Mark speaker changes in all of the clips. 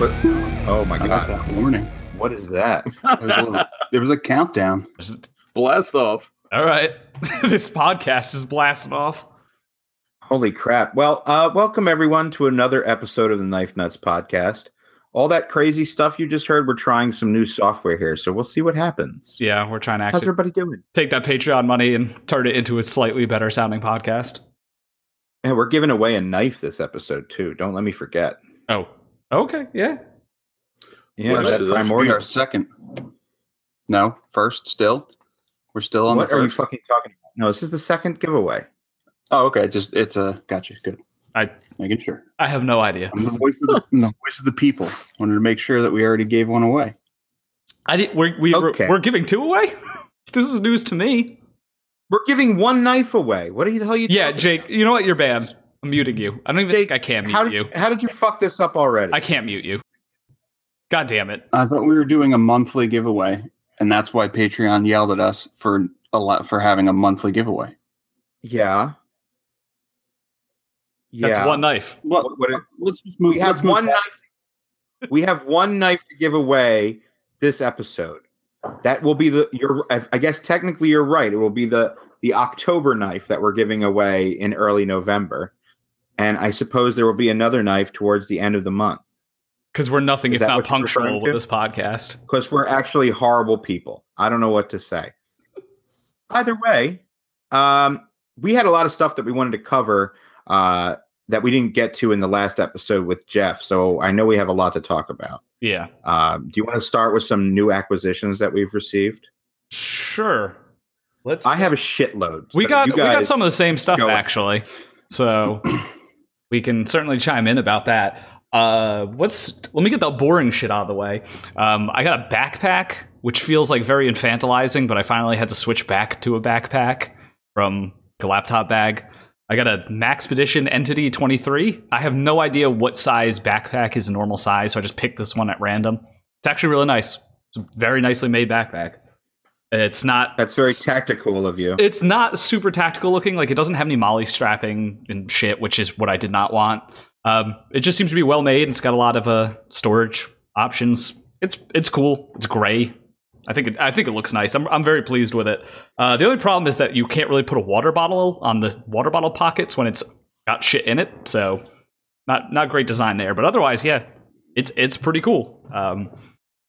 Speaker 1: But oh my
Speaker 2: I got
Speaker 1: god,
Speaker 2: that warning.
Speaker 1: what is that?
Speaker 2: There was, a little, there was a countdown.
Speaker 3: Blast off.
Speaker 4: All right. this podcast is blasting off.
Speaker 1: Holy crap! Well, uh, welcome everyone to another episode of the Knife Nuts podcast. All that crazy stuff you just heard, we're trying some new software here, so we'll see what happens.
Speaker 4: Yeah, we're trying to
Speaker 1: How's
Speaker 4: actually
Speaker 1: everybody doing?
Speaker 4: take that Patreon money and turn it into a slightly better sounding podcast.
Speaker 1: Yeah, we're giving away a knife this episode too. Don't let me forget.
Speaker 4: Oh. Okay. Yeah.
Speaker 1: Yeah,
Speaker 3: Well,
Speaker 1: that
Speaker 3: this is-
Speaker 2: We
Speaker 1: primordial-
Speaker 2: are second. No, first still. We're still on
Speaker 1: What
Speaker 2: the
Speaker 1: are you
Speaker 2: first.
Speaker 1: fucking talking about? No, this is the second giveaway.
Speaker 2: oh, okay. Just it's a gotcha. Good.
Speaker 4: I-
Speaker 2: making sure.
Speaker 4: I have no idea.
Speaker 2: I'm the voice of the, I'm the voice of the people. Wanted to make sure that we already gave one away.
Speaker 4: I didn't we're we,
Speaker 1: Okay.
Speaker 4: we're, we're giving two away? this is news to me.
Speaker 1: We're giving one knife away. What the hell are you?
Speaker 4: Yeah,
Speaker 1: talking
Speaker 4: Jake, you know what? You're banned. I'm muting you. I don't even
Speaker 1: Jake,
Speaker 4: think I can mute
Speaker 1: how did
Speaker 4: you.
Speaker 1: how did you fuck this up already?
Speaker 4: I can't mute you. God damn it.
Speaker 2: I thought we were doing a monthly giveaway, and that's why Patreon yelled at us for a lot for having a monthly giveaway.
Speaker 1: yeah, yeah.
Speaker 4: That's one knife.
Speaker 2: Well,
Speaker 1: What- what-
Speaker 2: let's just move.
Speaker 1: we have
Speaker 2: let's move
Speaker 1: one
Speaker 2: back.
Speaker 1: knife. We have one knife to give away this episode. That will be the your. I I guess technically you're right. It will be the the October knife that we're giving away in early November, and I suppose there will be another knife towards the end of the month
Speaker 4: Because we're nothing
Speaker 1: Is
Speaker 4: if
Speaker 1: that
Speaker 4: not
Speaker 1: what you're
Speaker 4: punctual
Speaker 1: referring
Speaker 4: with
Speaker 1: to?
Speaker 4: this podcast.
Speaker 1: because we're actually horrible people. I don't know what to say. Either way, um, we had a lot of stuff that we wanted to cover uh, that we didn't get to in the last episode with Jeff. So I know we have a lot to talk about.
Speaker 4: Yeah.
Speaker 1: Um, do you want to start with some new acquisitions that we've received?
Speaker 4: Sure. Let's
Speaker 1: I have a shitload.
Speaker 4: We
Speaker 1: so
Speaker 4: got
Speaker 1: you
Speaker 4: we got
Speaker 1: guys-
Speaker 4: some of the same stuff
Speaker 1: go.
Speaker 4: actually, so we can certainly chime in about that. Uh, what's let me get the boring shit out of the way. Um, I got a backpack, which feels like very infantilizing, but I finally had to switch back to a backpack from a laptop bag. I got a Maxpedition Entity 23. I have no idea what size backpack is a normal size, so I just picked this one at random. It's actually really nice. It's a very nicely made backpack. It's not
Speaker 1: That's very tactical of you.
Speaker 4: it's not super tactical looking. Like it doesn't have any molly strapping and shit, which is what I did not want. Um, it just seems to be well made. and It's got a lot of uh, storage options. It's it's cool. It's gray. I think it, I think it looks nice. I'm I'm very pleased with it. Uh, the only problem is that you can't really put a water bottle on the water bottle pockets when it's got shit in it. So not not great design there. But otherwise, yeah, it's it's pretty cool. Um,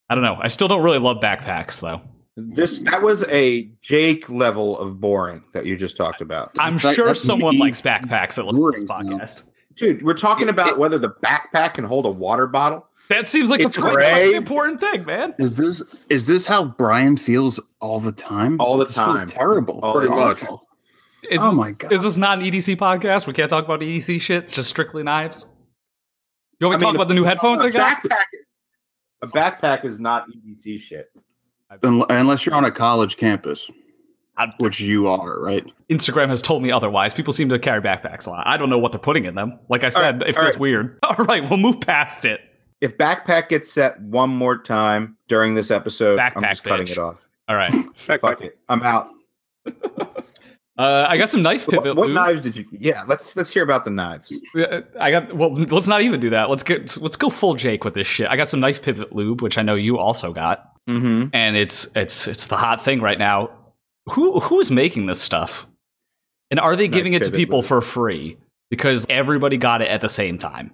Speaker 4: I don't know. I still don't really love backpacks though.
Speaker 1: This that was a Jake level of boring that you just talked about,
Speaker 4: I'm
Speaker 2: It's like-
Speaker 4: sure
Speaker 2: that's
Speaker 4: someone
Speaker 2: me
Speaker 4: likes backpacks that listens to this
Speaker 2: boring, you know.
Speaker 4: podcast.
Speaker 1: dude. We're talking about whether the backpack can hold a water bottle.
Speaker 4: That seems like
Speaker 1: It's
Speaker 4: a pretty
Speaker 1: gray.
Speaker 4: fucking important thing, man.
Speaker 2: Is this is this how Brian feels all the time?
Speaker 1: All the
Speaker 2: This feels
Speaker 1: time.
Speaker 2: terrible.
Speaker 1: All
Speaker 2: It's
Speaker 1: the
Speaker 2: awful.
Speaker 4: Is,
Speaker 2: oh my god!
Speaker 4: is this not an EDC podcast? We can't talk about EDC shit. It's just strictly knives. You want me
Speaker 1: I
Speaker 4: to talk
Speaker 1: mean,
Speaker 4: about the new headphones I
Speaker 1: a
Speaker 4: got?
Speaker 1: backpack. A backpack is not EDC shit.
Speaker 2: Un- Unless you're on a college campus,
Speaker 4: I-
Speaker 2: which you are, right?
Speaker 4: Instagram has told me otherwise. People seem to carry backpacks a lot. I don't know what they're putting in them. Like I said,
Speaker 1: right,
Speaker 4: it
Speaker 1: all
Speaker 4: feels
Speaker 1: right.
Speaker 4: weird. All right, we'll move past it.
Speaker 1: If backpack gets set one more time during this episode, I'm
Speaker 4: Backpack,
Speaker 1: just cutting
Speaker 4: bitch.
Speaker 1: it off.
Speaker 4: All right.
Speaker 1: Fuck it. I'm out.
Speaker 4: Uh, I got some knife
Speaker 1: What,
Speaker 4: pivot.
Speaker 1: what
Speaker 4: Lou.
Speaker 1: knives did you? Yeah, let's let's hear about the knives.
Speaker 4: Uh, I got well. Let's not even do that. Let's get let's go full Jake with this shit. I got some knife pivot lube, which I know you also got.
Speaker 1: Mm-hmm.
Speaker 4: and it's it's it's the hot thing right now. Who who is making this stuff? And are they
Speaker 1: Knife
Speaker 4: giving it to
Speaker 1: pivot
Speaker 4: people
Speaker 1: loop.
Speaker 4: for free? Because everybody got it at the same time.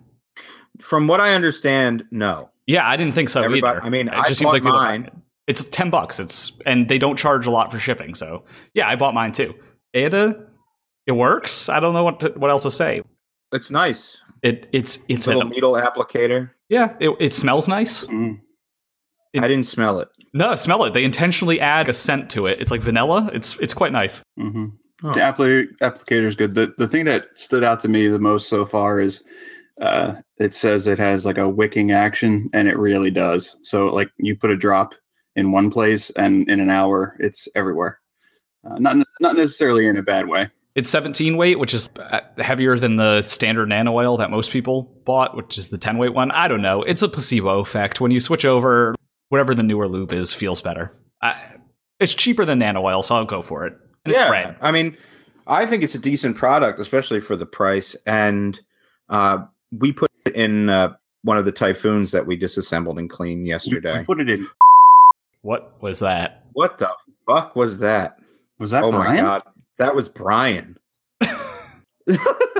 Speaker 1: From what I understand, no.
Speaker 4: Yeah, I didn't think so
Speaker 1: Everybody-
Speaker 4: either.
Speaker 1: I mean,
Speaker 4: it
Speaker 1: I
Speaker 4: just seems
Speaker 1: bought
Speaker 4: like people-
Speaker 1: mine.
Speaker 4: It's ten bucks. It's and they don't charge a lot for shipping. So yeah, I bought mine too. It uh, it works. I don't know what to, what else to say.
Speaker 1: It's nice.
Speaker 4: It it's it's
Speaker 1: Little
Speaker 4: an,
Speaker 1: needle applicator.
Speaker 4: yeah. It, it smells nice.
Speaker 2: Mm.
Speaker 4: It-
Speaker 1: I didn't smell it.
Speaker 4: No, smell it. They intentionally add a scent to it. It's like vanilla. It's it's quite nice.
Speaker 2: hmm
Speaker 1: Oh.
Speaker 2: The applicator, applicator is good. The the thing that stood out to me the most so far is uh, it says it has like a wicking action, and it really does. So like you put a drop in one place, and in an hour, it's everywhere. Uh, not not necessarily in a bad way.
Speaker 4: It's 17 weight, which is uh, heavier than the standard nano oil that most people bought, which is the 10 weight one. I don't know. It's a placebo effect. When you switch over, whatever the newer lube is feels better. I, it's cheaper than nano oil, so I'll go for it. And it's red.
Speaker 1: I mean, I think it's a decent product, especially for the price. And uh, we put it in uh, one of the typhoons that we disassembled and cleaned
Speaker 2: You- you
Speaker 1: yesterday.
Speaker 2: put it in.
Speaker 4: What was that?
Speaker 1: What the fuck was that?
Speaker 2: Was that
Speaker 1: oh
Speaker 2: Brian?
Speaker 1: my god, that was Brian.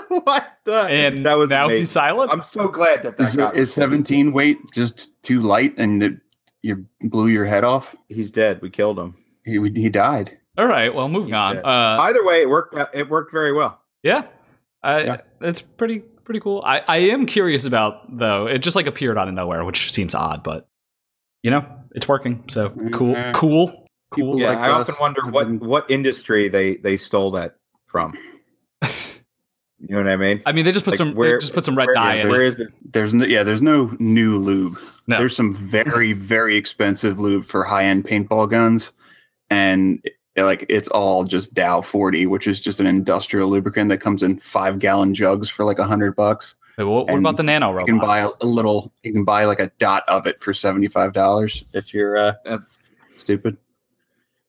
Speaker 1: what the?
Speaker 4: And
Speaker 1: that was
Speaker 4: now
Speaker 1: amazing.
Speaker 4: he's silent.
Speaker 1: I'm so glad that that
Speaker 2: Is,
Speaker 1: got.
Speaker 2: is 17 weight just too light and it, you blew your head off?
Speaker 1: he's dead. We killed him.
Speaker 2: He, he died.
Speaker 4: All right. Well, moving on.
Speaker 1: Yeah.
Speaker 4: Uh,
Speaker 1: Either way, it worked. out- It worked very well.
Speaker 4: Yeah. I,
Speaker 2: Yeah.
Speaker 4: It's pretty pretty cool. I, I am curious about though. It just like appeared out of nowhere, which seems odd, but you know, it's working. So cool.
Speaker 2: Mhm.
Speaker 4: Cool. Cool.
Speaker 2: People
Speaker 1: Yeah,
Speaker 2: like
Speaker 1: I often
Speaker 2: us
Speaker 1: wonder
Speaker 2: have
Speaker 1: what
Speaker 2: been-
Speaker 1: what industry they they stole that from. you know what I mean?
Speaker 4: I mean they just put
Speaker 1: Like,
Speaker 4: some they
Speaker 1: where-
Speaker 4: just put some red
Speaker 1: where,
Speaker 4: dye in
Speaker 1: Where
Speaker 4: it.
Speaker 1: is this?
Speaker 2: There's no, yeah, there's no new lube.
Speaker 4: No.
Speaker 2: There's some very very expensive lube for high end paintball guns, and it- like it's all just Dow 40, which is just an industrial lubricant that comes in five gallon jugs for like a hundred bucks.
Speaker 4: Wait, What, what
Speaker 2: and
Speaker 4: about the nano robots?
Speaker 2: You can buy a little. You can buy like a dot of it for seventy five dollars if you're uh,
Speaker 1: Uh,
Speaker 2: stupid.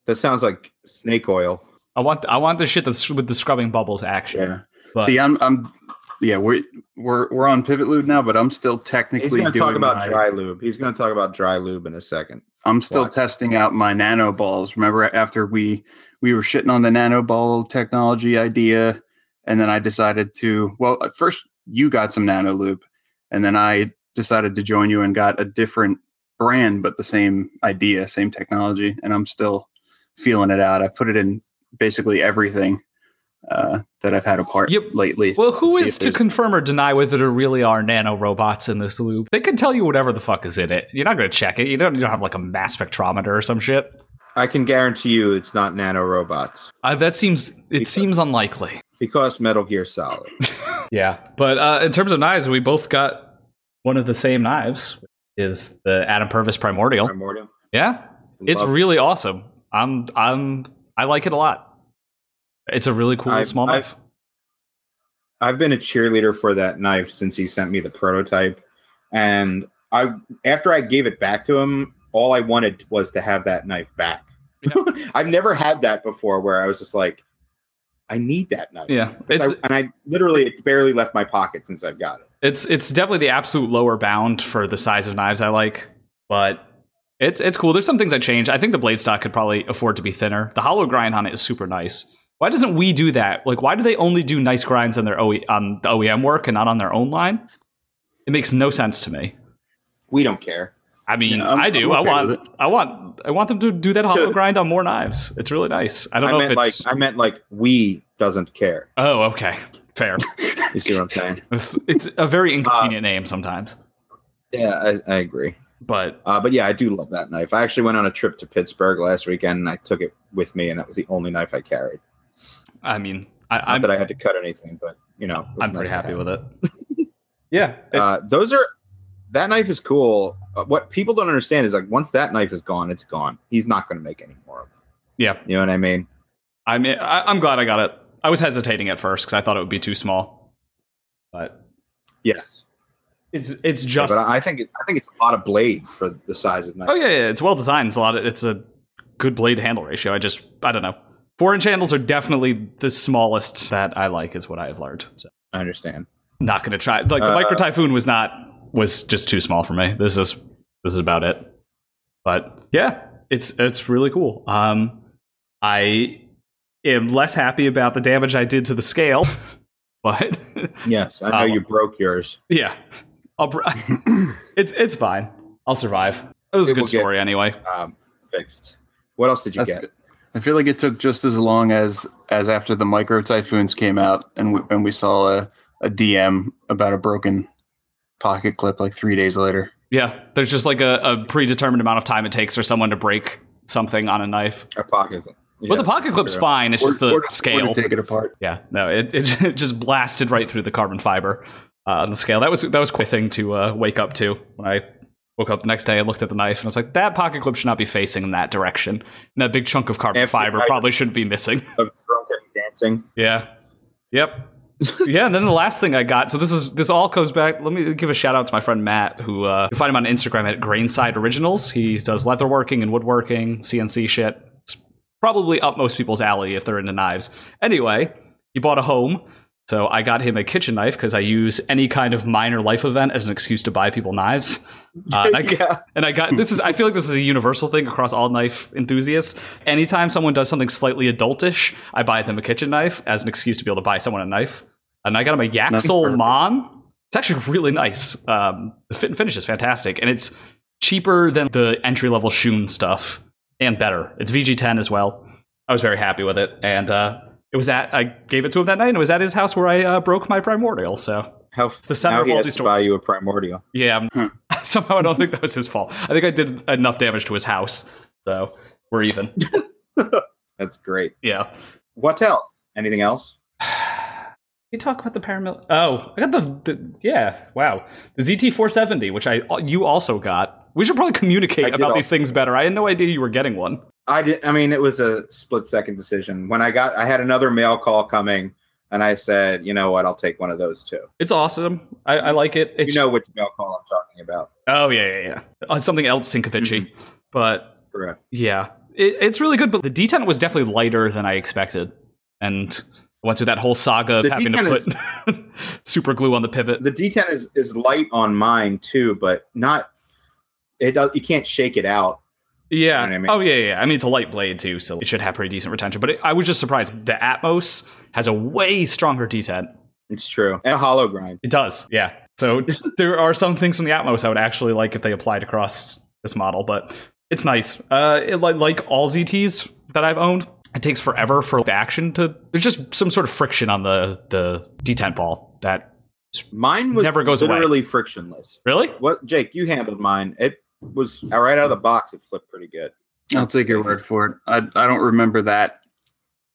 Speaker 1: That sounds like snake oil.
Speaker 4: I want I want the shit that's with the scrubbing bubbles action. But
Speaker 2: See, I'm I'm yeah we're we're we're on pivot lube now, but I'm still
Speaker 1: He's
Speaker 2: technically
Speaker 1: going to
Speaker 2: doing
Speaker 1: talk about
Speaker 2: my-
Speaker 1: dry lube. He's going to talk about dry lube in a second.
Speaker 2: I'm still
Speaker 1: Why?
Speaker 2: testing out my nano balls. Remember after we we were shitting on the nano ball technology idea, and then I decided to well at first you got some nano loop, and then I decided to join you and got a different brand but the same idea, same technology, and I'm still feeling it out. I put it in basically everything uh, that I've had apart
Speaker 4: Yep.
Speaker 2: lately.
Speaker 4: well, who
Speaker 2: See
Speaker 4: is
Speaker 2: if
Speaker 4: to
Speaker 2: there's-
Speaker 4: confirm or deny whether there really are nano robots in this loop? They could tell you whatever the fuck is in it. You're not going to check it. You don't. You don't have like a mass spectrometer or some shit.
Speaker 1: I can guarantee you it's not nanorobots.
Speaker 4: Uh, that seems. It seems unlikely.
Speaker 1: Because Metal Gear Solid.
Speaker 4: Yeah, but uh, in terms of knives, we both got one of the same knives. Is the Adam Purvis Primordial?
Speaker 1: Primordial.
Speaker 4: Yeah, it's
Speaker 1: Love it.
Speaker 4: really awesome. I'm I'm I like it a lot. It's a really cool
Speaker 1: I-
Speaker 4: small
Speaker 1: I-
Speaker 4: knife.
Speaker 1: I've been a cheerleader for that knife since he sent me the prototype. And I after I gave it back to him, all I wanted was to have that knife back.
Speaker 4: Yeah.
Speaker 1: I've never had that before where I was just like, I need that knife.
Speaker 4: yeah, it's
Speaker 1: I- and I literally it barely left my pocket since I've got it.
Speaker 4: it's it's definitely the absolute lower bound for the size of knives I like, but it's it's cool. There's some things I changed. I think the blade stock could probably afford to be thinner. The hollow grind on it is super nice. Why doesn't we do that? Like, why do they only do nice grinds on their OE, on the OEM work and not on their own line? It makes no sense to me.
Speaker 1: We don't care.
Speaker 4: I mean,
Speaker 2: Yeah, I'm-
Speaker 4: I do.
Speaker 2: I'm
Speaker 4: I
Speaker 2: okay with
Speaker 4: want, I want, I want them to do that hollow
Speaker 1: Good.
Speaker 4: grind on more knives. It's really nice. I don't
Speaker 1: I,
Speaker 4: know if
Speaker 1: meant like
Speaker 4: it's.
Speaker 1: I meant like we doesn't care.
Speaker 4: oh, okay, fair.
Speaker 1: You see what I'm saying?
Speaker 4: it's, it's a very
Speaker 1: Uh,
Speaker 4: inconvenient name sometimes,
Speaker 1: yeah, I, I agree.
Speaker 4: but
Speaker 1: Uh, but yeah, I do love that knife. I actually went on a trip to Pittsburgh last weekend, and I took it with me, and that was the only knife I carried.
Speaker 4: I mean, I,
Speaker 1: Not
Speaker 4: I'm
Speaker 1: that I had to cut anything, but you know,
Speaker 4: I'm pretty happy with it. yeah,
Speaker 1: it. Uh, those are that knife is cool. Uh, what people don't understand is like once that knife is gone, it's gone. He's not going to make any more of them.
Speaker 4: yeah.
Speaker 1: You know what I mean?
Speaker 4: I mean, I, I'm glad I got it. I was hesitating at first because I thought it would be too small, but
Speaker 1: Yes,
Speaker 4: it's it's
Speaker 1: Yeah,
Speaker 4: just.
Speaker 1: but I I think it, I think it's a lot of blade for the size of knife.
Speaker 4: oh yeah, yeah, it's well designed. It's a lot. Of, it's a good blade to handle ratio. I just I don't know. Four inch handles are definitely the smallest that I like, is what I have learned. So
Speaker 1: I understand.
Speaker 4: not gonna try. Like the
Speaker 1: Uh,
Speaker 4: micro typhoon was not was just too small for me. This is this is about it. But yeah, it's it's really cool. Um, I am less happy about the damage I did to the scale, but
Speaker 1: Yes, I know
Speaker 4: Uh,
Speaker 1: you broke yours.
Speaker 4: yeah, I'll, br- it's it's fine. I'll survive. It was a
Speaker 1: It will
Speaker 4: good
Speaker 1: get-
Speaker 4: story anyway.
Speaker 1: Um, fixed. What else did you
Speaker 2: That's
Speaker 1: get?
Speaker 2: good. I feel like it took just as long as as after the micro typhoons came out, and we, and we saw a, a DM about a broken pocket clip like three days later.
Speaker 4: Yeah, there's just like a, a predetermined amount of time it takes for someone to break something on a knife.
Speaker 1: A pocket. clip.
Speaker 4: but the
Speaker 1: Yeah,
Speaker 4: pocket clip's
Speaker 1: true.
Speaker 4: fine. It's
Speaker 2: Or-
Speaker 4: just the
Speaker 2: or to- or to
Speaker 4: scale.
Speaker 2: take it apart.
Speaker 4: Yeah, no, it, it it just blasted right through the carbon fiber uh, on the scale. That was that was quite a thing to uh, wake up to when I woke up the next day and looked at the knife and I was like, that pocket clip should not be facing in that direction. And that big chunk of carbon
Speaker 1: Every
Speaker 4: fiber
Speaker 1: item.
Speaker 4: probably shouldn't be missing.
Speaker 1: of drunken dancing.
Speaker 4: Yeah. Yep. yeah, and then the last thing I got. So this is this all comes back. Let me give a shout out to my friend Matt, who uh, you can find him on Instagram at Grainside Originals. He does leatherworking and woodworking, CNC shit. It's probably up most people's alley if they're into knives. Anyway, he bought a home So I got him a kitchen knife because I use any kind of minor life event as an excuse to buy people knives. Uh, and, I,
Speaker 1: yeah.
Speaker 4: and I got this is I feel like this is a universal thing across all knife enthusiasts. Anytime someone does something slightly adultish, I buy them a kitchen knife as an excuse to be able to buy someone a knife. And I got him a Yaxel
Speaker 2: perfect.
Speaker 4: Mon. It's actually really nice. Um, the fit and finish is fantastic, and it's cheaper than the entry level Shun stuff, and better. It's VG10 as well. I was very happy with it, and uh, it was at I gave it to him that night, and it was at his house where I uh, broke my primordial. So
Speaker 1: How
Speaker 4: the center
Speaker 1: now
Speaker 4: of
Speaker 1: he
Speaker 4: all
Speaker 1: has
Speaker 4: these
Speaker 1: to buy
Speaker 4: stories.
Speaker 1: you a primordial.
Speaker 4: yeah, I'm-
Speaker 1: Hmm.
Speaker 4: somehow I don't think that was his fault. I think I did enough damage to his house, so we're even.
Speaker 1: That's great.
Speaker 4: Yeah.
Speaker 1: What else? Anything else?
Speaker 4: We talk about the paramil. Oh, I got the, the yeah. Wow, the ZT four seventy, which I uh, you also got. We should probably
Speaker 1: I
Speaker 4: communicate
Speaker 1: did
Speaker 4: about these
Speaker 1: also.
Speaker 4: things better. I had no idea you were getting one.
Speaker 1: I did. I mean, it was a split second decision. When I got, I had another mail call coming, and I said, you know what? I'll take one of those too.
Speaker 4: It's awesome. I, I like it. It's
Speaker 1: you know which mail call I'm talking about.
Speaker 4: oh yeah yeah yeah. Uh, something else Sinkovici,
Speaker 1: Mm-hmm.
Speaker 4: but
Speaker 1: Correct.
Speaker 4: Yeah, it, it's really good, but the D10 was definitely lighter than I expected, and I went through that whole saga of
Speaker 1: The
Speaker 4: having to
Speaker 1: D10
Speaker 4: put super glue on the pivot.
Speaker 1: The D10 is is light on mine too, but not. It does. You can't shake it out.
Speaker 4: Yeah.
Speaker 1: You know what I
Speaker 4: Oh yeah, yeah. I mean, it's a light blade too, so it should have pretty decent retention. But it, I was just surprised. The Atmos has a way stronger D10.
Speaker 1: It's true. And a hollow grind.
Speaker 4: It does. Yeah. So there are some things from the Atmos I would actually like if they applied across this model, but it's nice. Uh, it, like, like all ZTs that I've owned, it takes forever for the action to. There's just some sort of friction on the the detent ball that
Speaker 1: Mine was
Speaker 4: Never goes away.
Speaker 1: literally frictionless.
Speaker 4: really.
Speaker 1: What Jake, you handled mine. It was uh, right out of the box. It flipped pretty good.
Speaker 2: I'll take your word for it. I I don't remember that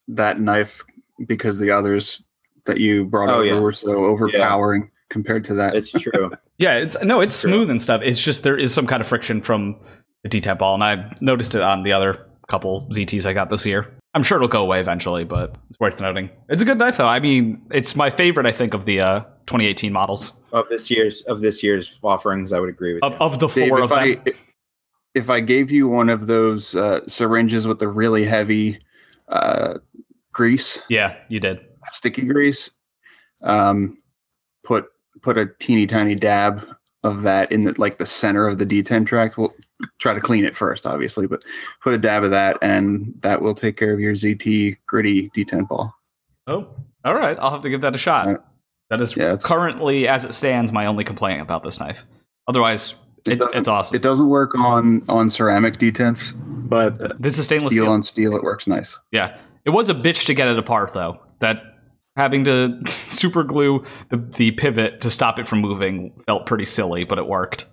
Speaker 2: that knife because the others that you brought
Speaker 1: Oh,
Speaker 2: over
Speaker 1: yeah.
Speaker 2: were so overpowering compared to that.
Speaker 1: It's true.
Speaker 4: Yeah. It's no, it's
Speaker 1: True.
Speaker 4: smooth and stuff. It's just there is some kind of friction from the detent ball, and I noticed it on the other couple ZTs I got this year. I'm sure it'll go away eventually, but it's worth noting. It's a good knife, though. I mean, it's my favorite, I think, of the uh, 2018 models.
Speaker 1: of this year's of this year's offerings, I would agree with
Speaker 4: of,
Speaker 1: you.
Speaker 4: of the
Speaker 2: Dave,
Speaker 4: four of
Speaker 2: if I,
Speaker 4: them.
Speaker 2: if I gave you one of those uh, syringes with the really heavy uh, grease,
Speaker 4: Yeah, you did.
Speaker 2: sticky grease, um, put put a teeny tiny dab of that in the, like the center of the D10 tract. We'll try to clean it first, obviously, but put a dab of that, and that will take care of your ZT gritty D10 ball.
Speaker 4: Oh, all right. I'll have to give that a shot.
Speaker 2: All right.
Speaker 4: That is
Speaker 2: Yeah, it's-
Speaker 4: currently, as it stands, my only complaint about this knife. Otherwise,
Speaker 2: It
Speaker 4: it's
Speaker 2: doesn't-
Speaker 4: it's awesome.
Speaker 2: It doesn't work on on ceramic detents, but uh,
Speaker 4: this is
Speaker 2: steel,
Speaker 4: stainless steel.
Speaker 2: on steel it works nice.
Speaker 4: Yeah, it was a bitch to get it apart though. That having to super glue the the pivot to stop it from moving felt pretty silly, but it worked.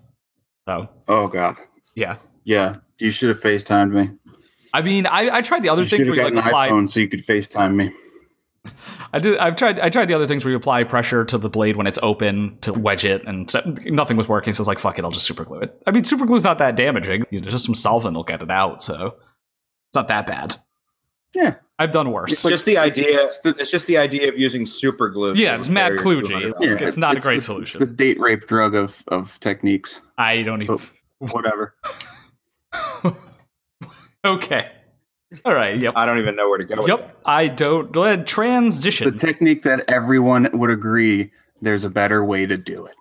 Speaker 4: So
Speaker 2: Oh god,
Speaker 4: yeah.
Speaker 2: yeah. You should have FaceTimed me.
Speaker 4: I mean, I, I tried the other
Speaker 2: You should
Speaker 4: things
Speaker 2: have
Speaker 4: where you
Speaker 2: got
Speaker 4: like
Speaker 2: an
Speaker 4: apply
Speaker 2: iPhone so you could FaceTime me.
Speaker 4: I did. I've tried. I tried the other things where you apply pressure to the blade when it's open to wedge it, and so, nothing was working. So I was like, "Fuck it, I'll just super glue it." I mean, super glue's not that damaging. You know, just some solvent will get it out, so it's not that bad.
Speaker 2: Yeah.
Speaker 4: I've done worse.
Speaker 1: it's just the idea. It's just the idea of using super glue.
Speaker 4: Yeah, it's Matt Kluge. Yeah,
Speaker 1: Kluge.
Speaker 4: it's not a great
Speaker 2: the-
Speaker 4: solution.
Speaker 2: It's the date rape drug of of techniques.
Speaker 4: I don't even.
Speaker 2: Whatever.
Speaker 4: Okay. All right. Yep.
Speaker 1: Oh. I don't even know where to go. with that.
Speaker 4: Yep. I don't. uh,
Speaker 2: the
Speaker 4: Transition.
Speaker 2: technique that everyone would agree there's a better way to do it.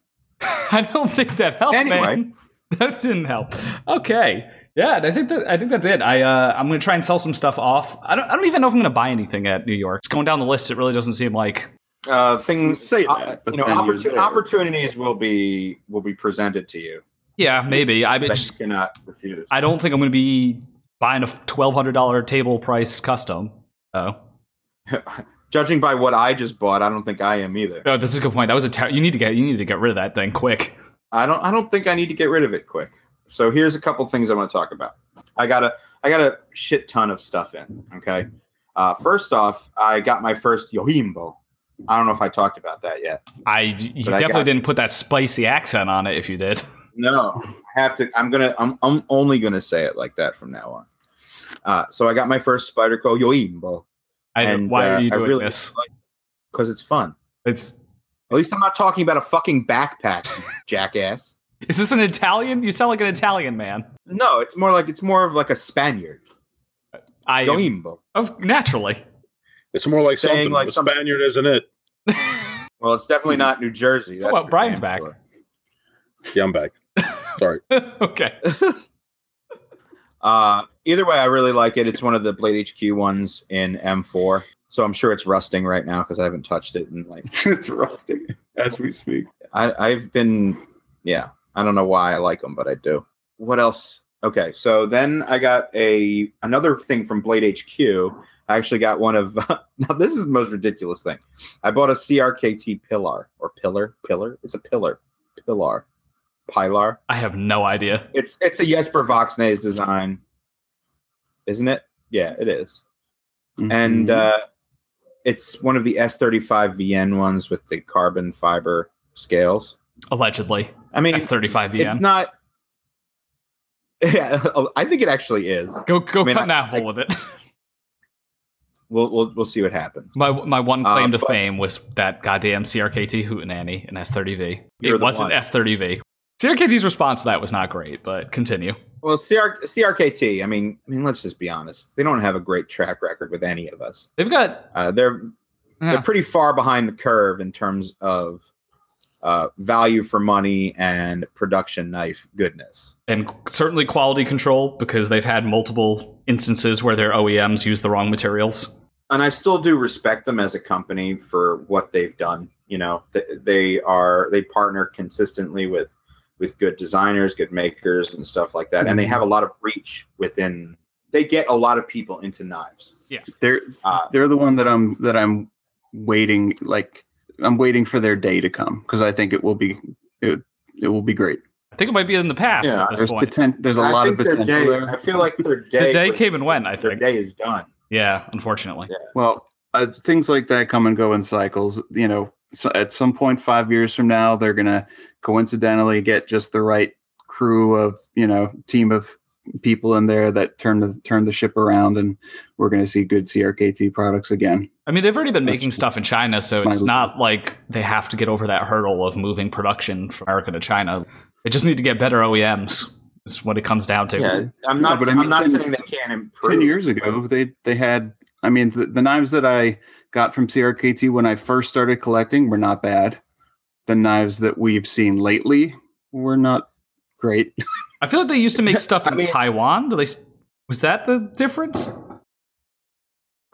Speaker 4: I don't think that helped.
Speaker 1: Anyway.
Speaker 4: man. that didn't help. Okay, yeah, and I think that I think that's it. I uh, I'm gonna try and sell some stuff off. I don't I don't even know if I'm gonna buy anything at New York. It's going down the list. It really doesn't seem like
Speaker 1: Uh, things
Speaker 2: say
Speaker 1: uh,
Speaker 2: that, but
Speaker 1: you know,
Speaker 2: then you're
Speaker 1: opportu-
Speaker 2: there.
Speaker 1: opportunities will be will be presented to you
Speaker 4: yeah maybe I
Speaker 1: that
Speaker 4: just
Speaker 1: you cannot refuse.
Speaker 4: I don't think I'm gonna be buying a twelve hundred dollar table price custom. Oh,
Speaker 1: Judging by what I just bought, I don't think I am either.
Speaker 4: oh, this is a good point. That was a ter- you need to get you need to get rid of that thing quick.
Speaker 1: I don't I don't think I need to get rid of it quick. So here's a couple things I want to talk about. I got a I got a shit ton of stuff in. Okay. Uh, first off, I got my first Yohimbo. I don't know if I talked about that yet.
Speaker 4: I you
Speaker 1: But I
Speaker 4: definitely
Speaker 1: got-
Speaker 4: didn't put that spicy accent on it. If you did,
Speaker 1: No, I have to. I'm gonna. I'm. I'm only gonna say it like that from now on. Uh, so I got my first Spider Co Yoimbo
Speaker 4: I,
Speaker 1: And,
Speaker 4: why
Speaker 1: uh,
Speaker 4: are you
Speaker 1: I
Speaker 4: doing
Speaker 1: really-
Speaker 4: this?
Speaker 1: because it's fun.
Speaker 4: It's
Speaker 1: At least I'm not talking about a fucking backpack, you jackass.
Speaker 4: is this an Italian? You sound like an Italian man.
Speaker 1: No, it's more like it's more of like a Spaniard
Speaker 4: I
Speaker 1: Yoimbo.
Speaker 4: of naturally.
Speaker 3: It's more like
Speaker 1: Saying
Speaker 3: something.
Speaker 1: like
Speaker 3: the
Speaker 1: something-
Speaker 3: Spaniard isn't it?
Speaker 1: Well, it's definitely not New Jersey.
Speaker 4: Oh, well,
Speaker 1: for
Speaker 4: Hmm. Brian's
Speaker 1: damn
Speaker 4: back.
Speaker 1: sure.
Speaker 5: Yeah, I'm back. Sorry.
Speaker 4: okay.
Speaker 1: Uh, either way, I really like it. It's one of the Blade HQ ones in M4, so I'm sure it's rusting right now because I haven't touched it in like
Speaker 2: it's rusting as we speak.
Speaker 1: I, I've been, yeah, I don't know why I like them, but I do. What else? Okay, so then I got a another thing from Blade HQ. I actually got one of now this is the most ridiculous thing. I bought a CRKT pillar or pillar pillar. It's a pillar pillar pilar.
Speaker 4: I have no idea.
Speaker 1: It's it's a Jesper Voxnay's design, isn't it? Yeah, it is. And
Speaker 2: Mm-hmm.
Speaker 1: uh, it's one of the S35 VN ones with the carbon fiber scales.
Speaker 4: Allegedly,
Speaker 1: I mean,
Speaker 4: that's E 35 VM.
Speaker 1: it's not. Yeah, oh, I think it actually is.
Speaker 4: go go
Speaker 1: I mean,
Speaker 4: cut an
Speaker 1: I-
Speaker 4: apple with it.
Speaker 1: We'll we'll, we'll see what happens.
Speaker 4: My my one claim
Speaker 1: Um,
Speaker 4: to
Speaker 1: but-
Speaker 4: fame was that goddamn CRKT hootenanny in S30V.
Speaker 1: You're
Speaker 4: It
Speaker 1: the
Speaker 4: wasn't
Speaker 1: one.
Speaker 4: S30V. CRKT's response to that was not great, but continue.
Speaker 1: Well, CR, CRKT. I mean, I mean, let's just be honest. They don't have a great track record with any of us.
Speaker 4: They've got
Speaker 1: Uh, they're
Speaker 4: yeah,
Speaker 1: they're pretty far behind the curve in terms of uh, value for money and production knife goodness.
Speaker 4: and certainly quality control because they've had multiple instances where their OEMs use the wrong materials.
Speaker 1: and I still do respect them as a company for what they've done. You know, th- they are they partner consistently with with good designers, good makers, and stuff like that, and they have a lot of reach within. They get a lot of people into knives.
Speaker 2: They're
Speaker 1: Uh,
Speaker 2: they're the one that I'm that I'm waiting like I'm waiting for their day to come because I think it will be it, it will be great.
Speaker 4: I think it might be in the past
Speaker 1: Yeah,
Speaker 4: at this
Speaker 2: There's
Speaker 4: point.
Speaker 2: poten- There's a
Speaker 1: I
Speaker 2: lot of
Speaker 1: think their
Speaker 2: potential
Speaker 1: day-
Speaker 2: there.
Speaker 1: I feel like their day
Speaker 4: day
Speaker 1: was-
Speaker 4: came and went, I
Speaker 1: their
Speaker 4: think.
Speaker 1: day is done.
Speaker 4: yeah, unfortunately.
Speaker 1: Yeah.
Speaker 2: Well, uh, things like that come and go in cycles. You know, so at some point, five years from now, they're gonna coincidentally get just the right crew of you know team of people in there that turn the turn the ship around, and we're gonna see good CRKT products again.
Speaker 4: I mean, they've already been
Speaker 2: That's
Speaker 4: making stuff in China, so
Speaker 2: my-
Speaker 4: it's not like they have to get over that hurdle of moving production from America to China. They just need to get better OEMs. Is what it comes down to.
Speaker 1: Yeah, I'm
Speaker 2: No,
Speaker 1: not.
Speaker 2: but I
Speaker 1: I
Speaker 2: mean,
Speaker 1: am not
Speaker 2: 10
Speaker 1: saying they can't improve.
Speaker 2: Ten years ago, they they had. I mean, the, the knives that I got from CRKT when I first started collecting were not bad. The knives that we've seen lately were not great.
Speaker 4: I feel like they used to make stuff
Speaker 1: I
Speaker 4: in
Speaker 1: mean-
Speaker 4: Taiwan. Do they? s- Was that the difference?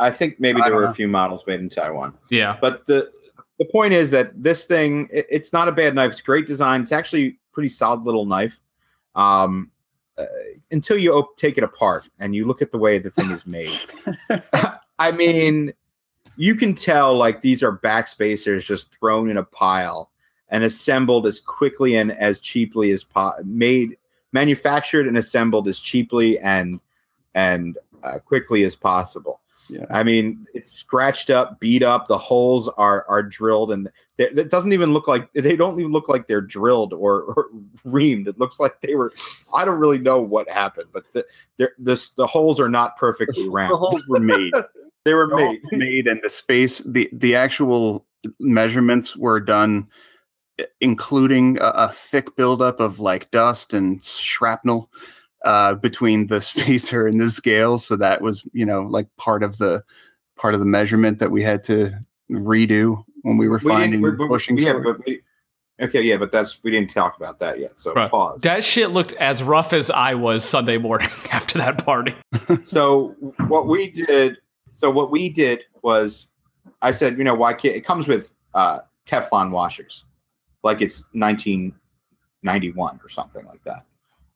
Speaker 1: I think maybe
Speaker 2: I
Speaker 1: there
Speaker 2: don't
Speaker 1: were a
Speaker 2: know.
Speaker 1: few models made in Taiwan.
Speaker 4: Yeah,
Speaker 1: But the the point is that this thing, it- it's not a bad knife. It's great design. It's actually a pretty solid little knife. Um, uh, until you op- take it apart and you look at the way the thing is made. I mean, you can tell like these are backspacers just thrown in a pile and assembled as quickly and as cheaply as po- made, manufactured and assembled as cheaply and and uh, quickly as possible.
Speaker 2: Yeah.
Speaker 1: I mean, it's scratched up, beat up. The holes are are drilled, and they- that doesn't even look like they don't even look like they're drilled or, or reamed. It looks like they were. I don't really know what happened, but the they're- this the holes are not perfectly
Speaker 2: the
Speaker 1: round.
Speaker 2: holes were made.
Speaker 1: They were
Speaker 2: were
Speaker 1: made.
Speaker 2: made, made and the space the the actual measurements were done i- including a, a thick buildup of like dust and shrapnel uh, between the spacer and the scale so that was you know like part of the part of the measurement that we had to redo when we were
Speaker 1: We didn't-
Speaker 2: finding
Speaker 1: we're- we're-
Speaker 2: pushing
Speaker 1: yeah,
Speaker 2: for.
Speaker 1: but we, okay, yeah, but that's we didn't talk about that yet. So
Speaker 4: Right.
Speaker 1: pause.
Speaker 4: that shit looked as rough as I was Sunday morning after that party.
Speaker 1: so what we did so what we did was i said you know why can't it comes with uh teflon washers like it's 1991 or something like that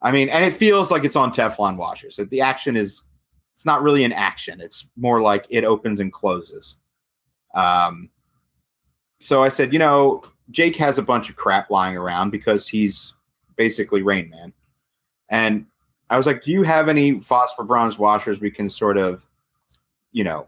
Speaker 1: i mean and it feels like it's on teflon washers That the action is it's not really an action it's more like it opens and closes um so i said you know jake has a bunch of crap lying around because he's basically rain man and I was like, "Do you have any phosphor bronze washers we can sort of, you know,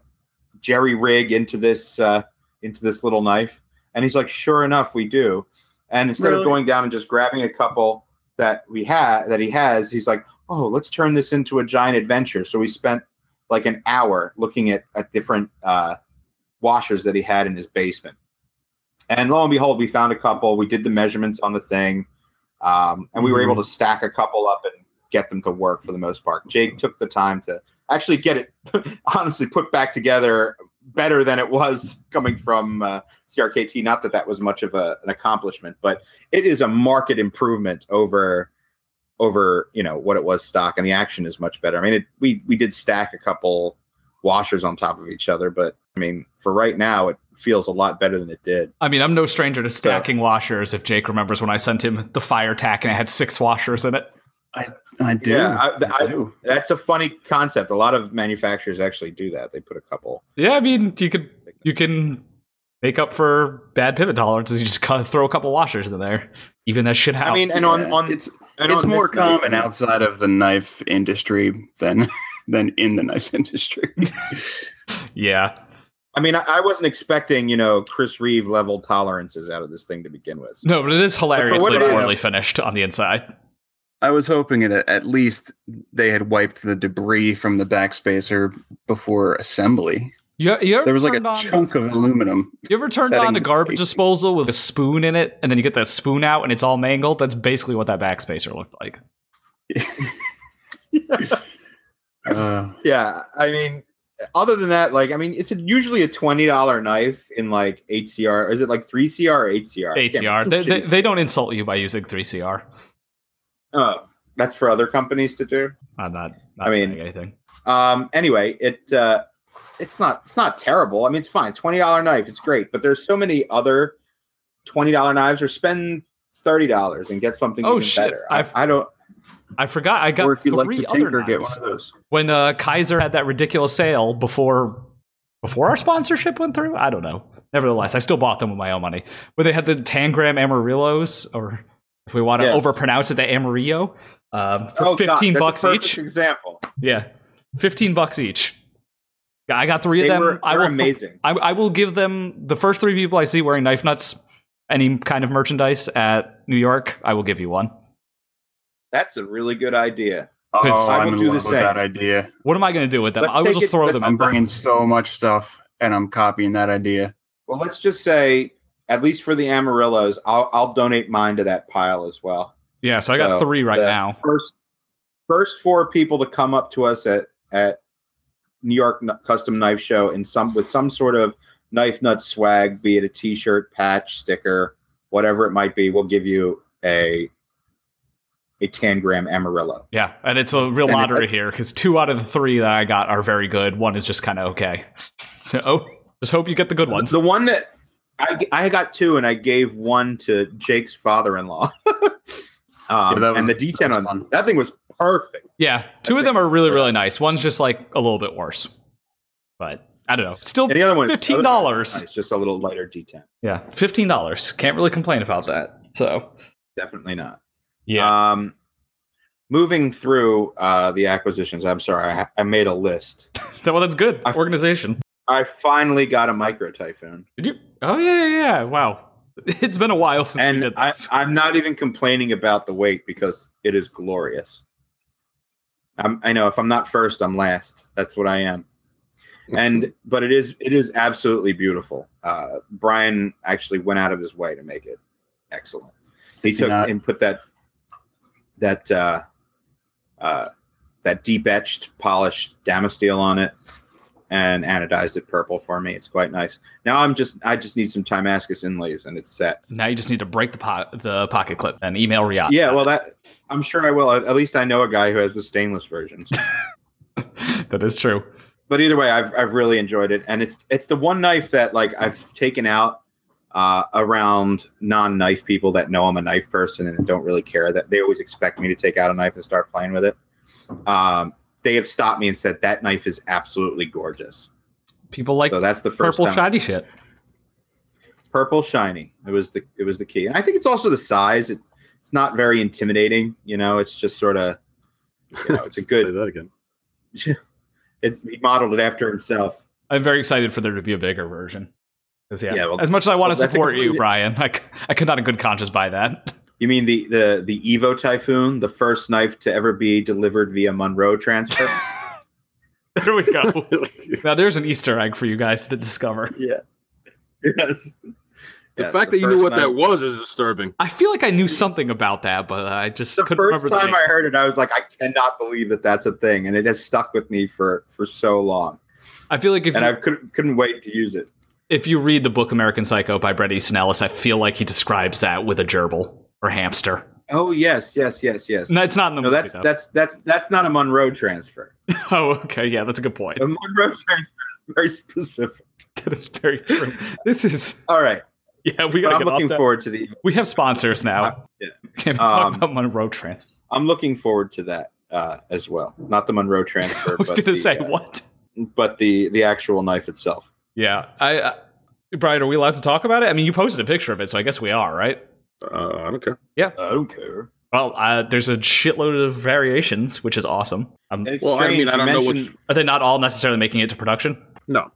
Speaker 1: jerry rig into this uh, into this little knife?" And he's like, "Sure enough, we do." And instead of
Speaker 2: Really?
Speaker 1: going down and just grabbing a couple that we had that he has, he's like, "Oh, let's turn this into a giant adventure." So we spent like an hour looking at at different uh, washers that he had in his basement. And lo and behold, we found a couple. We did the measurements on the thing, um, and we were
Speaker 2: Mhm.
Speaker 1: able to stack a couple up and get them to work for the most part. Jake took the time to actually get it honestly put back together better than it was coming from uh, CRKT. Not that that was much of a, an accomplishment, but it is a market improvement over over you know what it was stock, and the action is much better. I mean, it, we we did stack a couple washers on top of each other, but I mean, for right now, it feels a lot better than it did.
Speaker 4: I mean, I'm no stranger to stacking washers. If Jake remembers when I sent him the fire tack and it had six washers in it,
Speaker 2: I do.
Speaker 1: Yeah, I-
Speaker 2: I,
Speaker 1: I-
Speaker 2: do.
Speaker 1: That's a funny concept. A lot of manufacturers actually do that. They put a couple.
Speaker 4: yeah, I mean, you could you can make up for bad pivot tolerances. You just cut, throw a couple washers in there, even that shit out.
Speaker 1: I mean, and on
Speaker 2: Yeah.
Speaker 1: on
Speaker 2: it's
Speaker 1: and
Speaker 2: it's
Speaker 1: on
Speaker 2: more
Speaker 1: this-
Speaker 2: common outside of the knife industry than than in the knife industry.
Speaker 4: yeah,
Speaker 1: I mean, I, I wasn't expecting you know Chris Reeve level tolerances out of this thing to begin with.
Speaker 4: no, but it is hilariously
Speaker 1: it is-
Speaker 4: poorly finished on the inside.
Speaker 2: I was hoping it at least they had wiped the debris from the backspacer before assembly.
Speaker 4: You, you ever
Speaker 2: There was like a
Speaker 4: turned on-
Speaker 2: chunk of aluminum.
Speaker 4: You ever turned on a
Speaker 2: settings
Speaker 4: garbage
Speaker 2: facing.
Speaker 4: disposal with a spoon in it, and then you get that spoon out and it's all mangled? That's basically what that backspacer looked like.
Speaker 2: Uh,
Speaker 1: Yeah, I mean, other than that, like, I mean, it's a, usually a twenty dollar knife in like eight CR. Is it like three CR or eight CR? I can't
Speaker 4: ACR.
Speaker 1: remember.
Speaker 4: They, they, they don't insult you by using 3CR.
Speaker 1: Oh, that's for other companies to do.
Speaker 4: I'm not, not
Speaker 1: I mean-
Speaker 4: saying anything.
Speaker 1: Um, anyway, it uh, it's not it's not terrible. I mean, it's fine. Twenty dollar knife, it's great. But there's so many other twenty dollar knives, or spend thirty dollars and get something
Speaker 4: Oh,
Speaker 1: even
Speaker 4: shit.
Speaker 1: better. I,
Speaker 4: I've-
Speaker 1: I don't.
Speaker 4: I forgot I got
Speaker 2: or if you
Speaker 4: three
Speaker 2: like to
Speaker 4: other
Speaker 2: tinker, get
Speaker 4: knives.
Speaker 2: one of those.
Speaker 4: When uh, Kaiser had that ridiculous sale before before our sponsorship went through, I don't know. Nevertheless, I still bought them with my own money. When they had the Tangram Amarillos, or if we want to
Speaker 1: Yeah.
Speaker 4: overpronounce it, the Amarillo, um, for
Speaker 1: Oh, God,
Speaker 4: 15
Speaker 1: that's a
Speaker 4: bucks
Speaker 1: perfect
Speaker 4: each.
Speaker 1: Example.
Speaker 4: Yeah, fifteen bucks each. Yeah, I got three of
Speaker 1: They
Speaker 4: them.
Speaker 1: were
Speaker 4: I
Speaker 1: they're
Speaker 4: will
Speaker 1: amazing.
Speaker 4: I, I will give them the first three people I see wearing knife nuts, any kind of merchandise at New York. I will give you one.
Speaker 1: That's a really good idea.
Speaker 2: Oh,
Speaker 1: I will
Speaker 2: I'm in
Speaker 1: do the
Speaker 2: love with
Speaker 1: same.
Speaker 2: that idea.
Speaker 4: What am I going to do with them?
Speaker 1: Let's
Speaker 4: I will
Speaker 1: take
Speaker 4: just
Speaker 1: it-
Speaker 4: throw
Speaker 1: let's-
Speaker 4: them.
Speaker 2: I'm bringing so much stuff, and I'm copying that idea.
Speaker 1: Well, let's just say, at least for the Amarillos, I'll I'll donate mine to that pile as well.
Speaker 4: Yeah, so I
Speaker 1: So,
Speaker 4: got three right
Speaker 1: the
Speaker 4: now.
Speaker 1: First, first four people to come up to us at at New York Kn- Custom Knife Show in some with some sort of knife nut swag, be it a T-shirt, patch, sticker, whatever it might be, we'll give you a a tangram Amarillo.
Speaker 4: Yeah, and it's a real
Speaker 2: And it-
Speaker 4: lottery here because two out of the three that I got are very good. One is just kind of okay. So just hope you get the good ones.
Speaker 1: The one that I g- I got two, and I gave one to Jake's father-in-law. um,
Speaker 2: Yeah, that was-
Speaker 1: and the D10 on
Speaker 2: fun.
Speaker 1: that thing was perfect.
Speaker 4: Yeah, two of them are really really nice. One's just like a little bit worse, but I don't know. Still
Speaker 1: And the other one, is-
Speaker 4: fifteen dollars.
Speaker 1: It's just a little lighter D10.
Speaker 4: Yeah, fifteen dollars. Can't really complain about that. So
Speaker 1: Definitely not. Um, moving through uh, the acquisitions, I'm sorry, I, ha- I made a list.
Speaker 4: Uh, That- well, that's good
Speaker 1: I-
Speaker 4: organization.
Speaker 1: I finally got a micro typhoon,
Speaker 4: Did you? Oh yeah, yeah, yeah. Wow, it's been a while since we
Speaker 1: and
Speaker 4: did
Speaker 1: I,
Speaker 4: this.
Speaker 1: I'm not even complaining about the weight because it is glorious. I'm, I know if I'm not first, I'm last. That's what I am. And but it is it is absolutely beautiful. Uh, Brian actually went out of his way to make it excellent. He
Speaker 2: If
Speaker 1: took
Speaker 2: you're not-
Speaker 1: and put that that uh, uh, that deep etched polished damasteel on it and anodized it purple for me. It's quite nice. Now I'm just I just need some Timascus inlays and it's set.
Speaker 4: now you just need to break the po- the pocket clip and email Riot.
Speaker 1: yeah, well that I'm sure I will. At at least I know a guy who has the stainless versions.
Speaker 4: that is true.
Speaker 1: but either way, I've I've really enjoyed it, and it's it's the one knife that like I've taken out uh, around non knife people that know I'm a knife person and don't really care that they always expect me to take out a knife and start playing with it. Um, they have stopped me and said that knife is absolutely gorgeous.
Speaker 4: People like
Speaker 1: so that's the first
Speaker 4: purple
Speaker 1: time.
Speaker 4: shiny shit.
Speaker 1: Purple shiny. It was the it was the key, and I think it's also the size. It, it's not very intimidating, you know. It's just sort of you know, it's a
Speaker 5: Say
Speaker 1: good.
Speaker 5: that again.
Speaker 1: It's he modeled it after himself.
Speaker 4: I'm very excited for there to be a bigger version. 'Cause, yeah,
Speaker 1: Yeah, well-
Speaker 4: as much as I want
Speaker 1: well,
Speaker 4: to
Speaker 1: that's a
Speaker 4: support you,
Speaker 1: completely-
Speaker 4: Brian, I, c- I could not in good conscience buy that.
Speaker 1: You mean the the the Evo Typhoon, the first knife to ever be delivered via Monroe transfer?
Speaker 4: there we go. now there's an Easter egg for you guys to discover.
Speaker 1: yeah. Yes.
Speaker 3: The fact that you knew what that was is disturbing.
Speaker 4: I feel like I knew something about that, but I just
Speaker 1: The
Speaker 4: couldn't remember
Speaker 1: first time
Speaker 4: the name.
Speaker 1: I heard it, I was like, I cannot believe that that's a thing, and it has stuck with me for for so long.
Speaker 4: I feel like if
Speaker 1: and
Speaker 4: you,
Speaker 1: I couldn't couldn't wait to use it.
Speaker 4: if you read the book American Psycho by Bret Easton Ellis, I feel like he describes that with a gerbil or hamster.
Speaker 1: Oh yes, yes, yes, yes.
Speaker 4: No, it's not in the
Speaker 1: No,
Speaker 4: movie.
Speaker 1: that's
Speaker 4: though.
Speaker 1: that's that's that's not a Monroe transfer.
Speaker 4: oh, okay, yeah, that's a good point.
Speaker 1: A Monroe transfer is very specific.
Speaker 4: That is very true. This is
Speaker 1: All right,
Speaker 4: yeah, we
Speaker 1: but
Speaker 4: gotta
Speaker 1: I'm
Speaker 4: get off
Speaker 1: looking
Speaker 4: that.
Speaker 1: forward to the.
Speaker 4: we have sponsors
Speaker 1: Uh,
Speaker 4: now.
Speaker 1: yeah.
Speaker 4: Can't talk
Speaker 1: Um,
Speaker 4: about Monroe transfer.
Speaker 1: I'm looking forward to that uh, as well. Not the Monroe transfer.
Speaker 4: I was
Speaker 1: but
Speaker 4: gonna
Speaker 1: the,
Speaker 4: say
Speaker 1: uh,
Speaker 4: what?
Speaker 1: but the the actual knife itself.
Speaker 4: Yeah, I, I Brian, are we allowed to talk about it? I mean, you posted a picture of it, so I guess we are, right?
Speaker 3: Uh, I don't care.
Speaker 1: I don't care.
Speaker 4: Well, uh, there's a shitload of variations, which is awesome. Um,
Speaker 1: And it's
Speaker 3: Well, I
Speaker 1: strange
Speaker 3: mean, I
Speaker 1: you
Speaker 3: don't know
Speaker 1: mentioned-
Speaker 3: what's
Speaker 4: are they not all necessarily making it to production?
Speaker 3: No.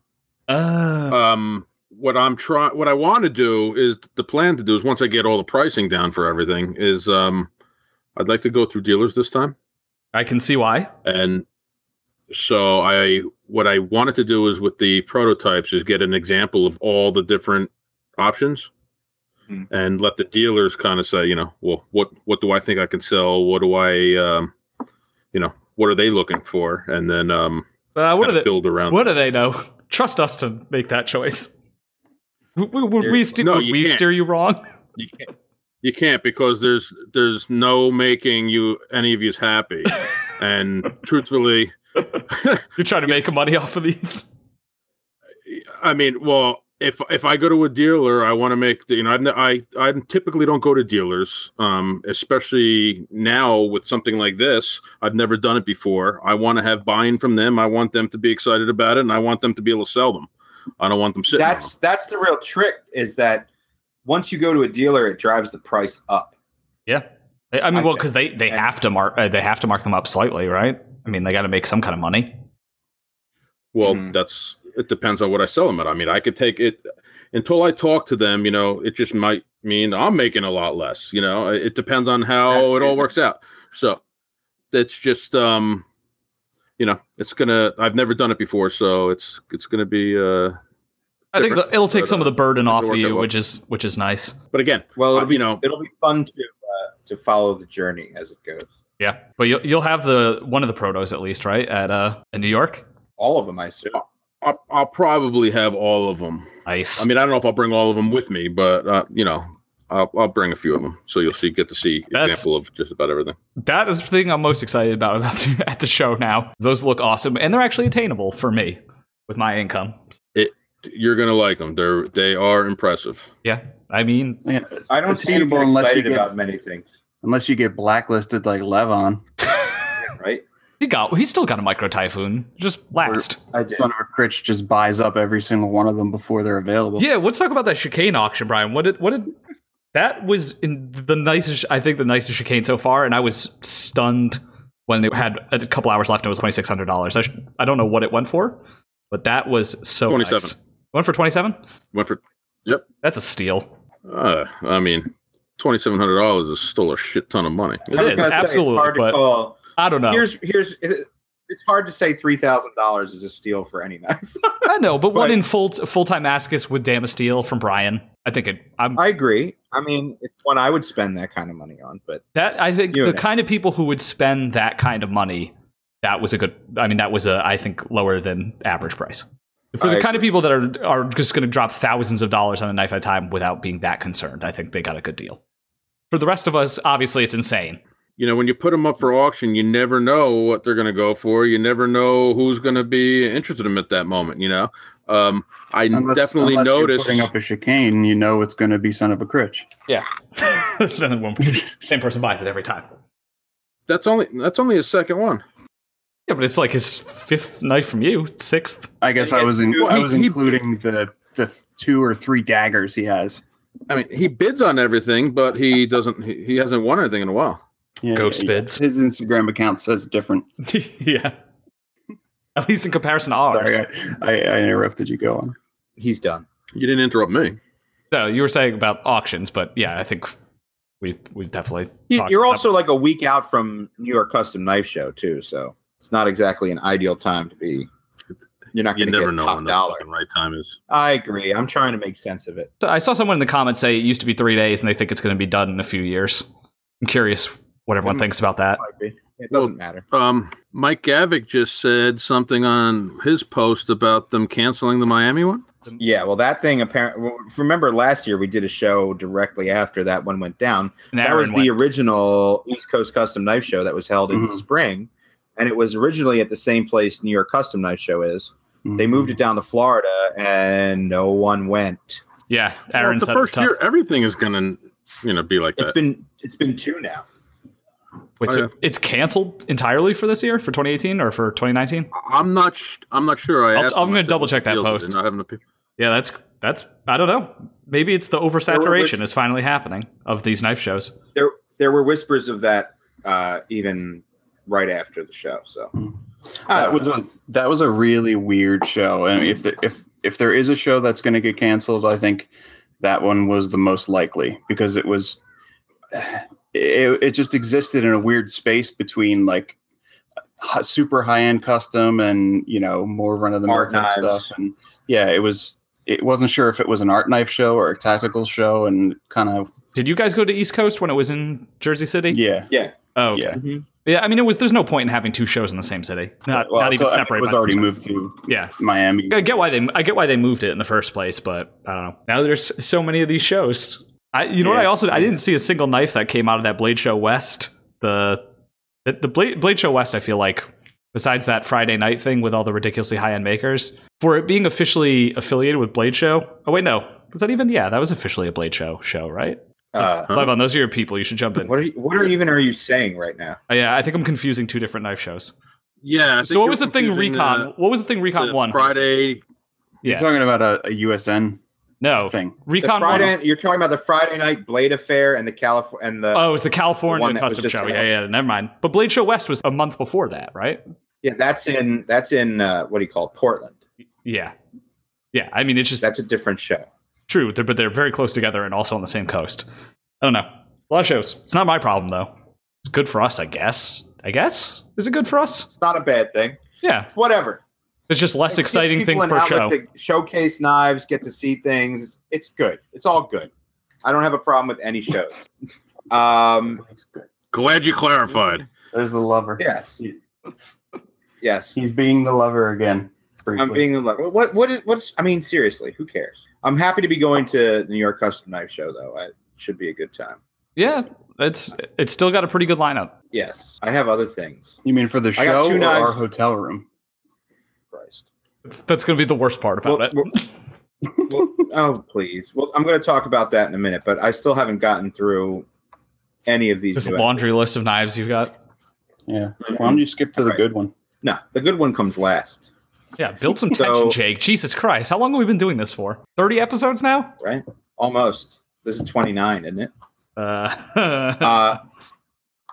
Speaker 4: Uh,
Speaker 3: um what i'm trying what i want to do is the plan to do is once i get all the pricing down for everything is um i'd like to go through dealers this time
Speaker 4: I can see why.
Speaker 3: and so i what i wanted to do is with the prototypes is get an example of all the different options
Speaker 1: Hmm.
Speaker 3: and let the dealers kind of say you know well what what do i think i can sell what do i um you know what are they looking for and then um
Speaker 4: Uh, what are
Speaker 3: kinda
Speaker 4: they?
Speaker 3: build around
Speaker 4: What do they know? Trust us to make that choice. Would would- would we, steer
Speaker 3: No,
Speaker 4: would
Speaker 3: you
Speaker 4: we
Speaker 3: can't.
Speaker 4: steer you wrong?
Speaker 3: You can't. You can't because there's there's no making you any of you's happy. and truthfully,
Speaker 4: You're trying to make money off of these.
Speaker 3: I mean, well, if if I go to a dealer, I want to make the, you know I've, ne- I I typically don't go to dealers, um, especially now with something like this. I've never done it before. I want to have buy-in from them. I want them to be excited about it, and I want them to be able to sell them. I don't want them sitting. on
Speaker 1: that's that's the real trick is that once you go to a dealer it drives the price up
Speaker 4: Yeah, I I mean,
Speaker 1: I
Speaker 4: well,
Speaker 1: think-
Speaker 4: because they they
Speaker 1: and-
Speaker 4: have to mark uh, they have to mark them up slightly, right? I mean, they got to make some kind of money.
Speaker 3: Well,
Speaker 4: Mm-hmm.
Speaker 1: Mhm.
Speaker 3: that's it depends on what I sell them at. I mean, I could take it until I talk to them, you know, it just might mean I'm making a lot less, you know. It it depends on how it all
Speaker 1: Absolutely.
Speaker 3: works out. So that's just um you know, it's gonna I've never done it before, so it's it's gonna be uh
Speaker 4: I think
Speaker 3: Different-
Speaker 4: that it'll take
Speaker 3: but,
Speaker 4: some of the burden
Speaker 3: it'll
Speaker 4: off of
Speaker 3: work out
Speaker 4: you,
Speaker 3: well.
Speaker 4: which is which is nice.
Speaker 3: but again,
Speaker 1: well
Speaker 3: uh,
Speaker 1: it'll be,
Speaker 3: you know,
Speaker 1: it'll be fun to uh, to follow the journey as it goes
Speaker 4: Yeah, but you'll you'll have the one of the protos at least, right? At uh in New York.
Speaker 1: all of them i assume
Speaker 3: I'll, I'll probably have all of them.
Speaker 4: Nice.
Speaker 3: I mean, I don't know if I'll bring all of them with me, but uh, you know, I'll, I'll bring a few of them, so you'll see get to see
Speaker 4: That's-
Speaker 3: example of just about everything.
Speaker 4: that is the thing I'm most excited about about the, at the show now. Those look awesome, and they're actually attainable for me with my income.
Speaker 3: You're gonna like them. They're they are impressive.
Speaker 4: Yeah, I mean,
Speaker 2: Yeah,
Speaker 1: i don't
Speaker 2: It's
Speaker 1: see you
Speaker 2: attainable
Speaker 1: get
Speaker 2: unless you
Speaker 1: excited
Speaker 2: get-
Speaker 1: about many things
Speaker 2: unless you get blacklisted like Levon,
Speaker 1: right
Speaker 4: he got he still got a micro typhoon just last.
Speaker 1: i did
Speaker 2: son of a critch just buys up every single one of them before they're available.
Speaker 4: Yeah, let's talk about that chicane auction, Brian. What did what did that was in the nicest? I think the nicest chicane so far, and I was stunned when they had a couple hours left and it was twenty six hundred dollars. I, sh- I don't know what it went for, but that was so
Speaker 3: 27.
Speaker 4: nice. Went for twenty seven.
Speaker 3: Went for
Speaker 4: That's a steal.
Speaker 3: Uh, I mean, twenty seven hundred dollars is still a shit ton of money.
Speaker 4: It
Speaker 1: I was
Speaker 4: is
Speaker 1: gonna say,
Speaker 4: absolutely,
Speaker 1: hard to
Speaker 4: but
Speaker 1: call.
Speaker 4: I don't know.
Speaker 1: here's here's it's hard to say three thousand dollars is a steal for any knife
Speaker 4: I know, but one
Speaker 1: Right.
Speaker 4: in full full time Ascus with Damn a Steal from Brian. I think it, I'm
Speaker 1: i agree i mean it's one i would spend that kind of money on but
Speaker 4: that I think
Speaker 1: You
Speaker 4: the
Speaker 1: know.
Speaker 4: kind of people who would spend that kind of money, that was a good. I mean, that was a I think lower than average price for the
Speaker 1: I
Speaker 4: kind of people that are are just going to drop thousands of dollars on a knife at a time without being that concerned. I think they got a good deal. For the rest of us, obviously, it's insane.
Speaker 3: You know, when you put them up for auction, you never know what they're gonna go for. You never know who's gonna be interested in them at that moment. You know, um, I
Speaker 2: Unless-
Speaker 3: definitely
Speaker 2: unless you're
Speaker 3: noticed.
Speaker 2: putting up a chicane, you know it's going to be son of a critch.
Speaker 4: Then one- Same person buys it every time.
Speaker 3: that's only that's only his second one.
Speaker 4: Yeah, but it's like his fifth knife from you, sixth.
Speaker 2: I guess
Speaker 1: I
Speaker 2: I,
Speaker 1: guess
Speaker 2: was in,
Speaker 1: you-
Speaker 2: I was
Speaker 3: he- he-
Speaker 2: including the the two or three daggers he has.
Speaker 3: I mean, he bids on everything, but he doesn't. He, he hasn't won anything in a while.
Speaker 2: Yeah,
Speaker 4: Ghost
Speaker 2: yeah,
Speaker 4: bids.
Speaker 2: His Instagram account says different.
Speaker 4: yeah. At least in comparison to ours.
Speaker 2: Sorry, I, I, I interrupted you. Go on.
Speaker 1: he's done
Speaker 3: You didn't interrupt me.
Speaker 4: No, you were saying about auctions, but yeah, I think we we definitely.
Speaker 1: You-
Speaker 4: talked
Speaker 1: You're
Speaker 4: about-
Speaker 1: also like a week out from New York Custom Knife Show too, so it's not exactly an ideal time to be. You're not
Speaker 3: You
Speaker 1: going to
Speaker 3: never
Speaker 1: get
Speaker 3: know
Speaker 1: top
Speaker 3: when the
Speaker 1: dollar.
Speaker 3: fucking right time is.
Speaker 1: I agree. I'm trying to make sense of it.
Speaker 4: I saw someone in the comments say it used to be three days, and they think it's going to be done in a few years. I'm curious what everyone
Speaker 1: Mm.
Speaker 4: thinks about that.
Speaker 1: Might be. It doesn't matter.
Speaker 3: Um, Mike Gavick just said something on his post about them canceling the Miami one.
Speaker 1: Yeah, well, that thing apparently. Remember last year we did a show directly after that one went down.
Speaker 4: And
Speaker 1: that was
Speaker 4: Aaron
Speaker 1: the
Speaker 4: went,
Speaker 1: original East Coast Custom Knife Show that was held in
Speaker 2: Mhm.
Speaker 3: Mm-hmm.
Speaker 1: the spring, and it was originally at the same place New York Custom Knife Show is.
Speaker 2: Mm-hmm.
Speaker 1: They moved
Speaker 3: Mm-hmm.
Speaker 1: it down to Florida, and no one went.
Speaker 4: yeah, Aaron
Speaker 3: Well,
Speaker 4: said
Speaker 3: the
Speaker 4: it was
Speaker 3: first
Speaker 4: tough.
Speaker 3: year, everything is gonna, you know, be like
Speaker 1: It's
Speaker 3: that.
Speaker 1: been it's been two now.
Speaker 4: Wait, so
Speaker 3: yeah.
Speaker 4: it's canceled entirely for this year, for 2018 or for 2019?
Speaker 3: I'm not. Sh- I'm not sure. I
Speaker 4: I'll-
Speaker 3: asked
Speaker 4: I'm
Speaker 3: him
Speaker 4: gonna
Speaker 3: if it
Speaker 4: double
Speaker 3: was
Speaker 4: check that
Speaker 3: sealed or
Speaker 4: post.
Speaker 3: did not have enough people.
Speaker 4: Yeah, that's that's I don't know. Maybe it's the
Speaker 1: There
Speaker 4: oversaturation
Speaker 1: was-
Speaker 4: is finally happening of these knife shows.
Speaker 1: There there were whispers of that uh, even right after the show. So
Speaker 2: Hmm.
Speaker 1: Ah. Uh,
Speaker 2: That was a that was a really weird show. I mean, if the, if if there is a show that's going to get canceled, I think that one was the most likely because it was it, it just existed in a weird space between like hi- super high end custom and you know more run of the mill
Speaker 1: Art knives.
Speaker 2: type stuff. And yeah, it was. It wasn't sure if it was an art knife show or a tactical show, and kind of
Speaker 4: Did you guys go to East Coast when it was in Jersey City?
Speaker 2: yeah,
Speaker 4: Oh,
Speaker 2: yeah.
Speaker 4: yeah. Yeah, I mean it was there's no point in having two shows in the same city. Not
Speaker 2: Well,
Speaker 4: not even
Speaker 2: so I-
Speaker 4: separate.
Speaker 2: It was
Speaker 4: by-
Speaker 2: already moved to
Speaker 4: Yeah.
Speaker 2: Miami.
Speaker 4: I get why they I get why they moved it in the first place, but I don't know. Now there's so many of these shows. I you know what I
Speaker 2: Yeah.
Speaker 4: also I didn't see a single knife that came out of that Blade Show West. The the, the Blade, Blade Show West I feel like besides that Friday night thing with all the ridiculously high-end makers for it being officially affiliated with Blade Show. Oh wait, no. Was that even yeah, that was officially a Blade Show show, right?
Speaker 1: uh,
Speaker 3: Huh?
Speaker 4: Live on those are your people, you should jump in.
Speaker 1: what are you, what are even are you saying right now?
Speaker 4: Uh, yeah, I think I'm confusing two different knife shows.
Speaker 3: Yeah. I think
Speaker 4: So what
Speaker 3: you're
Speaker 4: was the thing
Speaker 3: confusing uh,
Speaker 4: Recon? what was the thing
Speaker 3: the-
Speaker 4: Recon
Speaker 3: the
Speaker 4: one?
Speaker 3: Friday.
Speaker 4: Yeah.
Speaker 2: You're talking about a, a USN
Speaker 4: No.
Speaker 2: thing.
Speaker 1: The
Speaker 4: Recon one.
Speaker 1: Friday, you're talking about the Friday night Blade affair and the California and the
Speaker 4: Oh, it's the California
Speaker 1: The Uh, one that was
Speaker 4: Custom
Speaker 1: just
Speaker 4: Show.
Speaker 1: held.
Speaker 4: Yeah, yeah, never mind. But Blade Show West was a month before that, right?
Speaker 1: yeah. That's in that's in uh, what do you call it, Portland.
Speaker 4: Yeah. Yeah, I mean, it's just
Speaker 1: That's a different show.
Speaker 4: true, they're, but they're very close together and also on the same coast. I don't know. It's a lot of shows. It's not my problem, though. It's good for us, I guess. I guess? Is it good for us?
Speaker 1: It's not a bad thing.
Speaker 4: Yeah.
Speaker 1: Whatever.
Speaker 4: It's just less
Speaker 1: It gives
Speaker 4: exciting
Speaker 1: people
Speaker 4: things
Speaker 1: an
Speaker 4: per show.
Speaker 1: outlet to showcase knives, get to see things. It's, it's good. It's all good. I don't have a problem with any show. um,
Speaker 3: Glad you clarified.
Speaker 2: There's the lover.
Speaker 1: yes, yes.
Speaker 2: He's being the lover again.
Speaker 1: I'm being in love. What what is what's? I mean, seriously, who cares? I'm happy to be going to the New York Custom Knife Show though. It should be a good time.
Speaker 4: yeah, it's it's still got a pretty good lineup.
Speaker 1: Yes, I have other things.
Speaker 2: You mean for the
Speaker 1: I got
Speaker 2: show
Speaker 1: two
Speaker 2: or
Speaker 1: knives.
Speaker 2: our hotel room?
Speaker 1: Christ.
Speaker 4: It's, that's going to be the worst part about
Speaker 1: Well,
Speaker 4: it.
Speaker 1: well- well, oh please. Well, I'm going to talk about that in a minute, but I still haven't gotten through any of these.
Speaker 4: This
Speaker 1: new
Speaker 4: laundry list of knives you've got.
Speaker 2: Yeah.
Speaker 1: episodes.
Speaker 2: Why don't you skip to the
Speaker 1: Right.
Speaker 2: good one?
Speaker 1: No, the good one comes last,
Speaker 4: Yeah, build some
Speaker 1: So-
Speaker 4: tension, Jake. Jesus Christ. How long have we been doing this for? 30 episodes now?
Speaker 1: right? Almost. This is 29, isn't it?
Speaker 4: Uh,
Speaker 1: Uh,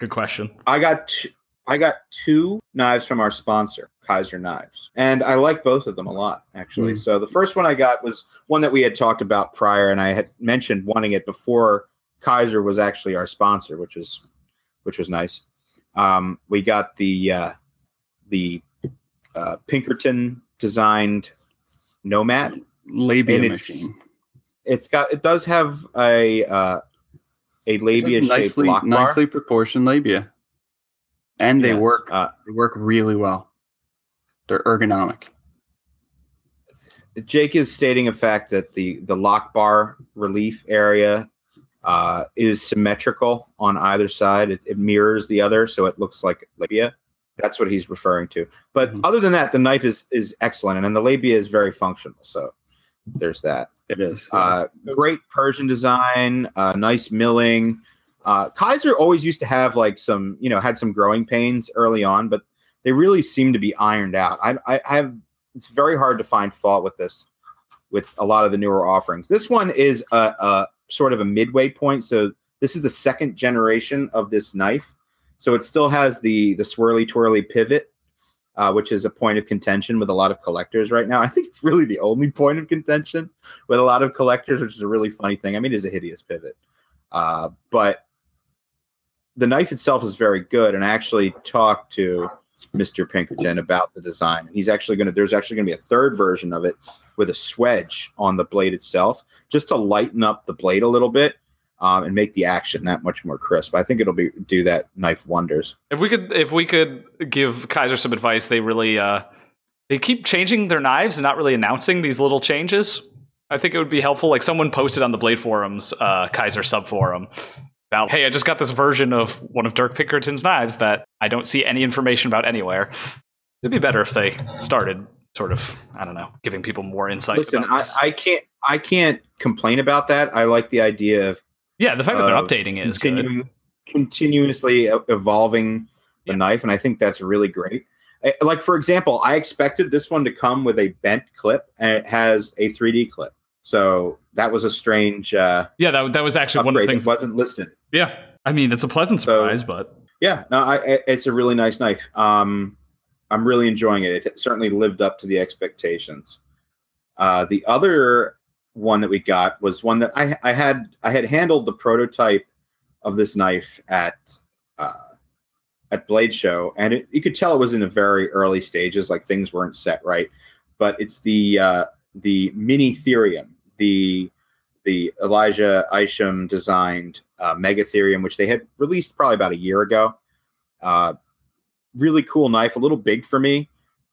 Speaker 4: good question.
Speaker 1: I got t- I got two knives from our sponsor, Kaiser Knives, and I like both of them a lot actually.
Speaker 2: Mm.
Speaker 1: So the first one I got was one that we had talked about prior, and I had mentioned wanting it before Kaiser was actually our sponsor, which was which was nice. Um, we got the uh, the uh, Pinkerton designed Nomad
Speaker 2: Labia
Speaker 1: And it's-
Speaker 2: machine.
Speaker 1: it's got it does have a uh a labia
Speaker 2: It's
Speaker 1: shaped
Speaker 2: nicely,
Speaker 1: lock bar.
Speaker 2: nicely proportioned labia. And they
Speaker 1: Yes.
Speaker 2: work.
Speaker 1: Uh,
Speaker 2: They work really well. They're ergonomic.
Speaker 1: Jake is stating a fact that the the lock bar relief area uh is symmetrical on either side. It, it mirrors the other, so it looks like labia. That's what he's referring to. But
Speaker 2: Mhm.
Speaker 1: other than that, the knife is is excellent, and then the labia is very functional. So there's that.
Speaker 2: It is.
Speaker 1: Uh, great Persian design, uh, nice milling. Uh, Kaiser always used to have like some, you know, had some growing pains early on, but they really seem to be ironed out. I, I, I have, it's very hard to find fault with this, with a lot of the newer offerings. This one is a, a sort of a midway point. So this is the second generation of this knife. So it still has the the swirly twirly pivot, uh, which is a point of contention with a lot of collectors right now. I think it's really the only point of contention with a lot of collectors, which is a really funny thing. I mean, it's a hideous pivot, uh, but the knife itself is very good. And I actually talked to Mr. Pinkerton about the design. He's actually going to there's actually going to be a third version of it with a swedge on the blade itself, just to lighten up the blade a little bit. um, and make the action that much more crisp. I think it'll be do that knife wonders.
Speaker 4: If we could, if we could give Kaiser some advice, they really uh, they keep changing their knives and not really announcing these little changes. I think it would be helpful. Like someone posted on the Blade forums, uh, Kaiser sub forum, about hey, I just got this version of one of Dirk Pinkerton's knives that I don't see any information about anywhere. It'd be better if they started sort of I don't know, giving people more insight.
Speaker 1: Listen,
Speaker 4: about
Speaker 1: I,
Speaker 4: this.
Speaker 1: I can't I can't complain about that. I like the idea of
Speaker 4: yeah, the fact that they're
Speaker 1: uh,
Speaker 4: updating it is good.
Speaker 1: continuing, continuously e- evolving the
Speaker 4: Yeah.
Speaker 1: knife, and I think that's really great. I- Like for example, I expected this one to come with a bent clip, and it has a 3D clip. So that was a strange uh,
Speaker 4: Yeah, that, that was actually one of the
Speaker 1: upgrade. It
Speaker 4: things.
Speaker 1: wasn't listed.
Speaker 4: Yeah, I mean, it's a pleasant
Speaker 1: So-
Speaker 4: surprise, but
Speaker 1: Yeah, no, I, I- it's a really nice knife. Um, I'm really enjoying it. It certainly lived up to the expectations. Uh, the other one that we got was one that I, I had I had handled the prototype of this knife at uh, at Blade Show, and it, you could tell it was in the very early stages, like things weren't set right. But it's the uh, the mini Therium, the the Elijah Isham designed uh, Megatherium, which they had released probably about a year ago. Uh, really cool knife, a little big for me.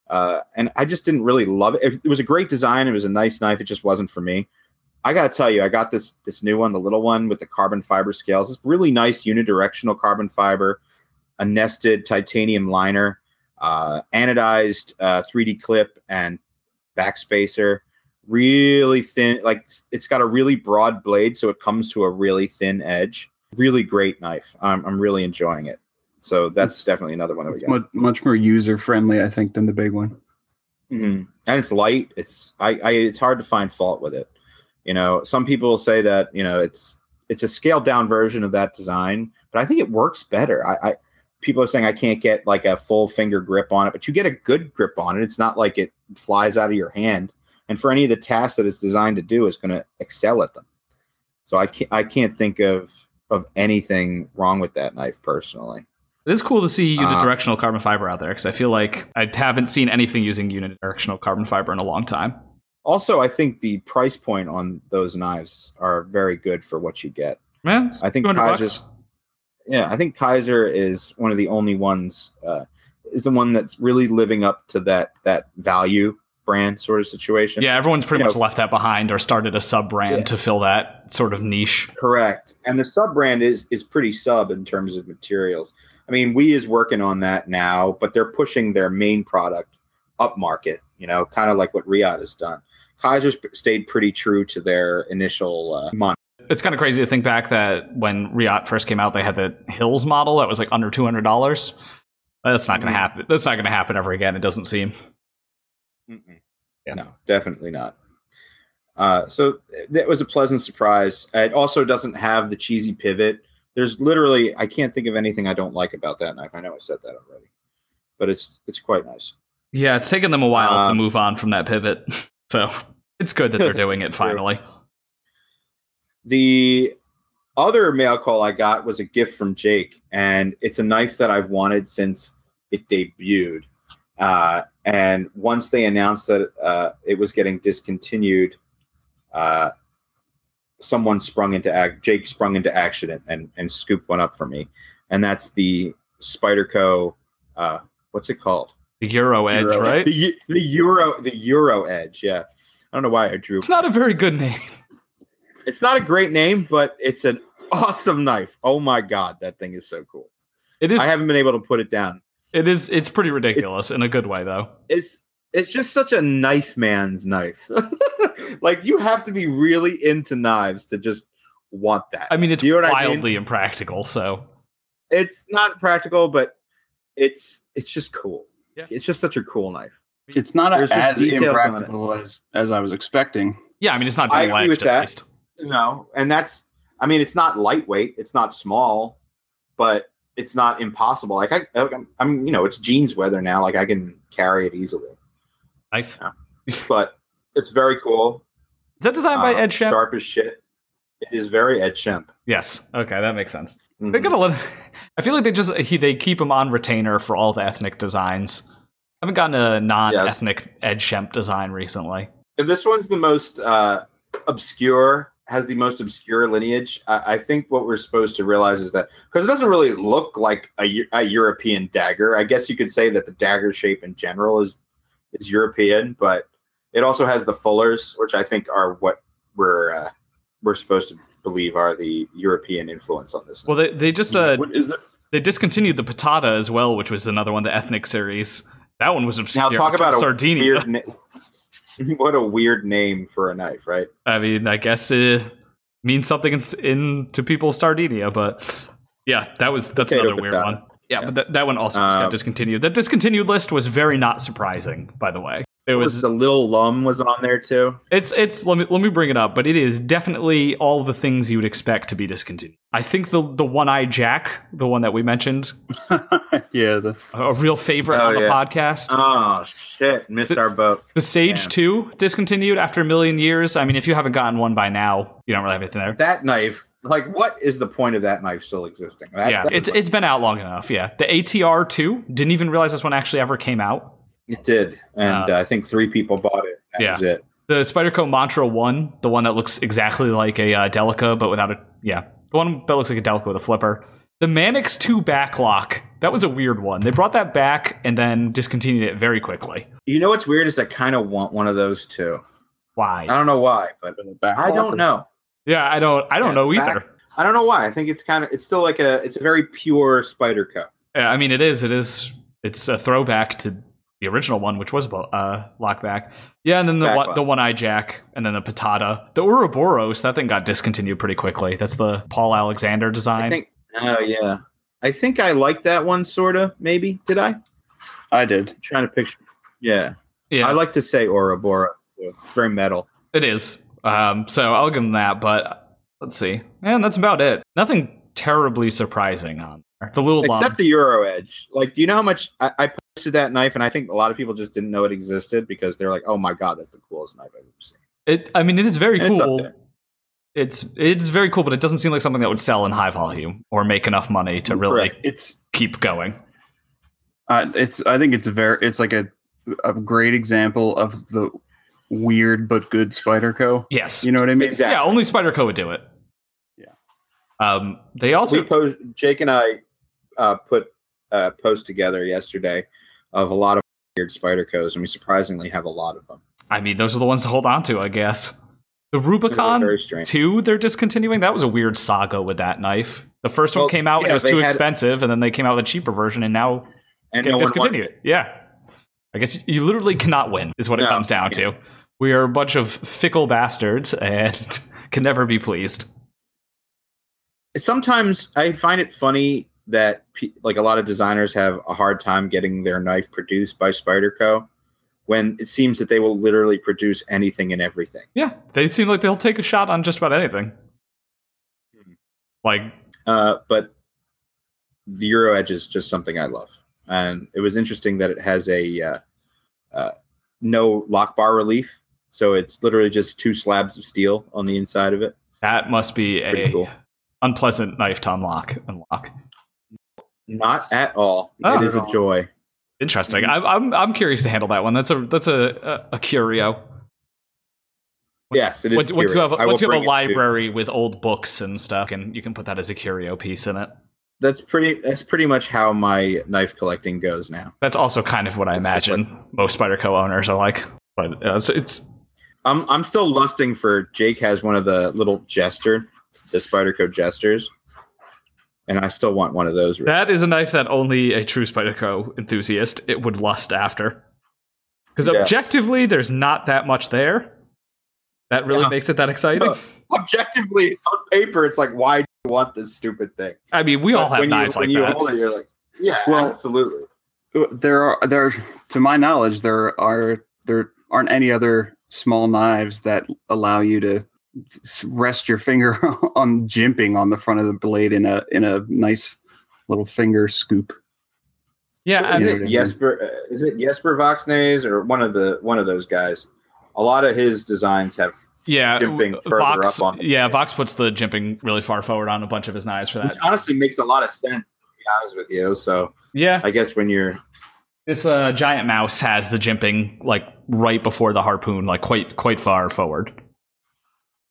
Speaker 1: Uh, and I just didn't really love it. It was a great design. It was a nice knife. It just wasn't for me. I gotta tell you, I got this this new one, the little one with the carbon fiber scales. It's really nice unidirectional carbon fiber, a nested titanium liner, uh, anodized uh, 3D clip, and backspacer really thin like s- it's got a really broad blade so it comes to a really thin edge really great knife i'm, I'm really enjoying it so that's definitely another one that we
Speaker 2: It's
Speaker 1: got
Speaker 2: much, much more user friendly, I think, than the big one.
Speaker 1: Mhm. and it's light it's I, I it's hard to find fault with it you know some people say that you know it's it's a scaled down version of that design but i think it works better i, I people are saying i can't get like a full finger grip on it but you get a good grip on it it's not like it flies out of your hand and for any of the tasks that it's designed to do it's going to excel at them so i can't i can't think of of anything wrong with that knife personally
Speaker 4: it is cool to see
Speaker 1: Uh,
Speaker 4: unidirectional carbon fiber out there because I feel like I haven't seen anything using unidirectional carbon fiber in a long time.
Speaker 1: Also, I think the price point on those knives are very good for what you get.
Speaker 4: Man, it's
Speaker 1: I think
Speaker 4: 200
Speaker 1: Kaiser's-
Speaker 4: bucks.
Speaker 1: Yeah, I think Kaiser is one of the only ones uh, is the one that's really living up to that that value brand sort of situation.
Speaker 4: Yeah, everyone's pretty
Speaker 1: you
Speaker 4: much
Speaker 1: know-
Speaker 4: left that behind or started a sub brand
Speaker 1: Yeah.
Speaker 4: to fill that sort of niche.
Speaker 1: Correct. And the sub brand is is pretty sub in terms of materials. I mean, we is working on that now, but they're pushing their main product up market, you know, kind of like what Riad has done. Kaiser's stayed pretty true to their initial uh, month.
Speaker 4: It's kind of crazy to think back that when Riot first came out, they had the Hills model that was like under two hundred dollars. That's not going
Speaker 1: Mm.
Speaker 4: to happen. That's not going to happen ever again. It doesn't seem.
Speaker 1: No, definitely not. Uh, so that was a pleasant surprise. Uh, It also doesn't have the cheesy pivot. There's literally I can't think of anything I don't like about that knife. I know I said that already, but it's it's quite nice.
Speaker 4: Yeah, it's taken them a while to
Speaker 1: Um,
Speaker 4: move on from that pivot. So it's good that they're doing it
Speaker 1: Sure.
Speaker 4: finally.
Speaker 1: The other mail call I got was a gift from Jake, and it's a knife that I've wanted since it debuted. Uh, and once they announced that uh, it was getting discontinued, uh, someone sprung into act. Jake sprung into action and, and and scooped one up for me, and that's the Spyderco. Uh, what's it called?
Speaker 4: The Euro Edge,
Speaker 2: Euro.
Speaker 4: right?
Speaker 1: The Eu- the Euro the Euro Edge. Yeah, I don't know why I drew.
Speaker 4: It's not a very good name.
Speaker 1: It's not a great name, but it's an awesome knife. Oh my god, that thing is so cool.
Speaker 4: It is.
Speaker 1: I haven't been able to put it down.
Speaker 4: it is. It's pretty ridiculous in a good way, though.
Speaker 1: It's it's just such a knife man's knife. like you have to be really into knives to just want that.
Speaker 4: I mean, it's
Speaker 1: You know what I mean?
Speaker 4: wildly impractical. So
Speaker 1: It's not practical, but it's it's just cool.
Speaker 4: Yeah.
Speaker 1: It's just such a cool knife.
Speaker 2: It's not
Speaker 1: There's just
Speaker 2: as
Speaker 1: details on it.
Speaker 2: impractical as, as I was expecting.
Speaker 4: yeah, I mean, it's not
Speaker 1: I
Speaker 4: double
Speaker 1: agree with
Speaker 4: edged
Speaker 1: that.
Speaker 4: at least.
Speaker 1: No, and that's I mean, it's not lightweight, it's not small, but it's not impossible. Like I, I'm, I'm, you know, it's jeans weather now. Like I can carry it easily.
Speaker 4: Nice.
Speaker 1: but it's very cool.
Speaker 4: Is that designed by
Speaker 1: Uh,
Speaker 4: Ed Shemp?
Speaker 1: Sharp as shit. It is very Ed Shemp.
Speaker 4: Yes. Okay, that makes sense.
Speaker 1: Mhm.
Speaker 4: They gotta let. I feel like they just he, they keep him on retainer for all the ethnic designs. I haven't gotten a non-ethnic Ed Shemp design recently.
Speaker 1: And this one's the most uh, obscure has the most obscure lineage. I, I think what we're supposed to realize is that because it doesn't really look like a, Eu- a European dagger. I guess you could say that the dagger shape in general is is European, but it also has the fullers, which I think are what we're uh, we're supposed to believe are the European influence on this.
Speaker 4: Well, they, they just uh,
Speaker 2: what is it?
Speaker 4: they discontinued the patata as well, which was another one, the ethnic series. That one was obscure.
Speaker 1: now talk about a
Speaker 4: Sardinia.
Speaker 1: weird. Na- what a weird name for a knife, right?
Speaker 4: I mean, I guess it means something in, in to people of Sardinia, but yeah, that was that's
Speaker 1: Potato,
Speaker 4: another weird
Speaker 1: potato.
Speaker 4: one. Yeah, but that, that one also just
Speaker 1: Um,
Speaker 4: got discontinued. That discontinued list was very not surprising, by the way. It was
Speaker 1: the Lil Lum was on there too.
Speaker 4: It's it's let me let me bring it up, but it is definitely all the things you would expect to be discontinued. I think the the one eye Jack, the one that we mentioned,
Speaker 2: yeah, the,
Speaker 4: a- a real favorite
Speaker 1: Oh,
Speaker 4: on the
Speaker 1: yeah.
Speaker 4: podcast.
Speaker 1: Oh shit! Missed
Speaker 4: Th-
Speaker 1: our boat.
Speaker 4: the Sage
Speaker 1: yeah.
Speaker 4: Two discontinued after a million years. I mean, if you haven't gotten one by now, you don't really have anything there.
Speaker 1: That knife, like, what is the point of that knife still existing? That,
Speaker 4: yeah,
Speaker 1: that-
Speaker 4: it's it's been out long enough. Yeah, the ATR Two didn't even realize this one actually ever came out.
Speaker 1: it did, and uh, I think three people bought it. That
Speaker 4: Yeah.
Speaker 1: was it.
Speaker 4: The Spyderco Mantra One, the one that looks exactly like a uh, Delica but without a yeah, the one that looks like a Delica with a flipper. The Manix Two Backlock, that was a weird one. They brought that back and then discontinued it very quickly.
Speaker 1: You know what's weird is I kind of want one of those too. I
Speaker 4: Why?
Speaker 1: don't know why, but
Speaker 2: the back
Speaker 1: I
Speaker 2: locker.
Speaker 1: don't know.
Speaker 4: Yeah, I don't I don't
Speaker 1: Yeah,
Speaker 4: know
Speaker 1: back-
Speaker 4: either.
Speaker 1: I don't know why. I think it's kind of it's still like a it's a very pure spider cup.
Speaker 4: Yeah, I mean, it is. It is. It's a throwback to the original one, which was uh, lockback. Yeah, and then the
Speaker 1: Back
Speaker 4: one,
Speaker 1: lock.
Speaker 4: the one eye jack, and then the patata, the Ouroboros. That thing got discontinued pretty quickly. That's the Paul Alexander
Speaker 1: I
Speaker 4: design.
Speaker 1: think. Oh yeah, I think I liked that one sort of. Maybe did I? I'm
Speaker 2: I did.
Speaker 1: trying to picture. Yeah,
Speaker 4: yeah,
Speaker 1: I like to say Ouroboros. too. It's very metal.
Speaker 4: it is. Um, so I'll give him that. But let's see, and that's about it. Nothing terribly surprising on there. the little
Speaker 1: Except the Euro Edge. Like, do you know how much I, I posted that knife? And I think a lot of people just didn't know it existed because they're like, "Oh my god, that's the coolest knife I've ever seen."
Speaker 4: It, I mean, it is very
Speaker 1: It's up
Speaker 4: cool.
Speaker 1: there.
Speaker 4: It's it's very cool, but it doesn't seem like something that would sell in high volume or make enough money to really
Speaker 1: Correct.
Speaker 2: It's
Speaker 4: keep going.
Speaker 2: uh, it's I think it's very it's like a a great example of the weird but good Spider Co.
Speaker 4: Yes,
Speaker 2: You know what I mean?
Speaker 1: Exactly.
Speaker 4: Yeah, only Spider Co would do it.
Speaker 2: Yeah.
Speaker 4: Um, they also
Speaker 1: we post, Jake and I uh, put a post together yesterday of a lot of weird spider codes, and we surprisingly have a lot of them.
Speaker 4: I mean, those are the ones to hold on to, I guess. The
Speaker 1: They're
Speaker 4: Rubicon
Speaker 1: very strange.
Speaker 4: two, they're discontinuing. That was a weird saga with that knife. The first
Speaker 1: Well,
Speaker 4: one came out and
Speaker 1: yeah,
Speaker 4: it was
Speaker 1: they
Speaker 4: too
Speaker 1: had-
Speaker 4: expensive, and then they came out with a cheaper version, and now
Speaker 1: and no
Speaker 4: it's getting
Speaker 1: one
Speaker 4: discontinued.
Speaker 1: wanted it.
Speaker 4: Yeah. I guess you literally cannot win, is what it
Speaker 1: No.
Speaker 4: comes down to. We are a bunch of fickle bastards and can never be pleased.
Speaker 1: Sometimes I find it funny that pe- like a lot of designers have a hard time getting their knife produced by Spyderco when it seems that they will literally produce anything and everything.
Speaker 4: Yeah, they seem like they'll take a shot on just about anything.
Speaker 1: Hmm.
Speaker 4: Like
Speaker 1: Uh, but the Euro Edge is just something I love, and it was interesting that it has a uh, uh, no lock bar relief, so it's literally just two slabs of steel on the inside of it.
Speaker 4: That must be
Speaker 1: Pretty
Speaker 4: a
Speaker 1: cool.
Speaker 4: unpleasant knife to unlock. Unlock.
Speaker 1: Not at all.
Speaker 4: Oh.
Speaker 1: it is a joy.
Speaker 4: Interesting. I'm, I'm I'm curious to handle that one. That's a that's a a, a curio.
Speaker 1: Yes, it is.
Speaker 4: Once, once you
Speaker 1: curious.
Speaker 4: have
Speaker 1: I
Speaker 4: once
Speaker 1: will
Speaker 4: you have
Speaker 1: bring
Speaker 4: a
Speaker 1: it to you.
Speaker 4: library with old books and stuff, and you can put that as a curio piece in it.
Speaker 1: that's pretty. That's pretty much how my knife collecting goes now.
Speaker 4: That's also kind of what I
Speaker 1: It's just
Speaker 4: imagine most Spyderco owners are like. But uh, it's, it's
Speaker 1: I'm I'm still lusting for Jake has one of the little jester, the Spyderco jesters, and I still want one of those. Rich.
Speaker 4: that is a knife that only a true Spyderco enthusiast it would lust after. Because
Speaker 1: Yeah.
Speaker 4: objectively, there's not that much there. That really
Speaker 1: Yeah.
Speaker 4: makes it that exciting.
Speaker 1: No. objectively on paper, it's like, why do you want this stupid thing?
Speaker 4: I mean, we all
Speaker 1: But
Speaker 4: have
Speaker 1: when you-
Speaker 4: knives
Speaker 1: when
Speaker 4: like
Speaker 1: you
Speaker 4: that.
Speaker 1: hold it, you're like, yeah,
Speaker 2: Well-
Speaker 1: absolutely.
Speaker 2: There are there to my knowledge there are there aren't any other small knives that allow you to s- rest your finger on jimping on the front of the blade in a in a nice little finger scoop.
Speaker 4: yeah, I
Speaker 1: Is
Speaker 4: mean,
Speaker 2: mean-
Speaker 1: it Jesper? Uh, is it Jesper Voxnays or one of the one of those guys? A lot of his designs have,
Speaker 4: yeah.
Speaker 1: jimping
Speaker 4: w-
Speaker 1: further
Speaker 4: Vox,
Speaker 1: up on the-
Speaker 4: yeah, Vox puts the jimping really far forward on a bunch of his knives for
Speaker 1: which
Speaker 4: that.
Speaker 1: honestly makes a lot of sense. To be honest with you, so
Speaker 4: Yeah,
Speaker 1: I guess when you're
Speaker 4: this uh, giant mouse has the jimping like right before the harpoon, like quite quite far forward.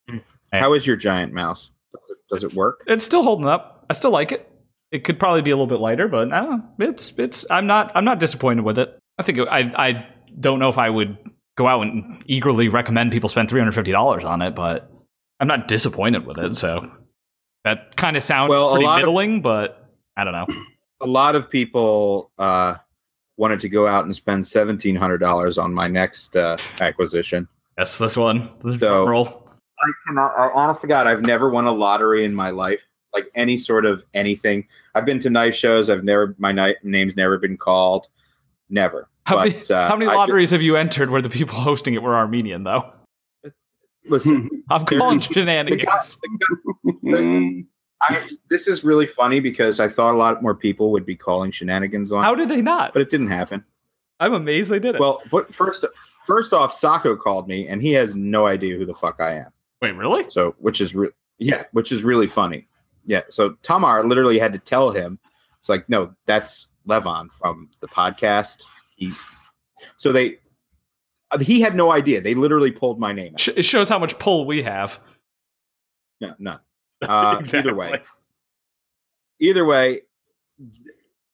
Speaker 4: Hey.
Speaker 1: How is your giant mouse? Does it, does it work?
Speaker 4: It's still holding up. I still like it. It could probably be a little bit lighter, but I don't know. It's it's. I'm not. I'm not disappointed with it. I think it- I. I don't know if I would go out and eagerly recommend people spend three hundred fifty dollars on it, but I'm not disappointed with it. So that kind of sounds
Speaker 1: Well, a
Speaker 4: pretty
Speaker 1: lot of-
Speaker 4: middling, but I don't know.
Speaker 1: A lot of people uh, wanted to go out and spend seventeen hundred dollars on my next uh, acquisition.
Speaker 4: That's this one. This is
Speaker 1: So-
Speaker 4: roll.
Speaker 1: I cannot. I, honest to God, I've never won a lottery in my life, like any sort of anything. I've been to knife shows. I've never. My ni- name's never been called. Never.
Speaker 4: How
Speaker 1: but,
Speaker 4: many,
Speaker 1: uh,
Speaker 4: how many
Speaker 1: I ju-
Speaker 4: lotteries have you entered where the people hosting it were Armenian, though?
Speaker 1: listen,
Speaker 4: I'm calling
Speaker 1: the guy,
Speaker 4: shenanigans.
Speaker 1: the guy-
Speaker 2: Mm.
Speaker 1: I, this is really funny because I thought a lot more people would be calling shenanigans on,
Speaker 4: How
Speaker 1: it,
Speaker 4: did they not?
Speaker 1: but it didn't happen.
Speaker 4: I'm amazed they did it.
Speaker 1: Well, but first, first off, Sako called me, and he has no idea who the fuck I am.
Speaker 4: wait, really?
Speaker 1: So, which is re- yeah, which is really funny. Yeah. So Tamar literally had to tell him. It's like, no, that's Levon from the podcast. He, so they, uh, he had no idea. They literally pulled my name. Out.
Speaker 4: Sh- it shows how much pull we have.
Speaker 1: No, no. Uh, Either way, either way,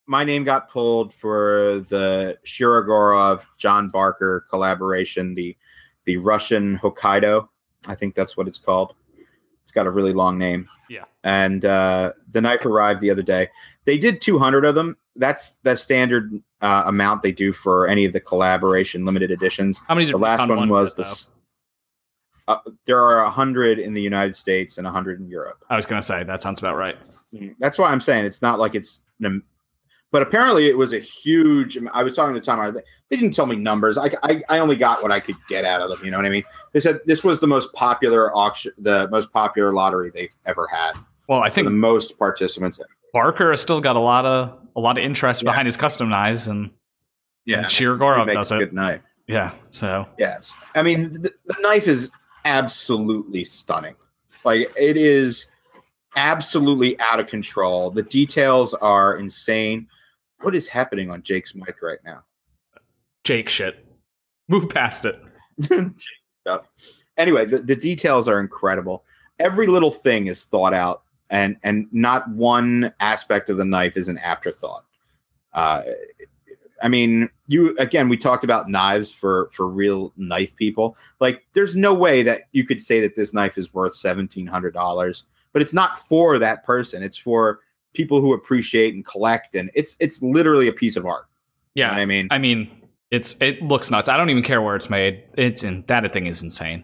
Speaker 1: my name got pulled for the Shirogorov John Barker collaboration, the the Russian Hokkaido. I think that's what it's called. It's got a really long name.
Speaker 4: Yeah.
Speaker 1: And uh, the knife arrived the other day. They did 200 of them. That's the standard uh, amount they do for any of the collaboration limited editions
Speaker 4: How many did
Speaker 1: the
Speaker 4: we
Speaker 1: last
Speaker 4: found
Speaker 1: one, was
Speaker 4: of,
Speaker 1: the
Speaker 4: though?
Speaker 1: s- uh, there are 100 in the united states and 100 in europe
Speaker 4: I was gonna say that sounds about right.
Speaker 1: that's why i'm saying it's not like it's an am- but apparently it was a huge am- i was talking to tom I- they didn't tell me numbers I, I i only got what i could get out of them you know what i mean they said this was the most popular auction the most popular lottery they've ever had
Speaker 4: Well, I
Speaker 1: for the
Speaker 4: think
Speaker 1: most participants
Speaker 4: Barker has still got a lot of a lot of interest
Speaker 1: Yeah.
Speaker 4: behind his custom knives, and
Speaker 1: yeah
Speaker 4: Shirogorov
Speaker 1: makes
Speaker 4: does
Speaker 1: a
Speaker 4: it.
Speaker 1: good knife
Speaker 4: Yeah, so
Speaker 1: Yes. I mean, the, the knife is absolutely stunning. Like, it is absolutely out of control. The details are insane. What is happening on Jake's mic right now?
Speaker 4: Jake shit. Move past it.
Speaker 1: Stuff. Anyway, the, the details are incredible. Every little thing is thought out, and and not one aspect of the knife is an afterthought. Uh, I mean, you again. We talked about knives for for real knife people. Like, there's no way that you could say that this knife is worth seventeen hundred dollars, but it's not for that person. It's for people who appreciate and collect, and it's it's literally a piece of art. You know
Speaker 4: Yeah,
Speaker 1: what I mean,
Speaker 4: I mean, it's it looks nuts. I don't even care where it's made. It's in that thing is insane.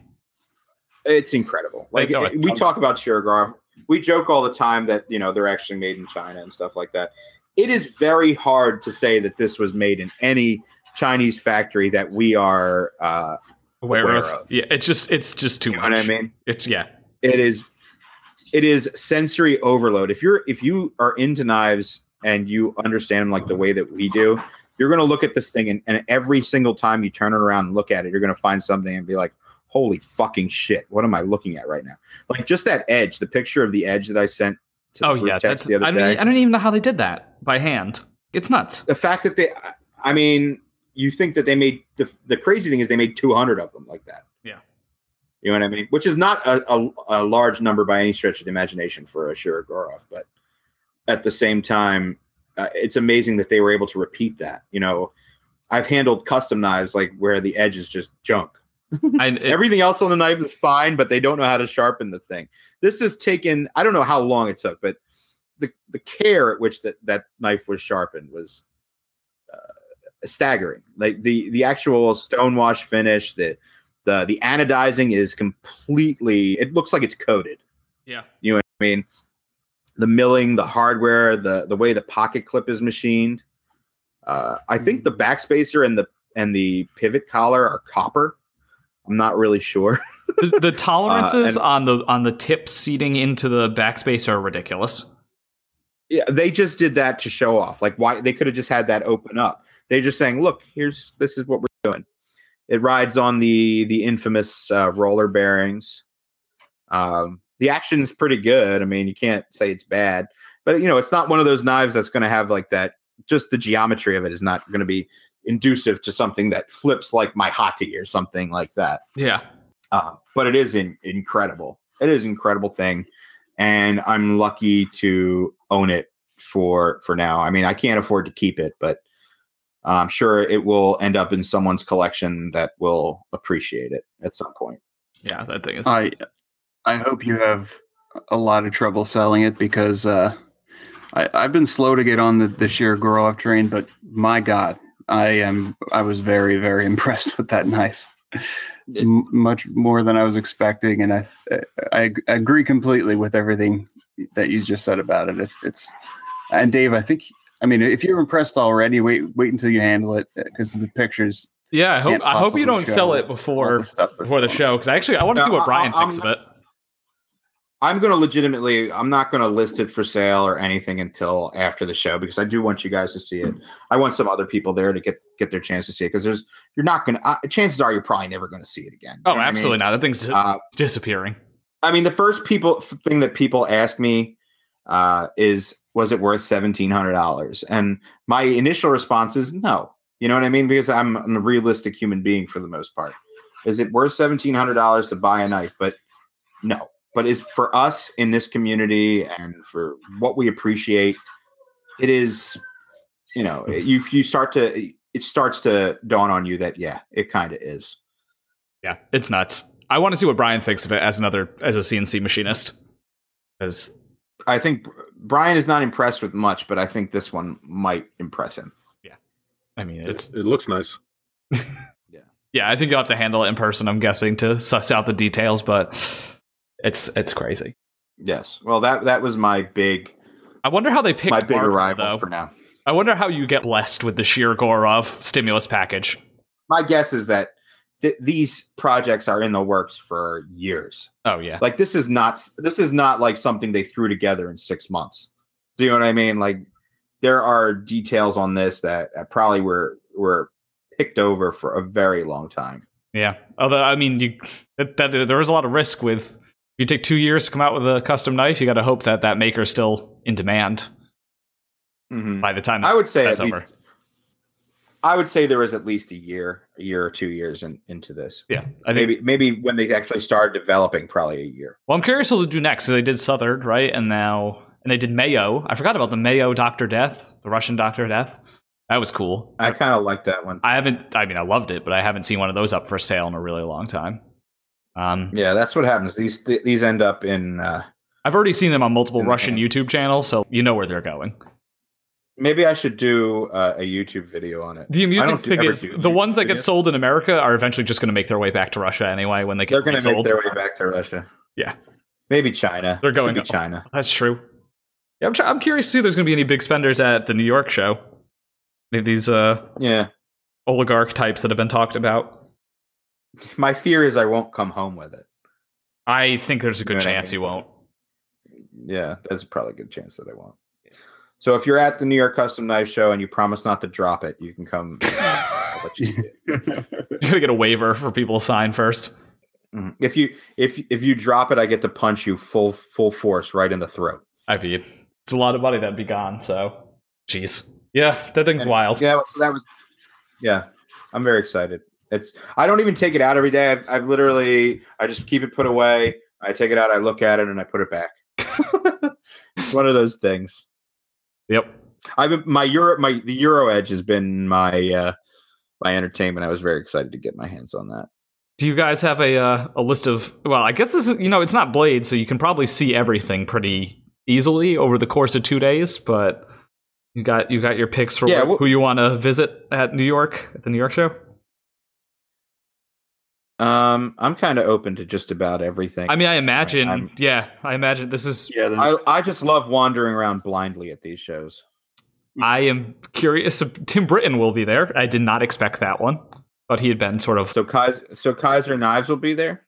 Speaker 1: It's incredible.
Speaker 4: They
Speaker 1: Like eh,
Speaker 4: know a
Speaker 1: we
Speaker 4: ton.
Speaker 1: talk about Shirogorov. We joke all the time that you know they're actually made in China and stuff like that. It is very hard to say that this was made in any Chinese factory that we are. Uh,
Speaker 4: Aware,
Speaker 1: Aware
Speaker 4: of.
Speaker 1: of.
Speaker 4: Yeah, it's just it's just too
Speaker 1: you know
Speaker 4: much.
Speaker 1: what I mean?
Speaker 4: It's yeah.
Speaker 1: It is. It is sensory overload. If you're if you are into knives and you understand them like the way that we do, you're going to look at this thing and, and every single time you turn it around and look at it, you're going to find something and be like, holy fucking shit, what am I looking at right now? Like just that edge, the picture of the edge that I sent to the
Speaker 4: Oh
Speaker 1: group
Speaker 4: yeah,
Speaker 1: text
Speaker 4: that's.
Speaker 1: the other
Speaker 4: I, mean,
Speaker 1: day.
Speaker 4: I don't even know how they did that by hand. It's nuts.
Speaker 1: the fact that they, I mean, you think that they made the, the crazy thing is they made 200 of them like that.
Speaker 4: Yeah.
Speaker 1: You know what I mean? Which is not a, a, a large number by any stretch of the imagination for a Shirogorov, but at the same time, uh, it's amazing that they were able to repeat that. You know, I've handled custom knives like where the edge is just junk.
Speaker 4: I, it-
Speaker 1: Everything else on the knife is fine, but they don't know how to sharpen the thing. This has taken I don't know how long it took, but the the care at which that that knife was sharpened was uh, staggering. Like the the actual stonewash finish, the the the anodizing is completely. It looks like it's coated.
Speaker 4: yeah.
Speaker 1: You know what I mean? The milling, the hardware, the the way the pocket clip is machined. Uh, I think the backspacer and the and the pivot collar are copper. I'm not really sure.
Speaker 4: the, the tolerances
Speaker 1: Uh, and-
Speaker 4: on the on the tip seating into the backspace are ridiculous.
Speaker 1: Yeah, they just did that to show off. Like why they could have just had that open up. They're just saying, "Look, here's this is what we're doing." It rides on the the infamous uh, roller bearings. Um, the action's pretty good. I mean, you can't say it's bad, but you know, it's not one of those knives that's going to have like that. Just the geometry of it is not going to be inducive to something that flips like my hottie or something like that.
Speaker 4: Yeah.
Speaker 1: Um, Uh, but it is in, incredible. It is an incredible thing, and I'm lucky to own it for for now. I mean, I can't afford to keep it, but I'm sure it will end up in someone's collection that will appreciate it at some point.
Speaker 4: Yeah, that thing is.
Speaker 2: I I hope you have a lot of trouble selling it because uh, I, I've been slow to get on the, the sheer Gorov train, but my God, I am I was very very impressed with that knife. M- much more than I was expecting, and I, I ag- agree completely with everything that you just said about it. it. It's and Dave, I think I mean if you're impressed already, wait wait until you handle it because the pictures
Speaker 4: yeah, I hope
Speaker 2: can't
Speaker 4: I hope you
Speaker 2: possibly
Speaker 4: don't sell
Speaker 2: show
Speaker 4: it
Speaker 2: all
Speaker 4: before
Speaker 2: the stuff that's
Speaker 4: before the
Speaker 2: on it.
Speaker 4: show because actually I want
Speaker 1: No,
Speaker 4: to see what
Speaker 1: I-
Speaker 4: Brian
Speaker 1: I-
Speaker 4: thinks of
Speaker 1: I'm-
Speaker 4: it.
Speaker 1: I'm going to legitimately, I'm not going to list it for sale or anything until after the show because I do want you guys to see it. I want some other people there to get get their chance to see it because there's you're not going to. Uh, chances are you're probably never going to see it again.
Speaker 4: Oh, absolutely not. That thing's
Speaker 1: not. Uh,
Speaker 4: disappearing.
Speaker 1: I mean, the first people f- thing that people ask me uh, is, was it worth seventeen hundred dollars? And my initial response is no. You know what I mean? Because I'm, I'm a realistic human being for the most part. Is it worth seventeen hundred dollars to buy a knife? But no. But is for us in this community and for what we appreciate, it is. You know, it- you you start to it starts to dawn on you that yeah, it kind of is.
Speaker 4: Yeah, it's nuts. I want to see what Brian thinks of it as another as a CNC machinist. As
Speaker 1: I think Br- Brian is not impressed with much, but I think this one might impress him.
Speaker 4: I mean,
Speaker 3: It's
Speaker 4: it's
Speaker 3: it looks nice.
Speaker 4: yeah. I think you'll have to handle it in person. I'm guessing to suss out the details, but it's it's crazy.
Speaker 1: Yes. Well, that that was my big
Speaker 4: I wonder how they picked
Speaker 1: my big
Speaker 4: Barker,
Speaker 1: arrival
Speaker 4: though.
Speaker 1: for now.
Speaker 4: I wonder how you get blessed with the sheer Gorov stimulus package.
Speaker 1: My guess is that th- these projects are in the works for years.
Speaker 4: Oh yeah,
Speaker 1: Like this is not this is not like something they threw together in six months. Do you know what I mean? Like there are details on this that uh, probably were were picked over for a very long time.
Speaker 4: yeah. Although I mean, you that, that, there is a lot of risk with. You take two years to come out with a custom knife. You got to hope that that maker's still in demand
Speaker 1: Mhm.
Speaker 4: by the time.
Speaker 1: I would say
Speaker 4: that's
Speaker 1: at least-
Speaker 4: over.
Speaker 1: I would say there was at least a year, a year or two years in, into this.
Speaker 4: yeah, I think
Speaker 1: maybe maybe when they actually started developing, probably a year.
Speaker 4: Well, I'm curious what they'll do next. So they did Southard, right? And now and they did Mayo. I forgot about the Mayo Doctor Death, the Russian Doctor Death. That was cool.
Speaker 1: I kind of like that one.
Speaker 4: I haven't. I mean, I loved it, but I haven't seen one of those up for sale in a really long time. Um,
Speaker 1: Yeah, that's what happens. These th- these end up in. Uh,
Speaker 4: I've already seen them on multiple
Speaker 1: Yeah.
Speaker 4: Russian YouTube channels, so you know where they're going.
Speaker 1: maybe I should do uh, a YouTube video on it.
Speaker 4: The
Speaker 1: I
Speaker 4: amusing
Speaker 1: don't do-
Speaker 4: thing
Speaker 1: ever
Speaker 4: is,
Speaker 1: do
Speaker 4: the
Speaker 1: YouTube
Speaker 4: ones that get
Speaker 1: videos.
Speaker 4: sold in America are eventually just going to make their way back to Russia anyway. When they get
Speaker 1: They're going to make
Speaker 4: sold,
Speaker 1: their way back to Russia.
Speaker 4: Yeah.
Speaker 1: maybe China.
Speaker 4: They're going
Speaker 1: Maybe
Speaker 4: up.
Speaker 1: China.
Speaker 4: that's true. Yeah, I'm, try- I'm curious to see if there's going to be any big spenders at the New York show. Maybe these uh,
Speaker 1: Yeah,
Speaker 4: oligarch types that have been talked about.
Speaker 1: my fear is I won't come home with it.
Speaker 4: I think there's a good
Speaker 1: Yeah.
Speaker 4: chance you won't.
Speaker 1: Yeah, there's probably a good chance that I won't. So if you're at the New York Custom Knife Show and you promise not to drop it, you can come. I'll let you see it.
Speaker 4: You're gonna get a waiver for people to sign first.
Speaker 1: Mhm. If you if if you drop it, I get to punch you full full force right in the throat.
Speaker 4: I mean, it's a lot of money that'd be gone. So, jeez, yeah, that thing's
Speaker 1: And-
Speaker 4: wild.
Speaker 1: Yeah, so that was. Yeah, I'm very excited. It's. I don't even take it out every day. I've, I've literally. I just keep it put away. I take it out. I look at it and I put it back. it's one of those things.
Speaker 4: Yep.
Speaker 1: I've been, my Euro. My the Euro Edge has been my uh my entertainment. I was very excited to get my hands on that.
Speaker 4: Do you guys have a uh, a list of? Well, I guess this is you know it's not Blade, so you can probably see everything pretty easily over the course of two days. But you got you got your picks for
Speaker 1: Yeah,
Speaker 4: wh-
Speaker 1: well-
Speaker 4: who you want to visit at New York at the New York show.
Speaker 1: Um, I'm kind of open to just about everything.
Speaker 4: I mean, I imagine.
Speaker 1: I'm-
Speaker 4: yeah, I imagine this is
Speaker 2: yeah, the-
Speaker 1: I I just love wandering around blindly at these shows.
Speaker 4: I am curious. Tim Britton will be there. I did not expect that one, but he had been sort of
Speaker 1: So Kaiser, so Kaiser Knives will be there.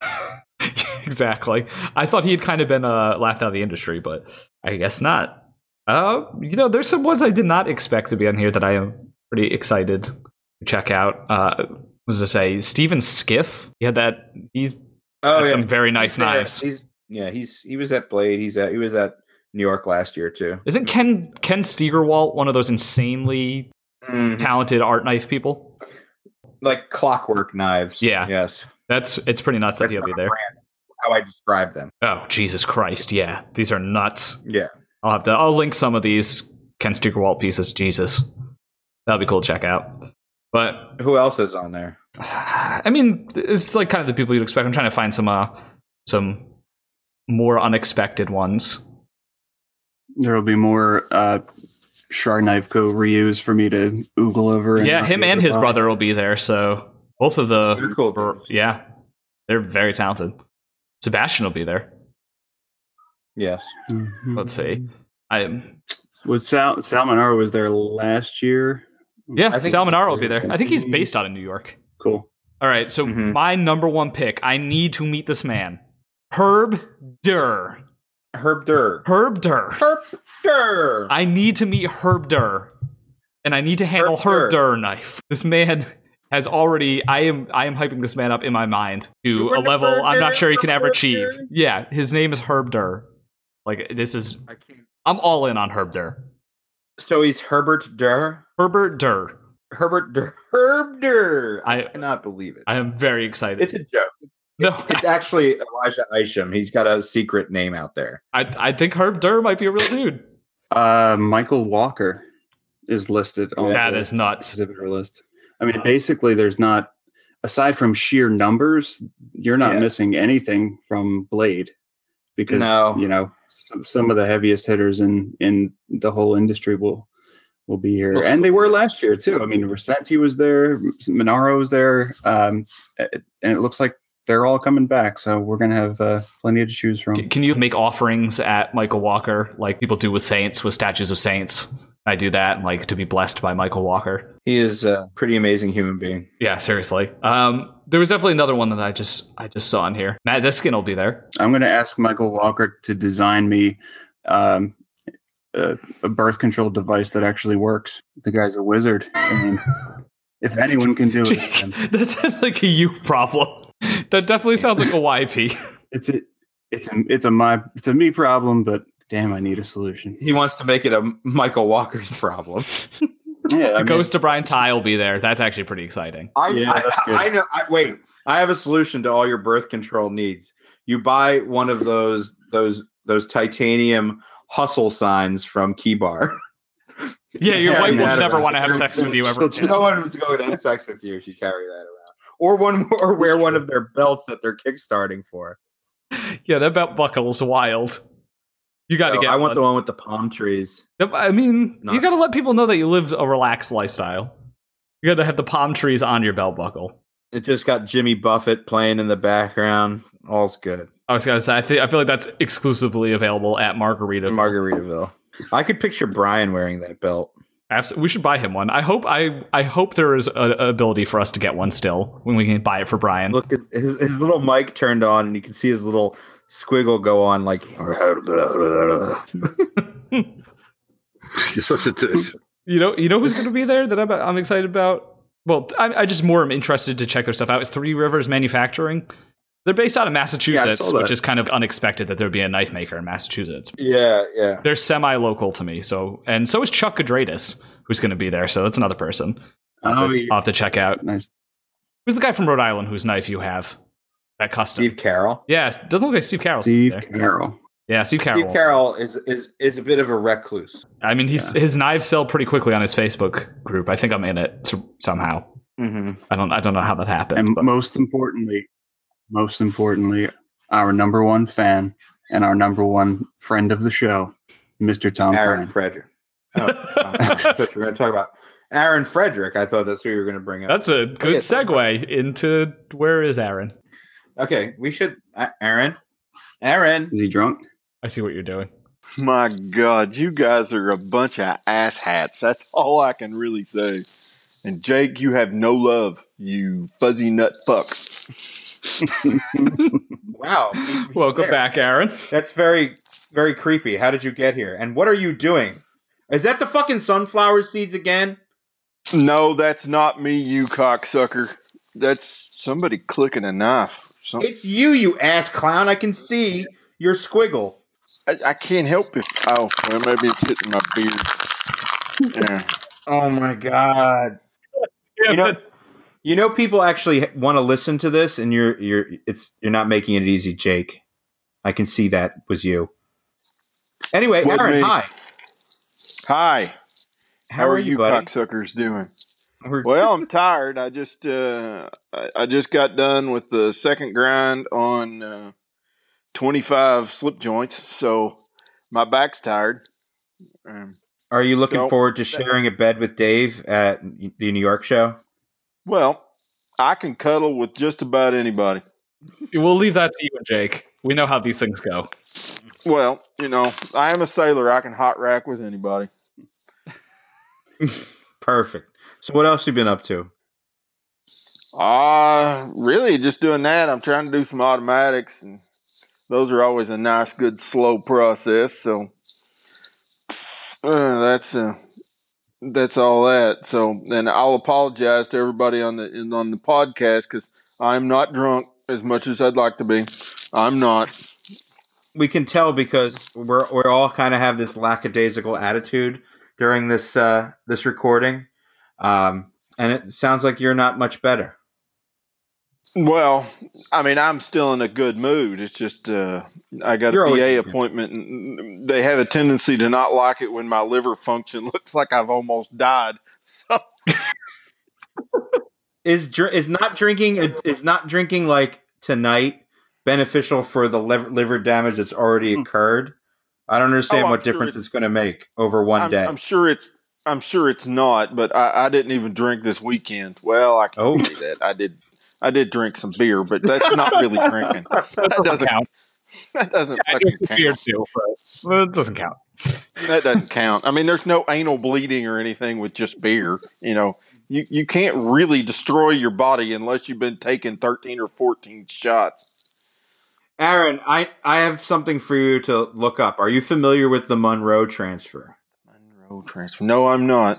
Speaker 4: exactly. I thought he had kind of been uh, laughed out of the industry, but I guess not. Uh, you know, there's some ones I did not expect to be on here that I am pretty excited to check out. Uh, was to say Steven Skiff? Yeah, that he's
Speaker 1: Oh
Speaker 4: got some very nice
Speaker 1: He's there.
Speaker 4: knives.
Speaker 1: He's- yeah, he's he was at Blade. He's at he was at New York last year too.
Speaker 4: Isn't Ken Ken Stegerwalt one of those insanely
Speaker 1: Mm,
Speaker 4: talented art knife people?
Speaker 1: like clockwork knives.
Speaker 4: Yeah.
Speaker 1: Yes.
Speaker 4: That's it's pretty nuts that
Speaker 1: That's
Speaker 4: he'll be
Speaker 1: not
Speaker 4: there.
Speaker 1: how I describe them.
Speaker 4: Oh, Jesus Christ. Yeah. These are nuts.
Speaker 1: Yeah.
Speaker 4: I'll have to, I'll link some of these Ken Stukerwalt pieces. Jesus. That'll be cool to check out. But
Speaker 1: Who else is on there?
Speaker 4: I mean, it's like kind of the people you'd expect. I'm trying to find some, uh, some more unexpected ones.
Speaker 2: There will be more uh, Shar Knifeco reuse for me to oogle over. and
Speaker 4: yeah,
Speaker 2: not
Speaker 4: him
Speaker 2: be able
Speaker 4: and
Speaker 2: to
Speaker 4: his
Speaker 2: buy.
Speaker 4: brother will be there. So both of the,
Speaker 1: They're cool dudes.
Speaker 4: yeah, they're very talented. Sebastian will be there.
Speaker 1: Yes.
Speaker 2: Mhm.
Speaker 4: Let's see. I
Speaker 2: Was Sal- Salmonaro was there last year? Mm-hmm.
Speaker 4: yeah,
Speaker 1: I think-
Speaker 4: Salmonaro will be there. I think he's based out of New York.
Speaker 2: Cool.
Speaker 4: All right, so
Speaker 1: Mhm.
Speaker 4: my number one pick. I need to meet this man, Herb Durr.
Speaker 1: Herb Durr.
Speaker 4: Herb Durr.
Speaker 1: Herb Durr.
Speaker 4: I need to meet Herb Durr, and I need to handle
Speaker 1: Herb
Speaker 4: Herb, Durr knife. This man has already. I am. I am hyping this man up in my mind to
Speaker 1: We're
Speaker 4: a
Speaker 1: the
Speaker 4: level
Speaker 1: Herb
Speaker 4: I'm not
Speaker 1: Durr,
Speaker 4: sure he can
Speaker 1: we're
Speaker 4: ever
Speaker 1: Herb
Speaker 4: achieve.
Speaker 1: Durr.
Speaker 4: Yeah, his name is Herb Durr. Like this is.
Speaker 1: I can't.
Speaker 4: I'm all in on Herb Durr.
Speaker 1: So he's Herbert Durr.
Speaker 4: Herbert Durr.
Speaker 1: Herbert Durr. Herb Durr. I,
Speaker 4: I-
Speaker 1: cannot believe it.
Speaker 4: I am very excited.
Speaker 1: it's a joke.
Speaker 4: no,
Speaker 1: It's actually Elijah Isham. He's got a secret name out there.
Speaker 4: I, I think Herb Durr might be a real dude.
Speaker 2: Uh, Michael Walker is listed
Speaker 1: Oh,
Speaker 2: on
Speaker 4: That
Speaker 2: the
Speaker 4: is nuts.
Speaker 2: exhibitor list. I mean, basically, there's not aside from sheer numbers, you're not
Speaker 1: Yeah.
Speaker 2: missing anything from Blade because
Speaker 1: No.
Speaker 2: you know some, some of the heaviest hitters in in the whole industry will will be here,
Speaker 1: Well,
Speaker 2: and they were last year too. I mean, Resenti was there, Monaro was there, um, and it looks like they're all coming back. So we're gonna have uh, plenty to choose from.
Speaker 4: C- Can you make offerings at Michael Walker like people do with saints, with statues of saints? I do that, and like to be blessed by Michael Walker.
Speaker 1: He is a pretty amazing human being.
Speaker 4: Yeah, seriously. Um, there was definitely another one that I just I just saw in here. Matt Diskin will be there.
Speaker 2: I'm going to ask Michael Walker to design me um, a, a birth control device that actually works. The guy's a wizard. I mean, if anyone can do it, it's him.
Speaker 4: that sounds like a you problem. That definitely sounds like a YP.
Speaker 2: It's a, it's a, it's a my, it's a me problem. But damn, I need a solution.
Speaker 1: He wants to make it a Michael Walker's problem.
Speaker 2: Yeah, I mean,
Speaker 4: Ghost of Brian Ty will be there. That's actually pretty exciting.
Speaker 1: I,
Speaker 2: Yeah,
Speaker 1: I-
Speaker 2: that's good.
Speaker 1: I, know. I, wait, I have a solution to all your birth control needs. You buy one of those those those titanium hustle signs from Key Bar.
Speaker 4: Yeah, your
Speaker 1: Yeah,
Speaker 4: wife
Speaker 1: yeah,
Speaker 4: will never
Speaker 1: yeah.
Speaker 4: want to have sex with you ever.
Speaker 2: She'll
Speaker 1: no one was going to have sex with you if you carry that around, or one or wear one of their belts that they're kickstarting for.
Speaker 4: Yeah, that belt buckle's wild. You got to
Speaker 1: So
Speaker 4: get.
Speaker 1: I want the
Speaker 4: one.
Speaker 1: one with the palm trees.
Speaker 4: Yep, I mean, you
Speaker 1: Not-
Speaker 4: got to let people know that you live a relaxed lifestyle. You got to have the palm trees on your belt buckle.
Speaker 1: It just got Jimmy Buffett playing in the background. All's good.
Speaker 4: I was gonna say, I think I feel like that's exclusively available at Margarita.
Speaker 1: Margaritaville. I could picture Brian wearing that belt.
Speaker 4: Abs- we should buy him one. I hope I I hope there is an ability for us to get one still when we can buy it for Brian.
Speaker 1: Look, his, his, his little mic turned on, and you can see his little squiggle go on like.
Speaker 5: You're such a dish.
Speaker 4: You know you know who's going to be there that I'm, I'm excited about. Well, I, I just more am interested to check their stuff out. It's Three Rivers Manufacturing. They're based out of Massachusetts,
Speaker 2: saw that.
Speaker 4: which is kind of unexpected that there'd be a knife maker in Massachusetts.
Speaker 1: yeah, yeah.
Speaker 4: They're semi-local to me, so and so is Chuck Gadratus, who's going to be there. So that's another person I'll
Speaker 2: Oh,
Speaker 4: have to- I'll
Speaker 2: yeah.
Speaker 4: have to check out.
Speaker 2: nice.
Speaker 4: Who's the guy from Rhode Island whose knife you have? That custom.
Speaker 1: Steve Carroll.
Speaker 4: Yeah, it doesn't look like Steve Carroll.
Speaker 2: Steve Carroll.
Speaker 4: Yeah, Steve Carroll.
Speaker 1: Steve Carroll is, is is a bit of a recluse.
Speaker 4: I mean, he's his knives sell pretty quickly on his Facebook group. I think I'm in it s- somehow.
Speaker 1: Mm-hmm.
Speaker 4: I don't. I don't know how that happened.
Speaker 2: And
Speaker 4: but-
Speaker 2: most importantly, most importantly, our number one fan and our number one friend of the show, Mr. Tom
Speaker 1: Aaron
Speaker 2: Curran.
Speaker 1: Frederick. Oh, I thought you we're going to talk about Aaron Frederick. I thought that's who you were going to bring up.
Speaker 4: That's a good segue into where is Aaron?
Speaker 1: okay, we should. A- Aaron. Aaron.
Speaker 2: Is he drunk?
Speaker 4: I see what you're doing.
Speaker 6: My God, you guys are a bunch of asshats. That's all I can really say. And Jake, you have no love, you fuzzy nut fuck.
Speaker 1: Wow.
Speaker 4: Welcome
Speaker 1: There.
Speaker 4: back, Aaron.
Speaker 1: That's very, very creepy. How did you get here? And what are you doing? Is that the fucking sunflower seeds again?
Speaker 6: No, that's not me, you cocksucker. That's somebody clicking a knife. Some,
Speaker 1: It's you, you ass clown. I can see your squiggle.
Speaker 6: I, I can't help it. Oh, well, maybe it's hitting my beard. Yeah.
Speaker 1: Oh my god.
Speaker 4: Yeah,
Speaker 1: You know-
Speaker 4: but
Speaker 1: You know, people actually want to listen to this, and you're you're it's you're not making it easy, Jake. I can see that was you. Anyway,
Speaker 6: Was
Speaker 1: Aaron,
Speaker 6: me.
Speaker 1: hi.
Speaker 6: Hi.
Speaker 1: How, are, you, buddy?
Speaker 6: cocksuckers, doing?
Speaker 1: We're-
Speaker 6: Well, I'm tired. I just uh, I, I just got done with the second grind on uh, 25 slip joints, so my back's tired. Um,
Speaker 1: are you looking
Speaker 6: No.
Speaker 1: forward to sharing a bed with Dave at the New York show?
Speaker 6: well, I can cuddle with just about anybody.
Speaker 4: We'll leave that to you and Jake. We know how these things go.
Speaker 6: Well, you know, I am a sailor. I can hot rack with anybody.
Speaker 1: Perfect. So, what else you been up to?
Speaker 6: Uh really just doing that. I'm trying to do some automatics and those are always a nice good slow process, so uh, that's uh that's all that. So and I'll apologize to everybody on the in, on the podcast because I'm not drunk as much as I'd like to be. I'm not.
Speaker 1: we can tell because we're we're all kind of have this lackadaisical attitude during this uh, this recording, um, and it sounds like you're not much better.
Speaker 6: Well, I mean, I'm still in a good mood. It's just uh, I got
Speaker 1: You're
Speaker 6: a
Speaker 1: always in a
Speaker 6: PA
Speaker 1: good
Speaker 6: appointment, and they have a tendency to not like it when my liver function looks like I've almost died. So
Speaker 1: Is dr- is not drinking is not drinking like tonight beneficial for the liver, liver damage that's already occurred? I don't understand
Speaker 6: Hmm. Oh, I'm
Speaker 1: what
Speaker 6: sure
Speaker 1: difference
Speaker 6: it's-
Speaker 1: it's going to make over one
Speaker 6: I'm,
Speaker 1: day.
Speaker 6: I'm sure it's I'm sure it's not, but I, I didn't even drink this weekend. Well, I can
Speaker 1: Oh.
Speaker 6: not say that I did. I did drink some beer, but that's not really drinking. That doesn't.
Speaker 4: count.
Speaker 6: That doesn't
Speaker 4: I
Speaker 6: fucking
Speaker 4: drink the
Speaker 6: count.
Speaker 4: beer too, but it doesn't count.
Speaker 6: that doesn't count. I mean, there's no anal bleeding or anything with just beer. You know, you, you can't really destroy your body unless you've been taking 13 or 14 shots.
Speaker 1: Aaron, I I have something for you to look up. Are you familiar with the Monroe transfer?
Speaker 6: Monroe transfer. No, I'm not.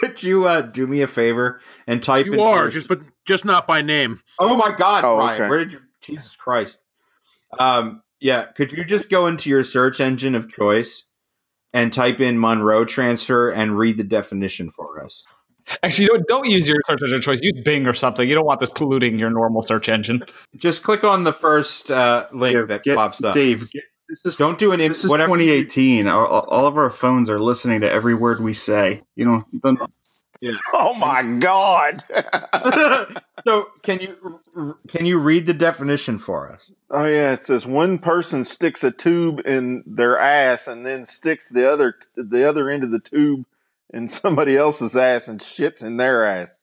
Speaker 1: Could you uh, do me a favor and type in
Speaker 3: You are
Speaker 1: your-
Speaker 3: just, but just not by name.
Speaker 1: Oh my God,
Speaker 6: Oh,
Speaker 1: Ryan!
Speaker 6: okay.
Speaker 1: Where did you? Jesus Christ! Um, yeah, could you just go into your search engine of choice and type in Monroe transfer and read the definition for us?
Speaker 4: Actually, don't, don't use your search engine choice. Use Bing or something. You don't want this polluting your normal search engine.
Speaker 1: Just click on the first uh, link
Speaker 2: Dave,
Speaker 1: that
Speaker 2: get-
Speaker 1: pops up.
Speaker 2: Dave, get- this is
Speaker 1: Don't do an
Speaker 2: this is
Speaker 1: whatever.
Speaker 2: 2018. All, all- all of our phones are listening to every word we say. You know, the,
Speaker 6: Oh my God.
Speaker 1: so can you can you read the definition for us?
Speaker 6: oh, yeah. It says one person sticks a tube in their ass and then sticks the other, the other end of the tube in somebody else's ass and shits in their ass.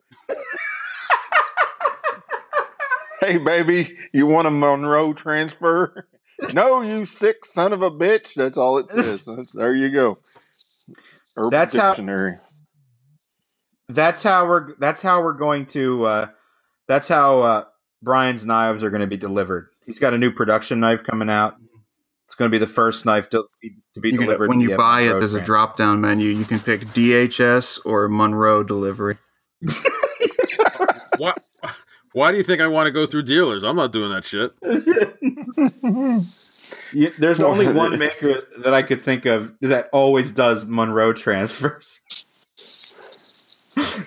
Speaker 6: hey, baby, you want a Monroe transfer? No, you sick son of a bitch. That's all it says. That's- there you go. Urban
Speaker 1: That's how-
Speaker 6: Dictionary.
Speaker 1: That's how we're. That's how we're going to. Uh, that's how uh, Brian's knives are going to be delivered. He's got a new production knife coming out. It's going to be the first knife to, be- to be
Speaker 2: you can-
Speaker 1: delivered.
Speaker 2: when you
Speaker 1: via
Speaker 2: buy it,
Speaker 1: Monroe
Speaker 2: there's a
Speaker 1: Trans.
Speaker 2: drop down menu. You can pick DHS or Monroe delivery.
Speaker 3: Why? Why do you think I want to go through dealers? I'm not doing that shit.
Speaker 1: Yeah, there's only one maker that I could think of that always does Monroe transfers,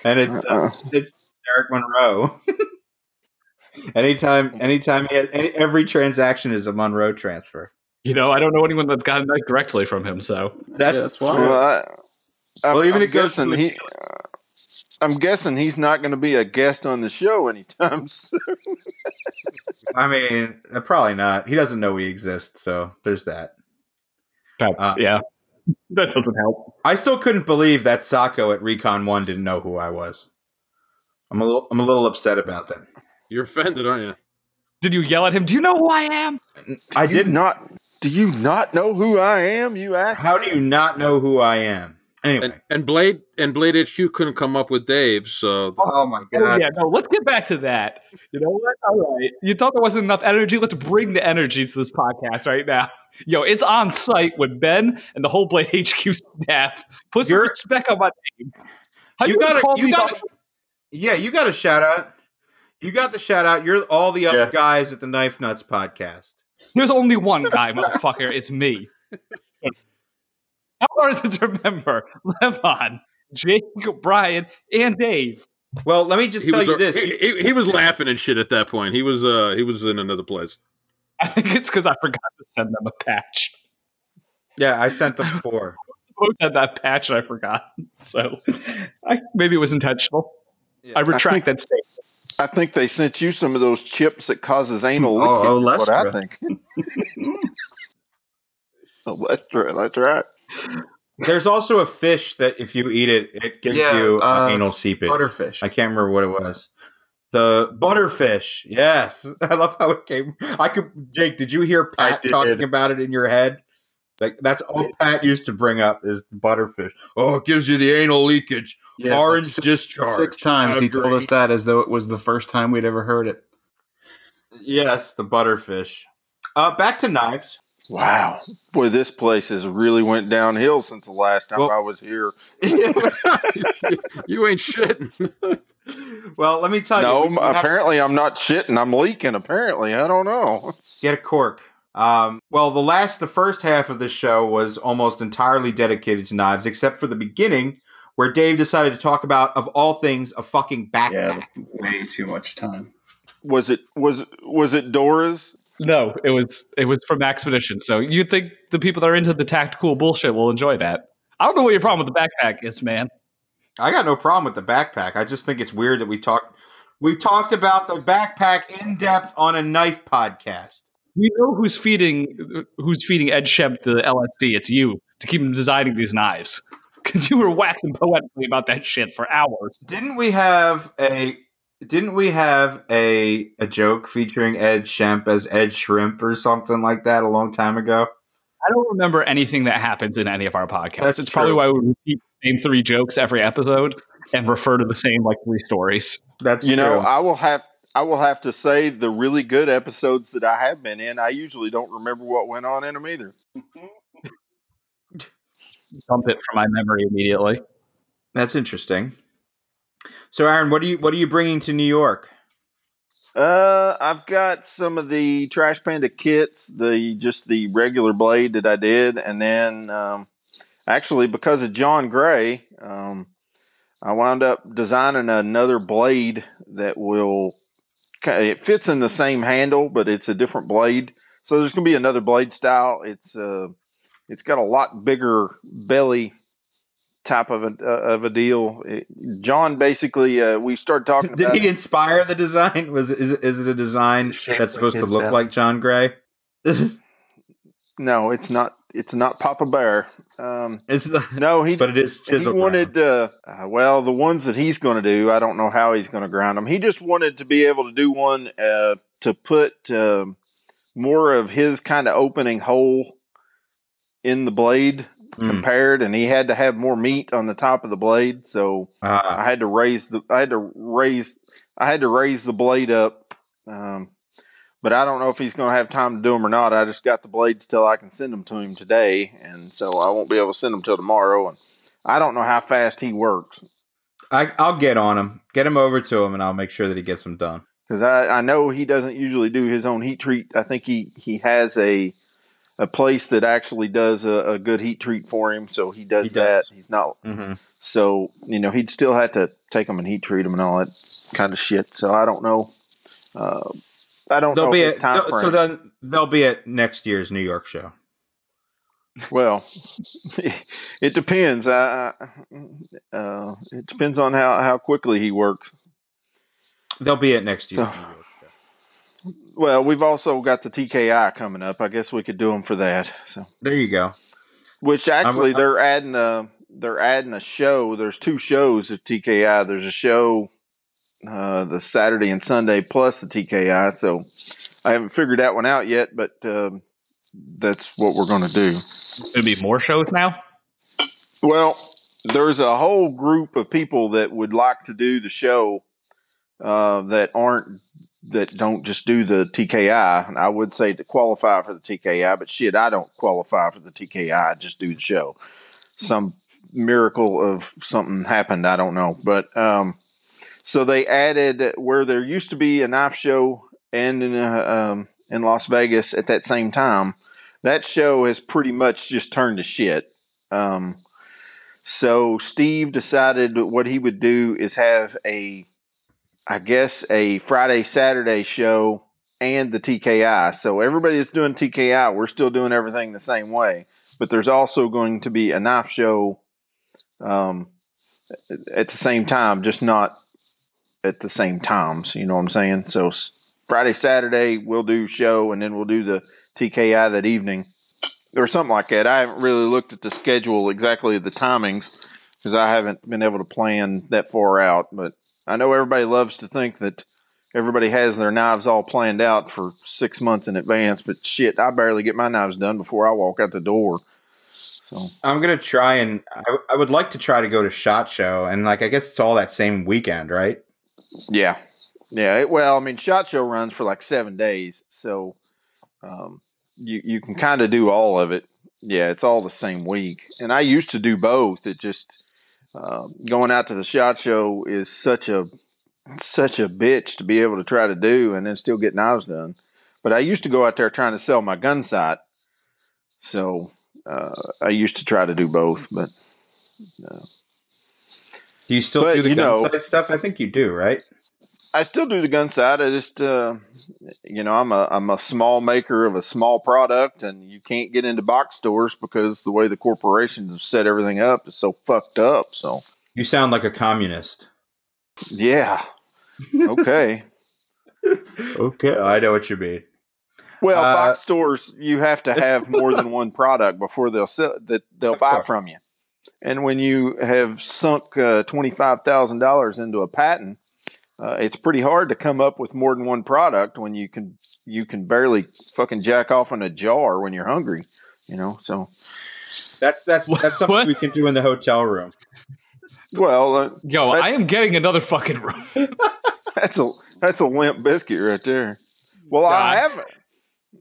Speaker 1: and it's
Speaker 2: Uh-uh.
Speaker 6: Uh-uh.
Speaker 1: uh, it's Derek Monroe. anytime, anytime he has any, every transaction is a Monroe transfer.
Speaker 4: You know, I don't know anyone that's gotten that directly from him. So
Speaker 1: That's,
Speaker 2: Yeah, that's why.
Speaker 6: Well, I, I'm-
Speaker 1: Well, even
Speaker 6: I'm
Speaker 1: it goes
Speaker 6: guessing
Speaker 1: to a-
Speaker 6: he. I'm guessing he's not going to be a guest on the show anytime soon.
Speaker 1: I mean, uh, probably not. He doesn't know we exist, so there's that. Uh,
Speaker 4: yeah, that doesn't help.
Speaker 1: I still couldn't believe that Sacco at Recon One didn't know who I was. I'm a little, I'm a little upset about that.
Speaker 3: You're offended, aren't you?
Speaker 4: Did you yell at him? Do you know who I am?
Speaker 1: I
Speaker 6: You
Speaker 1: didn't.
Speaker 6: not. Do you not know who I am? You ask.
Speaker 1: How do you not know who I am? Anyway.
Speaker 3: And and Blade and Blade HQ couldn't come up with Dave, so
Speaker 1: oh my
Speaker 4: Oh yeah, no. Let's get back to that. You know what? All right. You thought there wasn't enough energy. Let's bring the energy to this podcast right now. Yo, it's on site with Ben and the whole Blade HQ staff. Put some
Speaker 1: You're-
Speaker 4: respect on my name. How
Speaker 1: You
Speaker 4: you gonna
Speaker 1: got
Speaker 4: call
Speaker 1: to you
Speaker 4: me
Speaker 1: got
Speaker 4: by-
Speaker 1: to Yeah, you got a shout out. You got the shout out. You're all the other
Speaker 2: Yeah.
Speaker 1: guys at the Knife Nuts podcast.
Speaker 4: There's only one guy, motherfucker. It's me. How hard is it to remember? Levon, Jake, Brian, and Dave.
Speaker 1: Well, let me just
Speaker 3: He
Speaker 1: tell
Speaker 3: was,
Speaker 1: you this.
Speaker 3: he, he- he was laughing and shit at that point. He was uh he was in another place.
Speaker 4: I think it's because I forgot to send them a patch.
Speaker 1: yeah, I sent them four.
Speaker 4: I supposed to have that patch and I forgot. So I, maybe it was intentional.
Speaker 1: Yeah.
Speaker 4: I retract that statement.
Speaker 6: I think they sent you some of those chips that causes anal
Speaker 1: Oh,
Speaker 6: leakage.
Speaker 1: oh,
Speaker 6: is what I
Speaker 1: Lestra.
Speaker 6: think. Oh, Lestra, that's right.
Speaker 1: There's also a fish that if you eat it, it gives
Speaker 7: Yeah,
Speaker 1: you uh,
Speaker 7: uh,
Speaker 1: anal seepage.
Speaker 7: Butterfish.
Speaker 1: I can't remember what it was. The butterfish. Yes, I love how it came. I could, Jake. Did you hear
Speaker 2: I
Speaker 1: Pat
Speaker 2: did.
Speaker 1: talking about it in your head? Like that's all Pat used to bring up is the butterfish. Oh, it gives you the anal leakage,
Speaker 7: Yeah,
Speaker 1: orange
Speaker 7: six-
Speaker 1: discharge.
Speaker 7: Six times he
Speaker 1: after
Speaker 7: told us
Speaker 1: eating-
Speaker 7: that as though it was the first time we'd ever heard it.
Speaker 1: Yes, the butterfish. Uh, back to knives.
Speaker 6: Wow. Boy, this place has really went downhill since the last time
Speaker 1: Well-
Speaker 6: I was here.
Speaker 3: You ain't shit.
Speaker 1: well, let me tell
Speaker 6: no,
Speaker 1: you. we- we have-
Speaker 6: apparently I'm not shitting. I'm leaking, apparently. I don't know.
Speaker 1: Get a cork. Um, well, the last, the first half of the show was almost entirely dedicated to knives, except for the beginning, where Dave decided to talk about, of all things, a fucking backpack.
Speaker 2: Yeah, way too much time.
Speaker 6: Was it was was it Dora's?
Speaker 4: No, it was it was from Expedition. So you'd think the people that are into the tactical bullshit will enjoy that. I don't know what your problem with the backpack is, man.
Speaker 1: I got no problem with the backpack. I just think it's weird that we talked. We talked about the backpack in depth on a knife podcast.
Speaker 4: We know who's feeding who's feeding Ed Shep the LSD. It's you to keep him designing these knives because you were waxing poetically about that shit for hours.
Speaker 1: Didn't we have a? Didn't we have a a joke featuring Ed Shemp as Ed Shrimp or something like that a long time ago?
Speaker 4: I don't remember anything that happens in any of our podcasts.
Speaker 1: That's
Speaker 4: it's
Speaker 1: true.
Speaker 4: probably why we repeat the same three jokes every episode and refer to the same like three stories.
Speaker 1: That's
Speaker 6: You know,
Speaker 1: true.
Speaker 6: I will have I will have to say the really good episodes that I have been in, I usually don't remember what went on in them either.
Speaker 4: Dump it from my memory immediately.
Speaker 1: That's interesting. So, Aaron, what are you what are you bringing to New York?
Speaker 6: Uh, I've got some of the Trash Panda kits, the just the regular blade that I did, and then um, actually because of John Gray, um, I wound up designing another blade that will. ki- It fits in the same handle, but it's a different blade. So there's going to be another blade style. It's uh, it's got a lot bigger belly type of a uh, of a deal. It, John basically uh, we started talking
Speaker 1: Did
Speaker 6: about.
Speaker 1: he inspire the design? Was is it- is it a design
Speaker 7: Shaped
Speaker 1: that's supposed
Speaker 7: like
Speaker 1: to
Speaker 7: his
Speaker 1: look
Speaker 7: belly.
Speaker 1: like John Gray?
Speaker 6: No, it's not. It's not Papa Bear. Um,
Speaker 1: It's the,
Speaker 6: no, he
Speaker 1: but it is
Speaker 6: he
Speaker 1: chiseled.
Speaker 6: wanted. Uh, uh, well, the ones that he's going to do, I don't know how he's going to grind them. He just wanted to be able to do one uh, to put um more of his kind of opening hole in the blade
Speaker 1: Mm.
Speaker 6: compared, and he had to have more meat on the top of the blade. So
Speaker 1: round. Ah,
Speaker 6: I had to raise the I had to raise I had to raise the blade up. Um, but I don't know if he's going to have time to do them or not. I just got the blades till I can send them to him today, and so I won't be able to send them till tomorrow. And I don't know how fast he works
Speaker 1: I, I'll get on him, get him over to him, and I'll make sure that he gets them done.
Speaker 6: because I, I know he doesn't usually do his own heat treat. I think he he has a a place that actually does a, a good heat treat for him, so he does,
Speaker 1: He does.
Speaker 6: that. He's not
Speaker 1: Mm-hmm.
Speaker 6: so you know he'd still have to take them and heat treat them and all that kind of shit. So I don't know. Uh, I don't
Speaker 1: They'll
Speaker 6: know
Speaker 1: be
Speaker 6: if
Speaker 1: at
Speaker 6: it's time
Speaker 1: they'll-
Speaker 6: frame.
Speaker 1: so then they'll be at next year's New York show.
Speaker 6: Well, it depends. I, I- uh, it depends on how, how quickly he works.
Speaker 1: They'll be at next year's
Speaker 6: So-
Speaker 1: New York show.
Speaker 6: Well, we've also got the TKI coming up. I guess we could do him for that. So,
Speaker 1: There you go.
Speaker 6: which actually
Speaker 1: I'm-
Speaker 6: they're adding a they're adding a show. There's two shows at TKI. There's a show uh, the Saturday and Sunday plus the TKI. So I haven't figured that one out yet, but um, that's what we're going to do.
Speaker 4: It'll be more shows now.
Speaker 6: Well, there's a whole group of people that would like to do the show uh, that aren't that don't just do the TKI. And I would say to qualify for the TKI, but shit, I don't qualify for the TKI. I just do the show. Some miracle of something happened. I don't know, but um, so they added where there used to be a knife show and in uh, um, in Las Vegas at that same time. That show has pretty much just turned to shit. Um, So Steve decided that what he would do is have a, I guess, a Friday Saturday show and the TKI. So everybody that's doing TKI, we're still doing everything the same way, but there's also going to be a knife show, um, at the same time, just not at the same times. You know what I'm saying? So s- Friday Saturday we'll do show, and then we'll do the TKI that evening or something like that. I haven't really looked at the schedule exactly the timings because I haven't been able to plan that far out. But I know everybody loves to think that everybody has their knives all planned out for six months in advance. But shit, I barely get my knives done before I walk out the door. So
Speaker 1: I'm gonna try and I, I would like to try to go to Shot Show and like I guess it's all that same weekend, right?
Speaker 6: yeah, yeah. it- well, I mean, Shot Show runs for like seven days, so um, you you can kind of do all of it. Yeah, it's all the same week, and I used to do both. It just um, going out to the shot show is such a such a bitch to be able to try to do and then still get knives done. But I used to go out there trying to sell my gun sight, so uh, I used to try to do both. But
Speaker 1: Do you still
Speaker 6: But,
Speaker 1: do the
Speaker 6: you
Speaker 1: gun
Speaker 6: know-
Speaker 1: sight stuff? I think you do, right?
Speaker 6: I still do the gun sight. I just, uh, you know, I'm a I'm a small maker of a small product, and you can't get into box stores because the way the corporations have set everything up is so fucked up. So
Speaker 1: You sound like a communist.
Speaker 6: yeah, okay.
Speaker 1: Okay, I know what you mean.
Speaker 6: Well,
Speaker 1: Uh,
Speaker 6: box stores you have to have more than one product before they'll sell that they'll
Speaker 1: Of
Speaker 6: buy
Speaker 1: course.
Speaker 6: from you. And when you have sunk uh, twenty five thousand dollars into a patent, uh, it's pretty hard to come up with more than one product when you can you can barely fucking jack off in a jar when you're hungry. You know, so
Speaker 1: That's that's
Speaker 4: What-
Speaker 1: that's something
Speaker 4: what?
Speaker 1: we can do in the hotel room.
Speaker 6: well, uh,
Speaker 4: Yo,
Speaker 6: That's-
Speaker 4: I am getting another fucking room.
Speaker 6: that's a that's a limp biscuit right there. Well, I
Speaker 4: God.
Speaker 6: have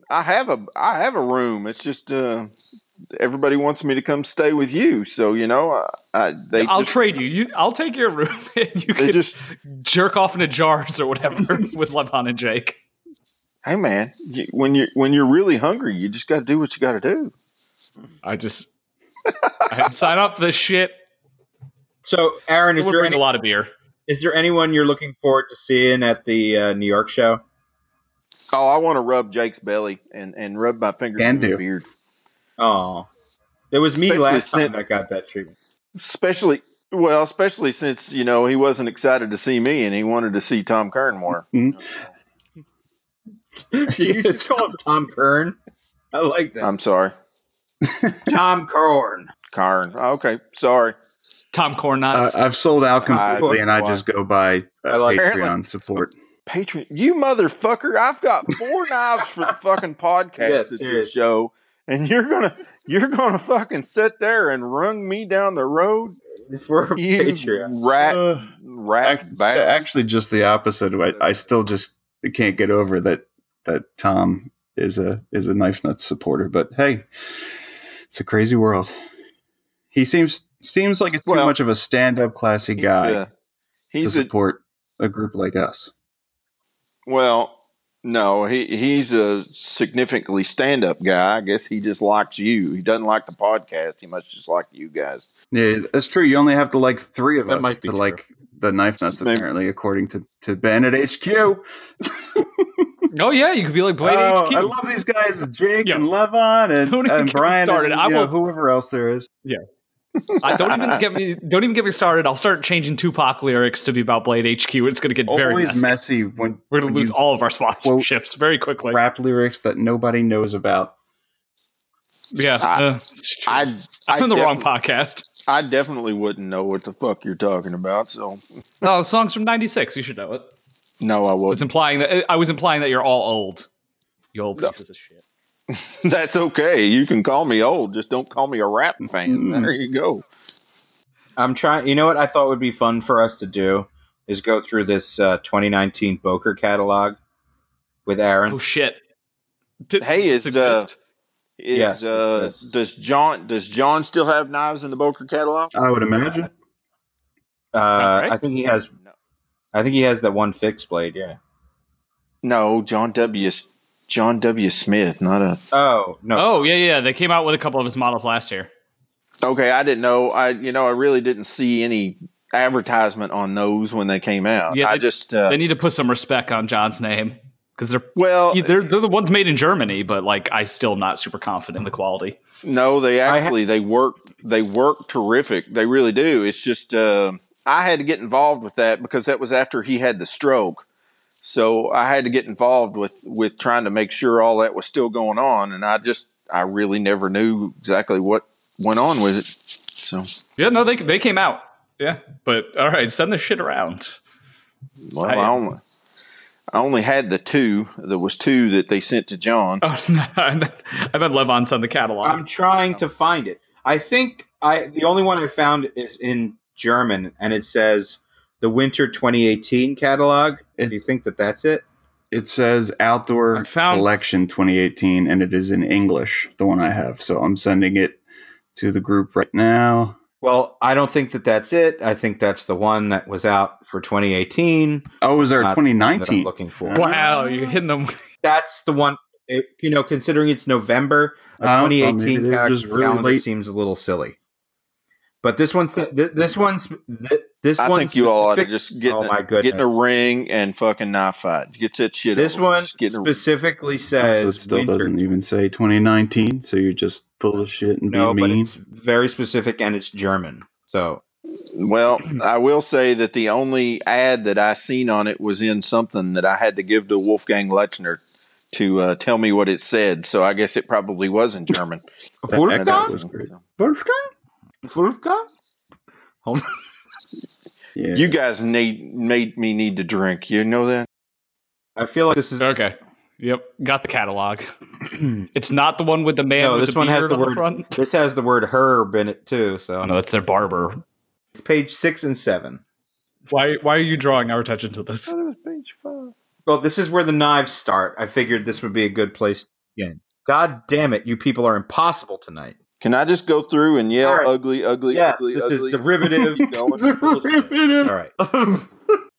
Speaker 6: I have a I have a room. It's just uh, everybody wants me to come stay with you, so you know I, I they
Speaker 4: I'll
Speaker 6: just,
Speaker 4: trade you. You, I'll take your room, and you
Speaker 6: they
Speaker 4: can
Speaker 6: just
Speaker 4: jerk off into jars or whatever with Levon and Jake.
Speaker 6: hey man you, when you're when you're really hungry you just got to do what you got to do
Speaker 4: I just I didn't sign up for this shit.
Speaker 1: So, Aaron,
Speaker 4: It
Speaker 1: is
Speaker 4: would
Speaker 1: there
Speaker 4: bring
Speaker 1: any,
Speaker 4: a lot of beer.
Speaker 1: is there anyone you're looking forward to seeing at the uh, New York show?
Speaker 6: oh i want to rub jake's belly and and rub my finger
Speaker 2: Can
Speaker 6: through
Speaker 2: do.
Speaker 6: his beard
Speaker 1: Oh, it was me
Speaker 6: Especially
Speaker 1: last time
Speaker 6: since-
Speaker 1: that got that treatment.
Speaker 6: especially well especially since you know he wasn't excited to see me and he wanted to see tom kern more
Speaker 1: Did you just call him Tom Kern? I like that.
Speaker 6: i'm sorry
Speaker 1: Tom Kern.
Speaker 6: Kern. okay sorry
Speaker 4: Tom Corn
Speaker 2: I,
Speaker 4: nuts.
Speaker 2: I've sold out completely,
Speaker 6: I-
Speaker 2: and I just go by
Speaker 1: I
Speaker 2: uh,
Speaker 1: like-
Speaker 2: Patreon support.
Speaker 6: patron you motherfucker i've got four knives for the fucking podcast
Speaker 1: Yeah,
Speaker 6: at this
Speaker 1: serious.
Speaker 6: show and you're gonna you're gonna fucking sit there and run me down the road
Speaker 1: For
Speaker 6: you
Speaker 1: Patreon.
Speaker 6: rat
Speaker 2: Uh,
Speaker 6: rat
Speaker 2: Act-
Speaker 6: bat.
Speaker 2: Actually, just the opposite. I, I still just can't get over that that Tom is a is a knife nuts supporter. But hey, it's a crazy world. He seems seems like it's too
Speaker 6: Well-
Speaker 2: much of a stand up classy guy
Speaker 6: Yeah.
Speaker 2: to
Speaker 6: He's a
Speaker 2: support a group like us.
Speaker 6: well, no, he he's a significantly stand up guy. I guess he just likes you. He doesn't like the podcast. He must just like you guys.
Speaker 2: Yeah, that's true. You only have to like three of
Speaker 1: That
Speaker 2: us
Speaker 1: might be
Speaker 2: to like the knife nuts,
Speaker 6: Maybe-
Speaker 2: apparently, according to to Ben at HQ.
Speaker 4: Oh yeah, you could be like Blade
Speaker 2: Oh,
Speaker 4: HQ.
Speaker 2: I love these guys, Jake
Speaker 4: Yeah.
Speaker 2: and Levon and,
Speaker 4: Don't even
Speaker 2: and
Speaker 4: get me
Speaker 2: Brian
Speaker 4: started.
Speaker 2: and
Speaker 4: I
Speaker 2: you know,
Speaker 4: will-
Speaker 2: whoever else there is.
Speaker 4: I don't even get me don't even get me started. I'll start changing Tupac lyrics to be about Blade HQ. It's gonna get very
Speaker 2: Always
Speaker 4: messy.
Speaker 2: messy when
Speaker 4: We're gonna
Speaker 2: when
Speaker 4: lose
Speaker 2: you
Speaker 4: all of our sponsorships very quickly.
Speaker 2: rap lyrics that nobody knows about.
Speaker 4: Yeah,
Speaker 6: I-
Speaker 4: uh,
Speaker 6: I I
Speaker 4: I'm in the wrong
Speaker 6: defi-
Speaker 4: podcast.
Speaker 6: I definitely wouldn't know what the fuck you're talking about. So
Speaker 4: Oh, the song's from '96. You should know it.
Speaker 6: no, I
Speaker 4: It's
Speaker 6: wouldn't.
Speaker 4: implying that I was implying that you're all old. You old
Speaker 6: No.
Speaker 4: pieces of shit.
Speaker 6: That's okay. You can call me old. Just don't call me a rap
Speaker 1: Hmm.
Speaker 6: fan.
Speaker 2: Mm.
Speaker 6: There you go.
Speaker 1: I'm trying. You know what I thought would be fun for us to do is go through this uh, 2019 Boker catalog with Aaron.
Speaker 4: Oh shit. Did,
Speaker 6: Hey, is, uh,
Speaker 4: suggest-
Speaker 6: Is,
Speaker 1: Yes,
Speaker 6: uh,
Speaker 1: yes.
Speaker 6: does John does John still have knives in the Boker catalog?
Speaker 2: I would imagine.
Speaker 1: Uh,
Speaker 4: alright.
Speaker 1: I think he has. I think he has that one fixed blade. Yeah.
Speaker 6: No, John W. S- John W. Smith, not a.
Speaker 1: Oh no.
Speaker 4: oh yeah, yeah. They came out with a couple of his models last year.
Speaker 6: Okay, I didn't know. I you know I really didn't see any advertisement on those when they came out.
Speaker 4: Yeah,
Speaker 6: I
Speaker 4: they-
Speaker 6: just uh,
Speaker 4: They need to put some respect on John's name because they're
Speaker 1: Oh,
Speaker 6: well
Speaker 4: they're they're the ones made in Germany, but like I still am not super confident in the quality.
Speaker 6: No, they
Speaker 1: I ha-
Speaker 6: actually they work they work terrific. They really do. It's just uh, I had to get involved with that because that was after he had the stroke. So I had to get involved with with trying to make sure all that was still going on, and I just I really never knew exactly what went on with it. So
Speaker 4: Yeah, no, they they came out. Yeah, but all right, send this shit around.
Speaker 6: well, I, only I only had the two. There was two that they sent to John.
Speaker 4: Oh no, I meant, I meant Levon send the catalog.
Speaker 1: I'm trying to find it. I think I the only one I found is in German, and it says the Winter 2018 catalog. Do you think that that's it?
Speaker 2: It says outdoor
Speaker 4: I found-
Speaker 2: collection 2018, and it is in English, the one I have. So I'm sending it to the group right now.
Speaker 1: Well, I don't think that that's it. I think that's the one that was out for 2018
Speaker 2: Oh, is there a
Speaker 1: Not- that I'm
Speaker 2: 2019?
Speaker 1: looking for.
Speaker 4: wow, you're hitting them.
Speaker 1: That's the one. It, you know, considering it's November, a
Speaker 2: I don't know,
Speaker 1: 2018
Speaker 2: maybe they're
Speaker 1: cal-
Speaker 2: just really
Speaker 1: calendar
Speaker 2: late.
Speaker 1: seems a little silly. But this one's th- this one's th- this
Speaker 6: I
Speaker 1: one
Speaker 6: think you all ought to
Speaker 1: specific-
Speaker 6: just get
Speaker 1: Oh
Speaker 6: in
Speaker 1: my
Speaker 6: a, get in
Speaker 1: goodness.
Speaker 6: a ring and fucking knife fight. Get that shit.
Speaker 1: This
Speaker 6: over with.
Speaker 1: one
Speaker 6: Just get in a-
Speaker 1: specifically
Speaker 2: So it
Speaker 1: says
Speaker 2: still
Speaker 1: winter
Speaker 2: doesn't even say 2019. So you're just full of shit and
Speaker 1: No,
Speaker 2: being
Speaker 1: but
Speaker 2: mean.
Speaker 1: it's very specific and it's German. So
Speaker 6: Well, I will say that the only ad that I seen on it was in something that I had to give to Wolfgang Lechner to uh, tell me what it said. So I guess it probably was in German.
Speaker 2: That
Speaker 1: Wolfgang?
Speaker 6: That
Speaker 2: echo was great.
Speaker 1: Wolfgang? Wolfgang?
Speaker 2: Yeah.
Speaker 6: You guys need made me need to drink. You know that?
Speaker 1: I feel like this is
Speaker 4: Okay. Yep, got the catalog. it's not the one with the man
Speaker 1: No,
Speaker 4: with
Speaker 1: this
Speaker 4: the
Speaker 1: one has
Speaker 4: beard
Speaker 1: the
Speaker 4: on
Speaker 1: word-
Speaker 4: front.
Speaker 1: this has the word herb in it too, so
Speaker 4: Oh, no, that's their barber.
Speaker 1: it's page six and seven.
Speaker 4: Why why are you drawing our attention to
Speaker 1: Uh,
Speaker 4: this?
Speaker 1: Well, this is where the knives start. I figured this would be a good place to begin. God damn it, you people are impossible tonight.
Speaker 6: Can I just go through and yell
Speaker 1: All right.
Speaker 6: ugly, ugly,
Speaker 1: Yes,
Speaker 6: ugly,
Speaker 1: this
Speaker 6: ugly?
Speaker 1: is derivative.
Speaker 6: Keep going.
Speaker 1: All right.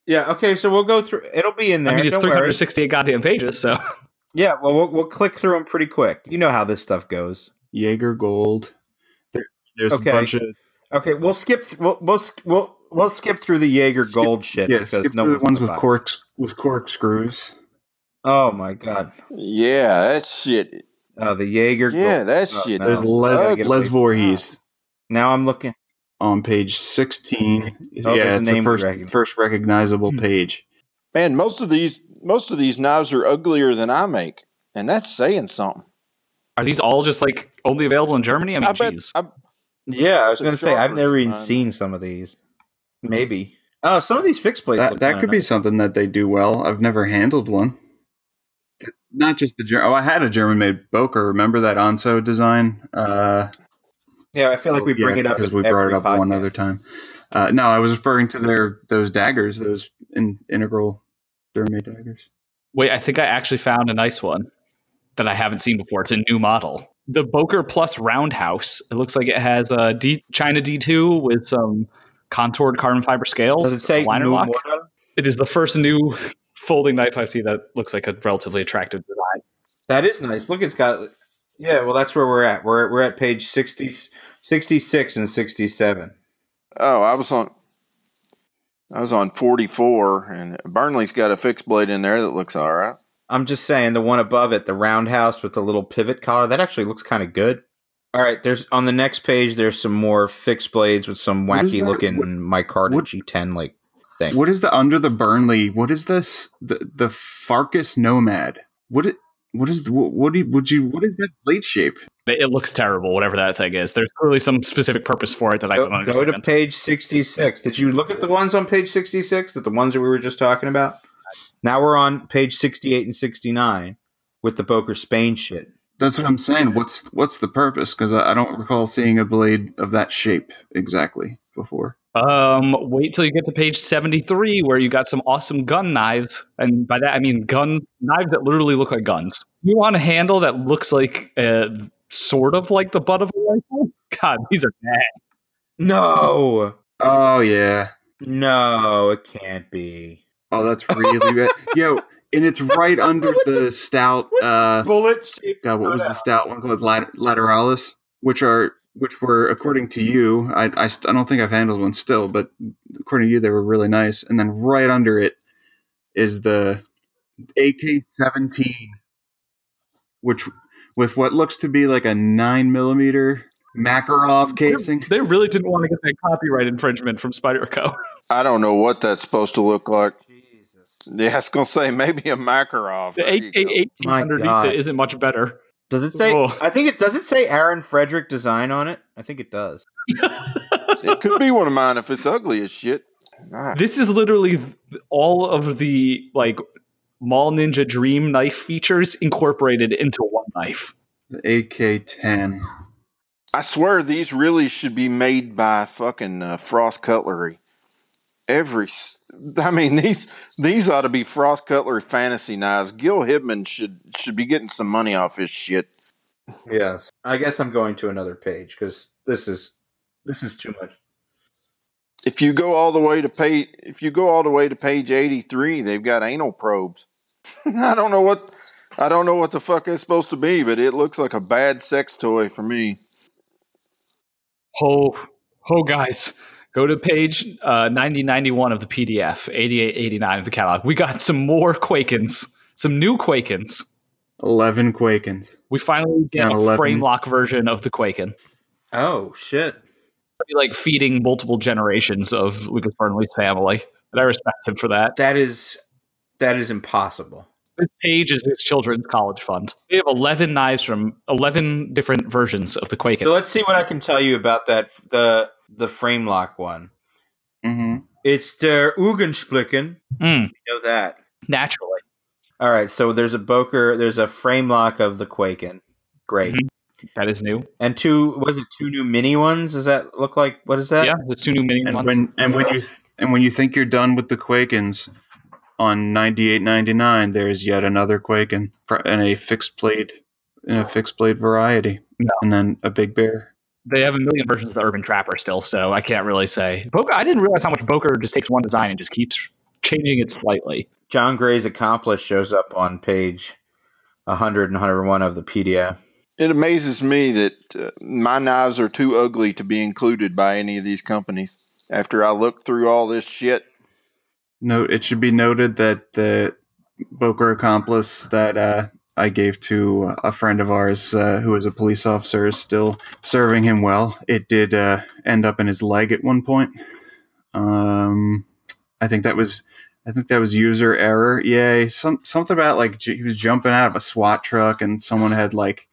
Speaker 1: yeah, okay, so we'll go through it'll be in there.
Speaker 4: I mean, it's
Speaker 1: Don't worry.
Speaker 4: 368 goddamn pages, so
Speaker 1: Yeah, well, well we'll click through them pretty quick. You know how this stuff goes.
Speaker 2: Jaeger Gold. There- There's
Speaker 1: Okay.
Speaker 2: a bunch of
Speaker 1: Okay, we'll skip. We'll we'll sk- we'll, we'll skip through the Jaeger
Speaker 2: Skip-
Speaker 1: Gold shit
Speaker 2: yeah,
Speaker 1: because
Speaker 2: skip
Speaker 1: no
Speaker 2: through the
Speaker 1: one's
Speaker 2: ones
Speaker 1: gonna
Speaker 2: with
Speaker 1: buy it.
Speaker 2: corks with corkscrews.
Speaker 1: Oh my god!
Speaker 6: Yeah, that shit.
Speaker 1: Oh, the Jaeger.
Speaker 6: Yeah,
Speaker 1: Gold.
Speaker 6: that
Speaker 1: Oh,
Speaker 6: shit.
Speaker 1: no.
Speaker 2: There's
Speaker 1: Gotta Ah.
Speaker 2: Les
Speaker 1: get
Speaker 2: Les
Speaker 1: away-
Speaker 2: Voorhees
Speaker 1: Now I'm looking.
Speaker 2: on page 16.
Speaker 1: Oh, there's
Speaker 2: yeah,
Speaker 1: a
Speaker 2: it's the
Speaker 1: name Hmm. we
Speaker 2: first
Speaker 1: recognize.
Speaker 2: first recognizable page.
Speaker 6: Man, most of these most of these knives are uglier than I make, and that's saying something.
Speaker 4: are these all just like only available in Germany? I
Speaker 2: Oh,
Speaker 4: mean,
Speaker 6: I bet.
Speaker 4: jeez.
Speaker 6: I,
Speaker 1: Yeah, I was
Speaker 6: The
Speaker 1: gonna say I've
Speaker 6: sharper
Speaker 1: never even
Speaker 6: one.
Speaker 1: seen some of these. Maybe. Oh, some of these fixed plates.
Speaker 2: Hmm. That
Speaker 1: look
Speaker 2: that
Speaker 1: kinda
Speaker 2: could be
Speaker 1: nice.
Speaker 2: something that they do well. I've never handled one. Not just the German. Oh, I had a German made Boker. Remember that Onso design? Uh,
Speaker 1: Yeah, I feel like we
Speaker 2: Oh, Yeah,
Speaker 1: bring it up e
Speaker 2: because we brought it up one other time. Uh, no, I was referring to their those daggers, those in, integral dermate daggers.
Speaker 4: Wait, I think I actually found a nice one that I haven't seen before. It's a new model. The Boker Plus Roundhouse. It looks like it has a D China D2 with some contoured carbon fiber scales.
Speaker 1: Does it say
Speaker 4: liner
Speaker 1: new
Speaker 4: lock.
Speaker 1: Mordo?
Speaker 4: It is the first new folding knife I see that looks like a relatively attractive design.
Speaker 1: That is nice. Look, it's got. Yeah, well, that's where we're at. We're we're at page 60, 66 and sixty seven.
Speaker 6: Oh, I was on. I was on 44, and Burnley's got a fixed blade in there that looks all right.
Speaker 1: I'm just saying the one above it, the roundhouse with the little pivot collar, that actually looks kind of good. All right, there's on the next page. There's some more fixed blades with some
Speaker 2: What is
Speaker 1: wacky
Speaker 2: that?
Speaker 1: looking
Speaker 2: What-
Speaker 1: micarta
Speaker 2: what-
Speaker 1: G10 like thing.
Speaker 2: What is the under the Burnley? What is this? The the Farkas Nomad. What it? What is the- what? What do you, would you? What is that blade shape?
Speaker 4: It it looks terrible, whatever that thing is. There's clearly some specific purpose for it that I
Speaker 1: Go,
Speaker 4: don't
Speaker 1: go
Speaker 4: understand.
Speaker 1: to page 66. Did you look at the ones on page 66? That the ones that we were just talking about. Now we're on page 68 and 69 with the Boker Spain shit.
Speaker 2: That's what I'm saying. What's what's the purpose? Because I, I don't recall seeing a blade of that shape exactly before.
Speaker 4: Um, wait till you get to page 73 where you got some awesome gun knives. And by that, I mean gun knives that literally look like guns. You want a handle that looks like uh, sort of like the butt of a rifle? God, these are bad.
Speaker 1: No,
Speaker 2: Oh yeah.
Speaker 1: no, it can't be.
Speaker 2: Oh, that's really good. Yo, and it's right under the stout. Uh,
Speaker 1: Bullet shaped.
Speaker 2: God, what was the stout one called? Lat- Lateralis, which are which were according to you I, I, st- I don't think i've handled one still but according to you they were really nice and then right under it is the ak-17 which with what looks to be like a 9 millimeter makarov casing
Speaker 4: They really didn't want to get that copyright infringement from Spyderco.
Speaker 6: I don't know what that's supposed to look like. Yeah, I was gonna say maybe a Makarov.
Speaker 4: The
Speaker 6: There you
Speaker 4: eight,
Speaker 6: go.
Speaker 4: eight, 18
Speaker 1: My
Speaker 4: underneath
Speaker 1: God.
Speaker 4: it isn't much better.
Speaker 1: Does it say?
Speaker 4: Oh.
Speaker 1: I think it does. It say Aaron Frederick design on it. I think it does.
Speaker 6: It could be one of mine if it's ugly as shit. Nah.
Speaker 4: This is literally th- all of the like Mall Ninja Dream knife features incorporated into one knife.
Speaker 2: the ak-10
Speaker 6: I swear these really should be made by fucking uh, Frost Cutlery. Every, s- I mean these these ought to be Frost Cutlery fantasy knives. Gil Hibman should should be getting some money off his shit.
Speaker 1: Yes. I guess I'm going to another page because this is this is too much.
Speaker 6: If you go all the way to page, if you go all the way to page eighty three, they've got anal probes. I don't know what, I don't know what the fuck it's supposed to be, but it looks like a bad sex toy for me.
Speaker 4: Oh, oh, guys, go to page uh, 9091 of the PDF, 8889 of the catalog. We got some more Quakens, some new Quakens.
Speaker 2: 11 quakens
Speaker 4: We finally get
Speaker 2: Yeah,
Speaker 4: a
Speaker 2: 11.
Speaker 4: frame lock version of the Quaken.
Speaker 1: Oh shit!
Speaker 4: be, like feeding multiple generations of Lucas Burnley's family. And I respect him for that.
Speaker 1: That is that is impossible.
Speaker 4: This page is his children's college fund. They have 11 knives from 11 different versions of the Quaken.
Speaker 1: So let's see what I can tell you about that the the frame lock one.
Speaker 2: mm-hmm.
Speaker 1: It's der Ugensplichen.
Speaker 4: Mm,
Speaker 1: You know that.
Speaker 4: naturally.
Speaker 1: All right. So there's a Boker. There's a frame lock of the Quaken.
Speaker 4: Mm-hmm.
Speaker 1: Great.
Speaker 4: That is new.
Speaker 1: And two was it two new mini ones? Does that look like what is that?
Speaker 4: yeah, there's two new mini
Speaker 2: and
Speaker 4: ones.
Speaker 2: when and when you th- and when you think you're done with the quakens on 98.99 there's yet another quaken pr- in a fixed blade in a fixed blade variety
Speaker 4: No.
Speaker 2: and then a big bear
Speaker 4: they have a million versions of the Urban Trapper still, so I can't really say. Boker, I didn't realize how much Boker just takes one design and just keeps changing it slightly.
Speaker 1: John Gray's accomplice shows up on page 100 and 101 of the PDF.
Speaker 6: It amazes me that uh, my knives are too ugly to be included by any of these companies. After I look through all this shit,
Speaker 2: Note it should be noted that the Boker accomplice that uh, I gave to a friend of ours uh, who is a police officer is still serving him well. It did uh, end up in his leg at one point. Um, I think that was I think that was user error. Yay! Some something about like j- he was jumping out of a SWAT truck and someone had like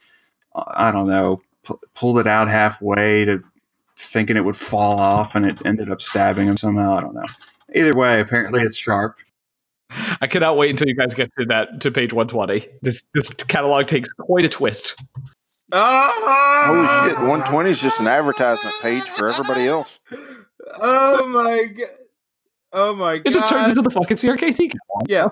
Speaker 2: I I don't know pu- pulled it out halfway to thinking it would fall off and it ended up stabbing him somehow. I don't know. Either way, apparently it's sharp.
Speaker 4: I cannot wait until you guys get to that to page 120. This this catalog takes quite a twist.
Speaker 6: holy
Speaker 1: Oh,
Speaker 6: shit, 120 is just an advertisement page for everybody else.
Speaker 1: Oh my god. Oh my god.
Speaker 4: It just turns into the fucking CRKT
Speaker 1: yeah.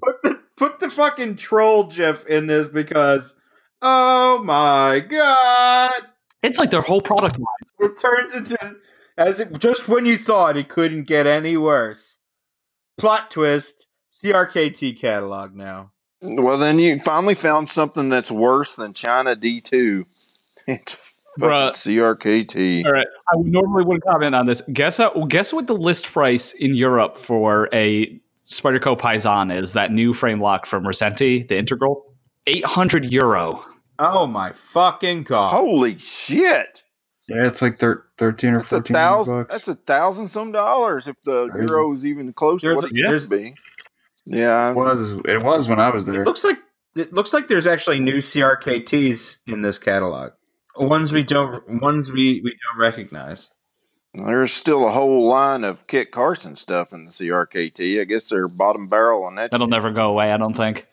Speaker 1: Put the put the fucking troll gif in this because oh my god.
Speaker 4: It's like their whole product line.
Speaker 1: It turns into as it just when you thought it couldn't get any worse. Plot twist. CRKT catalog now.
Speaker 6: Well, then you finally found something that's worse than China D2. It's fucking
Speaker 4: Bruh.
Speaker 6: CRKT.
Speaker 4: All right. I would normally wouldn't comment on this. Guess how, guess what the list price in Europe for a Spyderco Paisan is, that new frame lock from Recenti, the integral? 800 euro.
Speaker 1: Oh my fucking
Speaker 2: Uh,
Speaker 1: god.
Speaker 6: Holy shit.
Speaker 2: Yeah, it's like thir- thirteen or
Speaker 6: That's a
Speaker 2: fourteen hundred
Speaker 6: thousand.
Speaker 2: bucks.
Speaker 6: That's a thousand some dollars if the
Speaker 2: Crazy.
Speaker 6: euro is even close to
Speaker 1: There's
Speaker 6: what
Speaker 1: a-
Speaker 6: it
Speaker 1: there's-
Speaker 6: used to be. Yeah,
Speaker 2: it was it was when I was there.
Speaker 1: It looks like it looks like there's actually new CRKTs in this catalog. Ones we don't ones we, we don't recognize.
Speaker 6: There's still a whole line of Kit Carson stuff in the CRKT. I guess they're bottom barrel on that.
Speaker 4: That'll never go away, I don't think.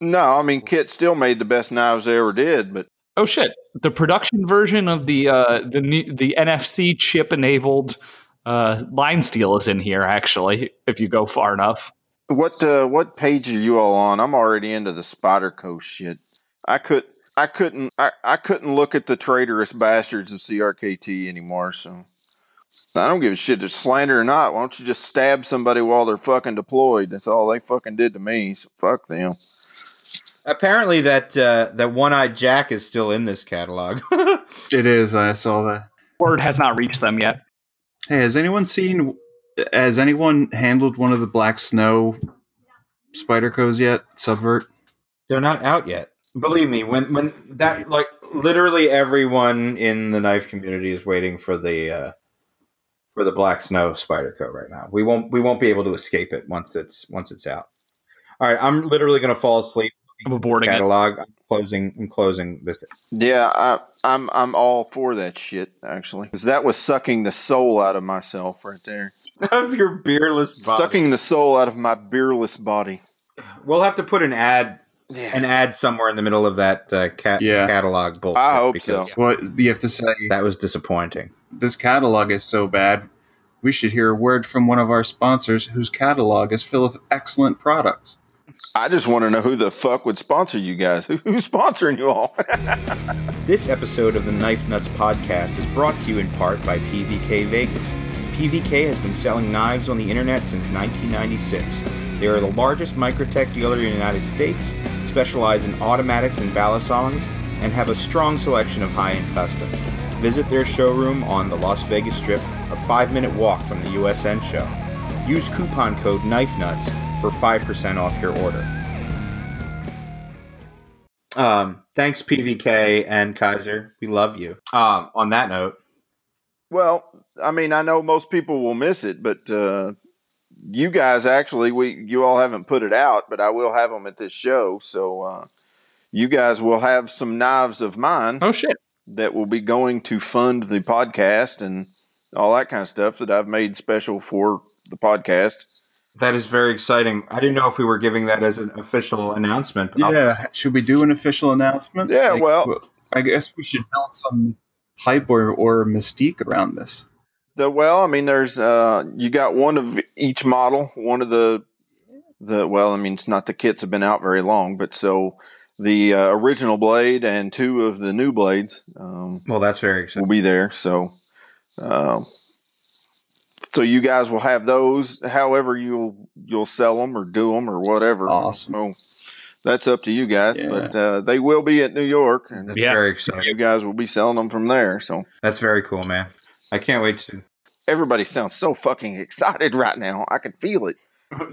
Speaker 6: No, I mean Kit still made the best knives they ever did, but
Speaker 4: Oh shit! The production version of the uh, the ne- the NFC chip enabled uh, line steel is in here. Actually, if you go far enough,
Speaker 6: what uh, what page are you all on? I'm already into the Spider Co shit. I could I couldn't I, I couldn't look at the traitorous bastards of CRKT anymore, so I don't give a shit if slander or not. Why don't you just stab somebody while they're fucking deployed? That's all they fucking did to me. So fuck them.
Speaker 1: Apparently that uh, that one eyed Jack is still in this catalog.
Speaker 2: It is. I saw that.
Speaker 8: Word has not reached them yet.
Speaker 2: Hey, has anyone seen? Has anyone handled one of the black snow spider co's yet? Subvert.
Speaker 1: They're not out yet. Believe me, when when that like literally everyone in the knife community is waiting for the uh, for the black snow spider coat right now. We won't we won't be able to escape it once it's once it's out. All right, I'm literally going to fall asleep.
Speaker 4: I'm aborting it.
Speaker 1: Catalog. I'm closing. I'm closing this.
Speaker 6: Yeah, I, I'm I'm all for that shit actually, 'Cause that was sucking the soul out of myself right there.
Speaker 1: of your beerless body.
Speaker 6: Sucking the soul out of my beerless body.
Speaker 1: We'll have to put an ad
Speaker 6: Yeah.
Speaker 1: an ad somewhere in the middle of that uh, cat
Speaker 2: Yeah.
Speaker 1: catalog bullshit.
Speaker 6: I hope
Speaker 1: because
Speaker 6: so.
Speaker 2: What you have to say?
Speaker 1: That was disappointing.
Speaker 2: This catalog is so bad. We should hear a word from one of our sponsors, whose catalog is full of excellent products.
Speaker 6: I just want to know who the fuck would sponsor you guys. Who, who's sponsoring you all?
Speaker 1: This episode of the Knife Nuts podcast is brought to you in part by PVK Vegas. PVK has been selling knives on the internet since 1996. They are the largest microtech dealer in the United States, specialize in automatics and balisongs, and have a strong selection of high-end customs. Visit their showroom on the Las Vegas Strip, a five-minute walk from the USN show. Use coupon code Knife Nuts for 5% off your order. Um, thanks, PVK and Kaiser. We love you. Um, on that note,
Speaker 6: Well, I mean, I know most people will miss it, but uh, you guys actually, we you all haven't put it out, but I will have them at this show. So uh, you guys will have some knives of mine
Speaker 4: Oh shit!
Speaker 6: that will be going to fund the podcast and all that kind of stuff that I've made special for the podcast.
Speaker 1: that is very exciting. I didn't know if we were giving that as an official announcement. But I'll-
Speaker 2: Yeah. Uh, Should we do an official announcement?
Speaker 6: Yeah, well-
Speaker 2: I guess we should build some hype or, or mystique around this.
Speaker 6: The, well, I mean, there's uh, you got one of each model. One of the the well, I mean, it's not the kits have been out very long, but so the uh, original blade and two of the new blades um,
Speaker 1: well, that's very
Speaker 6: will
Speaker 1: exciting.
Speaker 6: be there. So, um, so you guys will have those. However, you'll you'll sell them or do them or whatever.
Speaker 2: Awesome.
Speaker 6: So that's up to you guys,
Speaker 2: Yeah.
Speaker 6: but uh, they will be at New York, and
Speaker 1: That's
Speaker 4: Yeah.
Speaker 1: very exciting.
Speaker 6: you guys will be selling them from there. So
Speaker 1: That's very cool, man. I can't wait to.
Speaker 6: everybody sounds so fucking excited right now. I can feel it.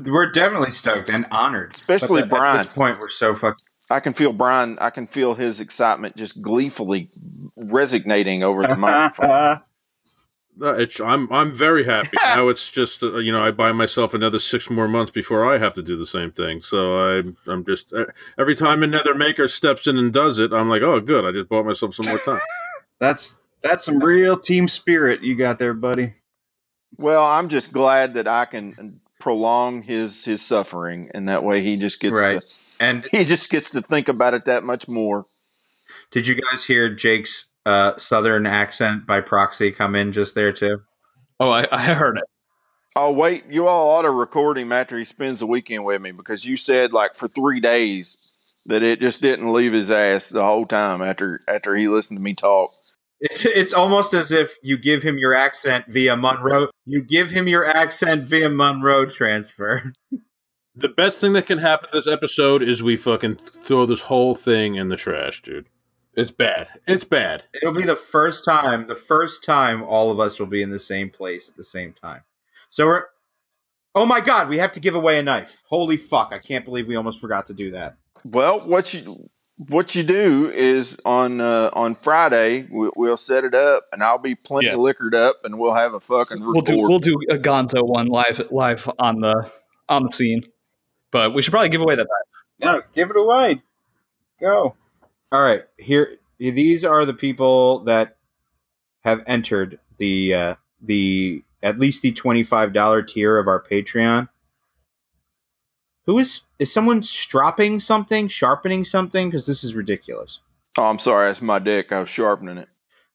Speaker 1: We're definitely stoked and honored, But
Speaker 6: Especially
Speaker 1: at-
Speaker 6: Brian.
Speaker 1: At this point, we're so fucking.
Speaker 6: I can feel Brian. I can feel his excitement just gleefully resignating over the microphone.
Speaker 3: Uh, it's, I'm I'm very happy now. It's just uh, you know I buy myself another six more months before I have to do the same thing. So I'm I'm just uh, every time another maker steps in and does it, I'm like, oh good, I just bought myself some more time.
Speaker 2: that's that's some real team spirit you got there, buddy.
Speaker 6: Well, I'm just glad that I can prolong his his suffering, and that way he just gets
Speaker 1: Right.
Speaker 6: to,
Speaker 1: And
Speaker 6: he just gets to think about it that much more.
Speaker 1: did you guys hear Jake's uh, southern accent by proxy come in just there too?
Speaker 4: Oh, I, I heard it.
Speaker 6: Oh wait, you all ought to record him after he spends the weekend with me because you said like for three days that it just didn't leave his ass the whole time after after he listened to me talk.
Speaker 1: It's, it's almost as if you give him your accent via Monroe. You give him your accent via Monroe transfer.
Speaker 3: The best thing that can happen this episode is we fucking throw this whole thing in the trash, dude. It's bad. It's bad.
Speaker 1: It'll be the first time, the first time all of us will be in the same place at the same time. So we're. Oh my God, we have to give away a knife. Holy fuck, I can't believe we almost forgot to do that.
Speaker 6: Well, what you what you do is on uh, on Friday we, we'll set it up, and I'll be plenty
Speaker 4: Yeah.
Speaker 6: liquored up, and we'll have a fucking
Speaker 4: We'll
Speaker 6: report.
Speaker 4: do we'll do a Gonzo one live live on the on the scene, but we should probably give away that.
Speaker 2: No, give it away. Go.
Speaker 1: All right, here these are the people that have entered the uh, the at least the twenty five dollar tier of our Patreon. Who is is someone stropping something, sharpening something? Because this is ridiculous.
Speaker 6: oh, I'm sorry, that's my dick. I was sharpening it.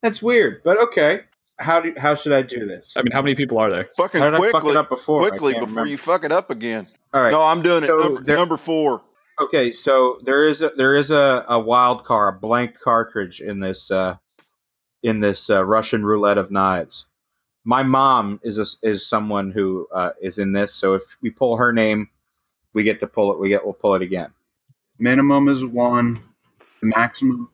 Speaker 1: That's weird, but okay. How do how should I do this?
Speaker 4: I mean, how many people are there?
Speaker 6: Fucking
Speaker 1: How did I fuck
Speaker 6: quickly,
Speaker 1: it up before? I
Speaker 6: quickly
Speaker 1: can't
Speaker 6: before
Speaker 1: remember.
Speaker 6: you fuck it up again.
Speaker 1: All right.
Speaker 6: No, I'm doing it.
Speaker 1: So
Speaker 6: Number,
Speaker 1: there-
Speaker 6: number four.
Speaker 1: Okay. So there is a, there is a, a wild card, a blank cartridge in this uh, in this uh, Russian roulette of knives. My mom is a, is someone who uh, is in this. So if we pull her name, we get to pull it. We get we'll pull it again.
Speaker 2: Minimum is one. The maximum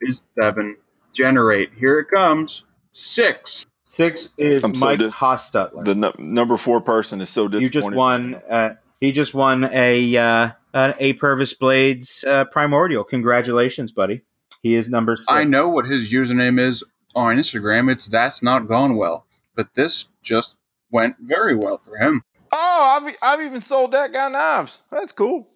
Speaker 2: is seven. Generate. Here it comes. Six.
Speaker 1: Six is
Speaker 6: I'm so
Speaker 1: Mike
Speaker 6: dis-
Speaker 1: Hostetler.
Speaker 6: The nu- number four person is so disappointed.
Speaker 1: you just won. Uh, he just won a uh, an A Purvis Blades uh, Primordial. Congratulations, buddy. He is number six.
Speaker 2: I know what his username is on Instagram. It's that's not gone well. But this just went very well for him.
Speaker 6: Oh, I've, I've even sold that guy knives. That's cool.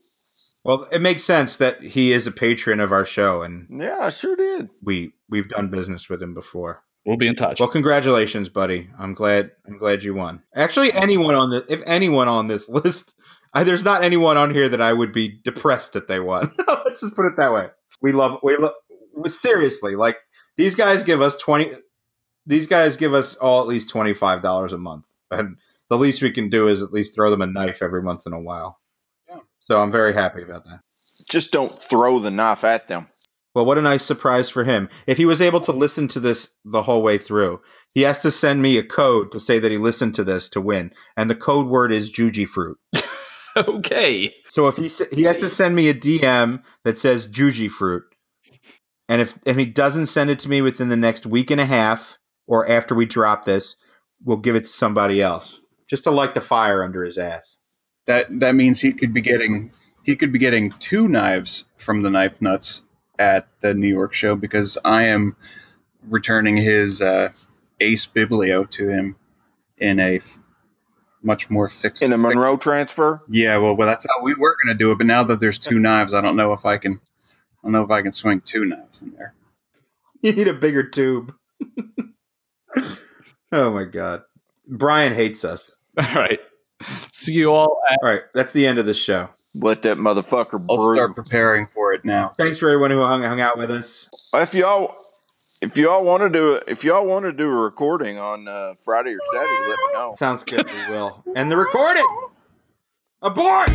Speaker 1: Well, it makes sense that he is a patron of our show, and
Speaker 6: Yeah, I sure did.
Speaker 1: we we've done business with him before.
Speaker 4: We'll be in touch.
Speaker 1: Well, congratulations, buddy. I'm glad. I'm glad you won. Actually, anyone on the if anyone on this list, I, there's not anyone on here that I would be depressed that they won. Let's just put it that way. We love. We love. Seriously, like these guys give us twenty. These guys give us all at least twenty five dollars a month, and the least we can do is at least throw them a knife every once in a while. So I'm very happy about that.
Speaker 6: Just don't throw the knife at them.
Speaker 1: Well, what a nice surprise for him. If he was able to listen to this the whole way through, he has to send me a code to say that he listened to this to win. And the code word is Juji Fruit.
Speaker 4: okay.
Speaker 1: So if he s- he has to send me a DM that says Juji Fruit, and if if he doesn't send it to me within the next week and a half or after we drop this, we'll give it to somebody else just to light the fire under his ass.
Speaker 2: That that means he could be getting he could be getting two knives from the knife nuts at the New York show because I am returning his uh, Ace Biblio to him in a f- much more fixed
Speaker 6: In a
Speaker 2: fixed-
Speaker 6: Monroe transfer?
Speaker 2: Yeah, well, well, that's how we were going to do it. But now that there's two knives, I don't know if I can. I don't know if I can swing two knives in there.
Speaker 1: You need a bigger tube. oh my god. Brian hates us.
Speaker 4: All right. See you all at
Speaker 1: All right, that's the end of the show.
Speaker 6: Let that motherfucker
Speaker 2: I'll
Speaker 6: brew.
Speaker 2: start preparing for it now.
Speaker 1: Thanks for everyone who hung, hung out with us.
Speaker 6: If y'all if y'all want to do it, if y'all want to do a recording on uh, Friday or Saturday, let me know.
Speaker 1: Sounds good. We will. And the recording. Abort.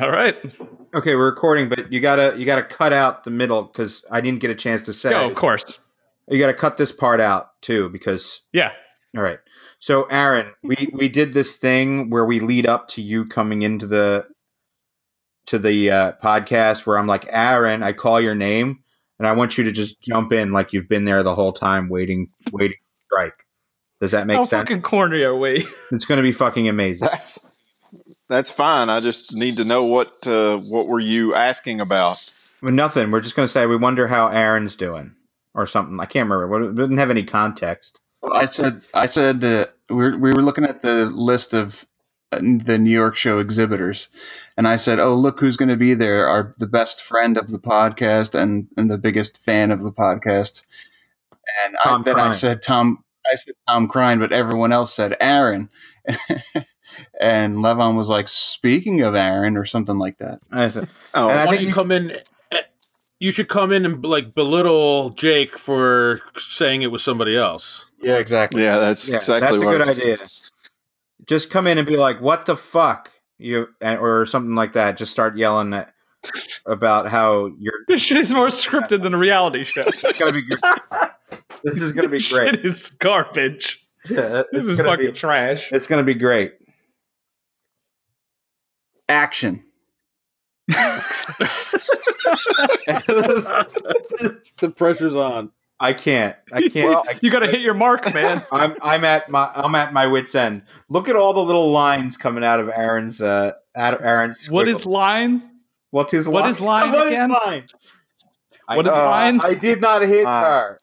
Speaker 4: All right.
Speaker 1: Okay, we're recording, but you gotta you gotta cut out the middle because I didn't get a chance to say.
Speaker 4: Go, of course.
Speaker 1: You gotta cut this part out too because
Speaker 4: Yeah.
Speaker 1: All right. So Aaron, we we did this thing where we lead up to you coming into the to the uh, podcast where I'm like, Aaron, I call your name, and I want you to just jump in like you've been there the whole time, waiting, waiting to strike. Does that make
Speaker 4: How
Speaker 1: sense?
Speaker 4: fucking corny are we?
Speaker 1: It's going to be fucking amazing.
Speaker 6: That's that's fine. I just need to know what uh, what were you asking about?
Speaker 1: Well, nothing. We're just going to say we wonder how Aaron's doing or something. I can't remember. We didn't have any context.
Speaker 2: I said I said uh, we were, we were looking at the list of uh, the New York show exhibitors, and I said, "Oh, look who's going to be there! Our the best friend of the podcast and and the biggest fan of the podcast." And I,
Speaker 1: Tom
Speaker 2: then I
Speaker 1: Crine.
Speaker 2: said Tom. I said Tom Crine, but everyone else said Aaron. and Levon was like, "Speaking of Aaron," or something like that.
Speaker 1: I said-
Speaker 6: Oh,
Speaker 1: And I
Speaker 5: Why don't
Speaker 1: think
Speaker 5: you
Speaker 1: you-
Speaker 5: come in? eh, You should come in and like belittle Jake for saying it was somebody else.
Speaker 2: Yeah, exactly.
Speaker 6: yeah, that's
Speaker 1: Yeah,
Speaker 6: exactly
Speaker 1: that's a
Speaker 6: what
Speaker 1: good idea. just come in and be like, "What the fuck?" You and- or something like that. Just start yelling at, about how you're
Speaker 4: This shit is more scripted than a reality show.
Speaker 1: it's gonna be. This is gonna be
Speaker 4: This
Speaker 1: great.
Speaker 4: Shit is garbage.
Speaker 1: Yeah,
Speaker 4: This
Speaker 1: it's
Speaker 4: is
Speaker 1: gonna
Speaker 4: fucking
Speaker 1: Be,
Speaker 4: trash.
Speaker 1: it's gonna be great.
Speaker 2: Action.
Speaker 5: The pressure's on.
Speaker 1: I can't. I can't. I,
Speaker 4: you gotta hit your mark, man.
Speaker 1: I'm I'm at my I'm at my wits end. Look at all the little lines coming out of Aaron's uh out of Aaron's.
Speaker 4: what is
Speaker 1: squiggle.
Speaker 4: line?
Speaker 1: what is
Speaker 4: what
Speaker 1: li-
Speaker 4: is line
Speaker 1: What is
Speaker 4: again?
Speaker 1: line? I, uh,
Speaker 4: What is line?
Speaker 1: I did not hit
Speaker 6: Uh,
Speaker 1: her.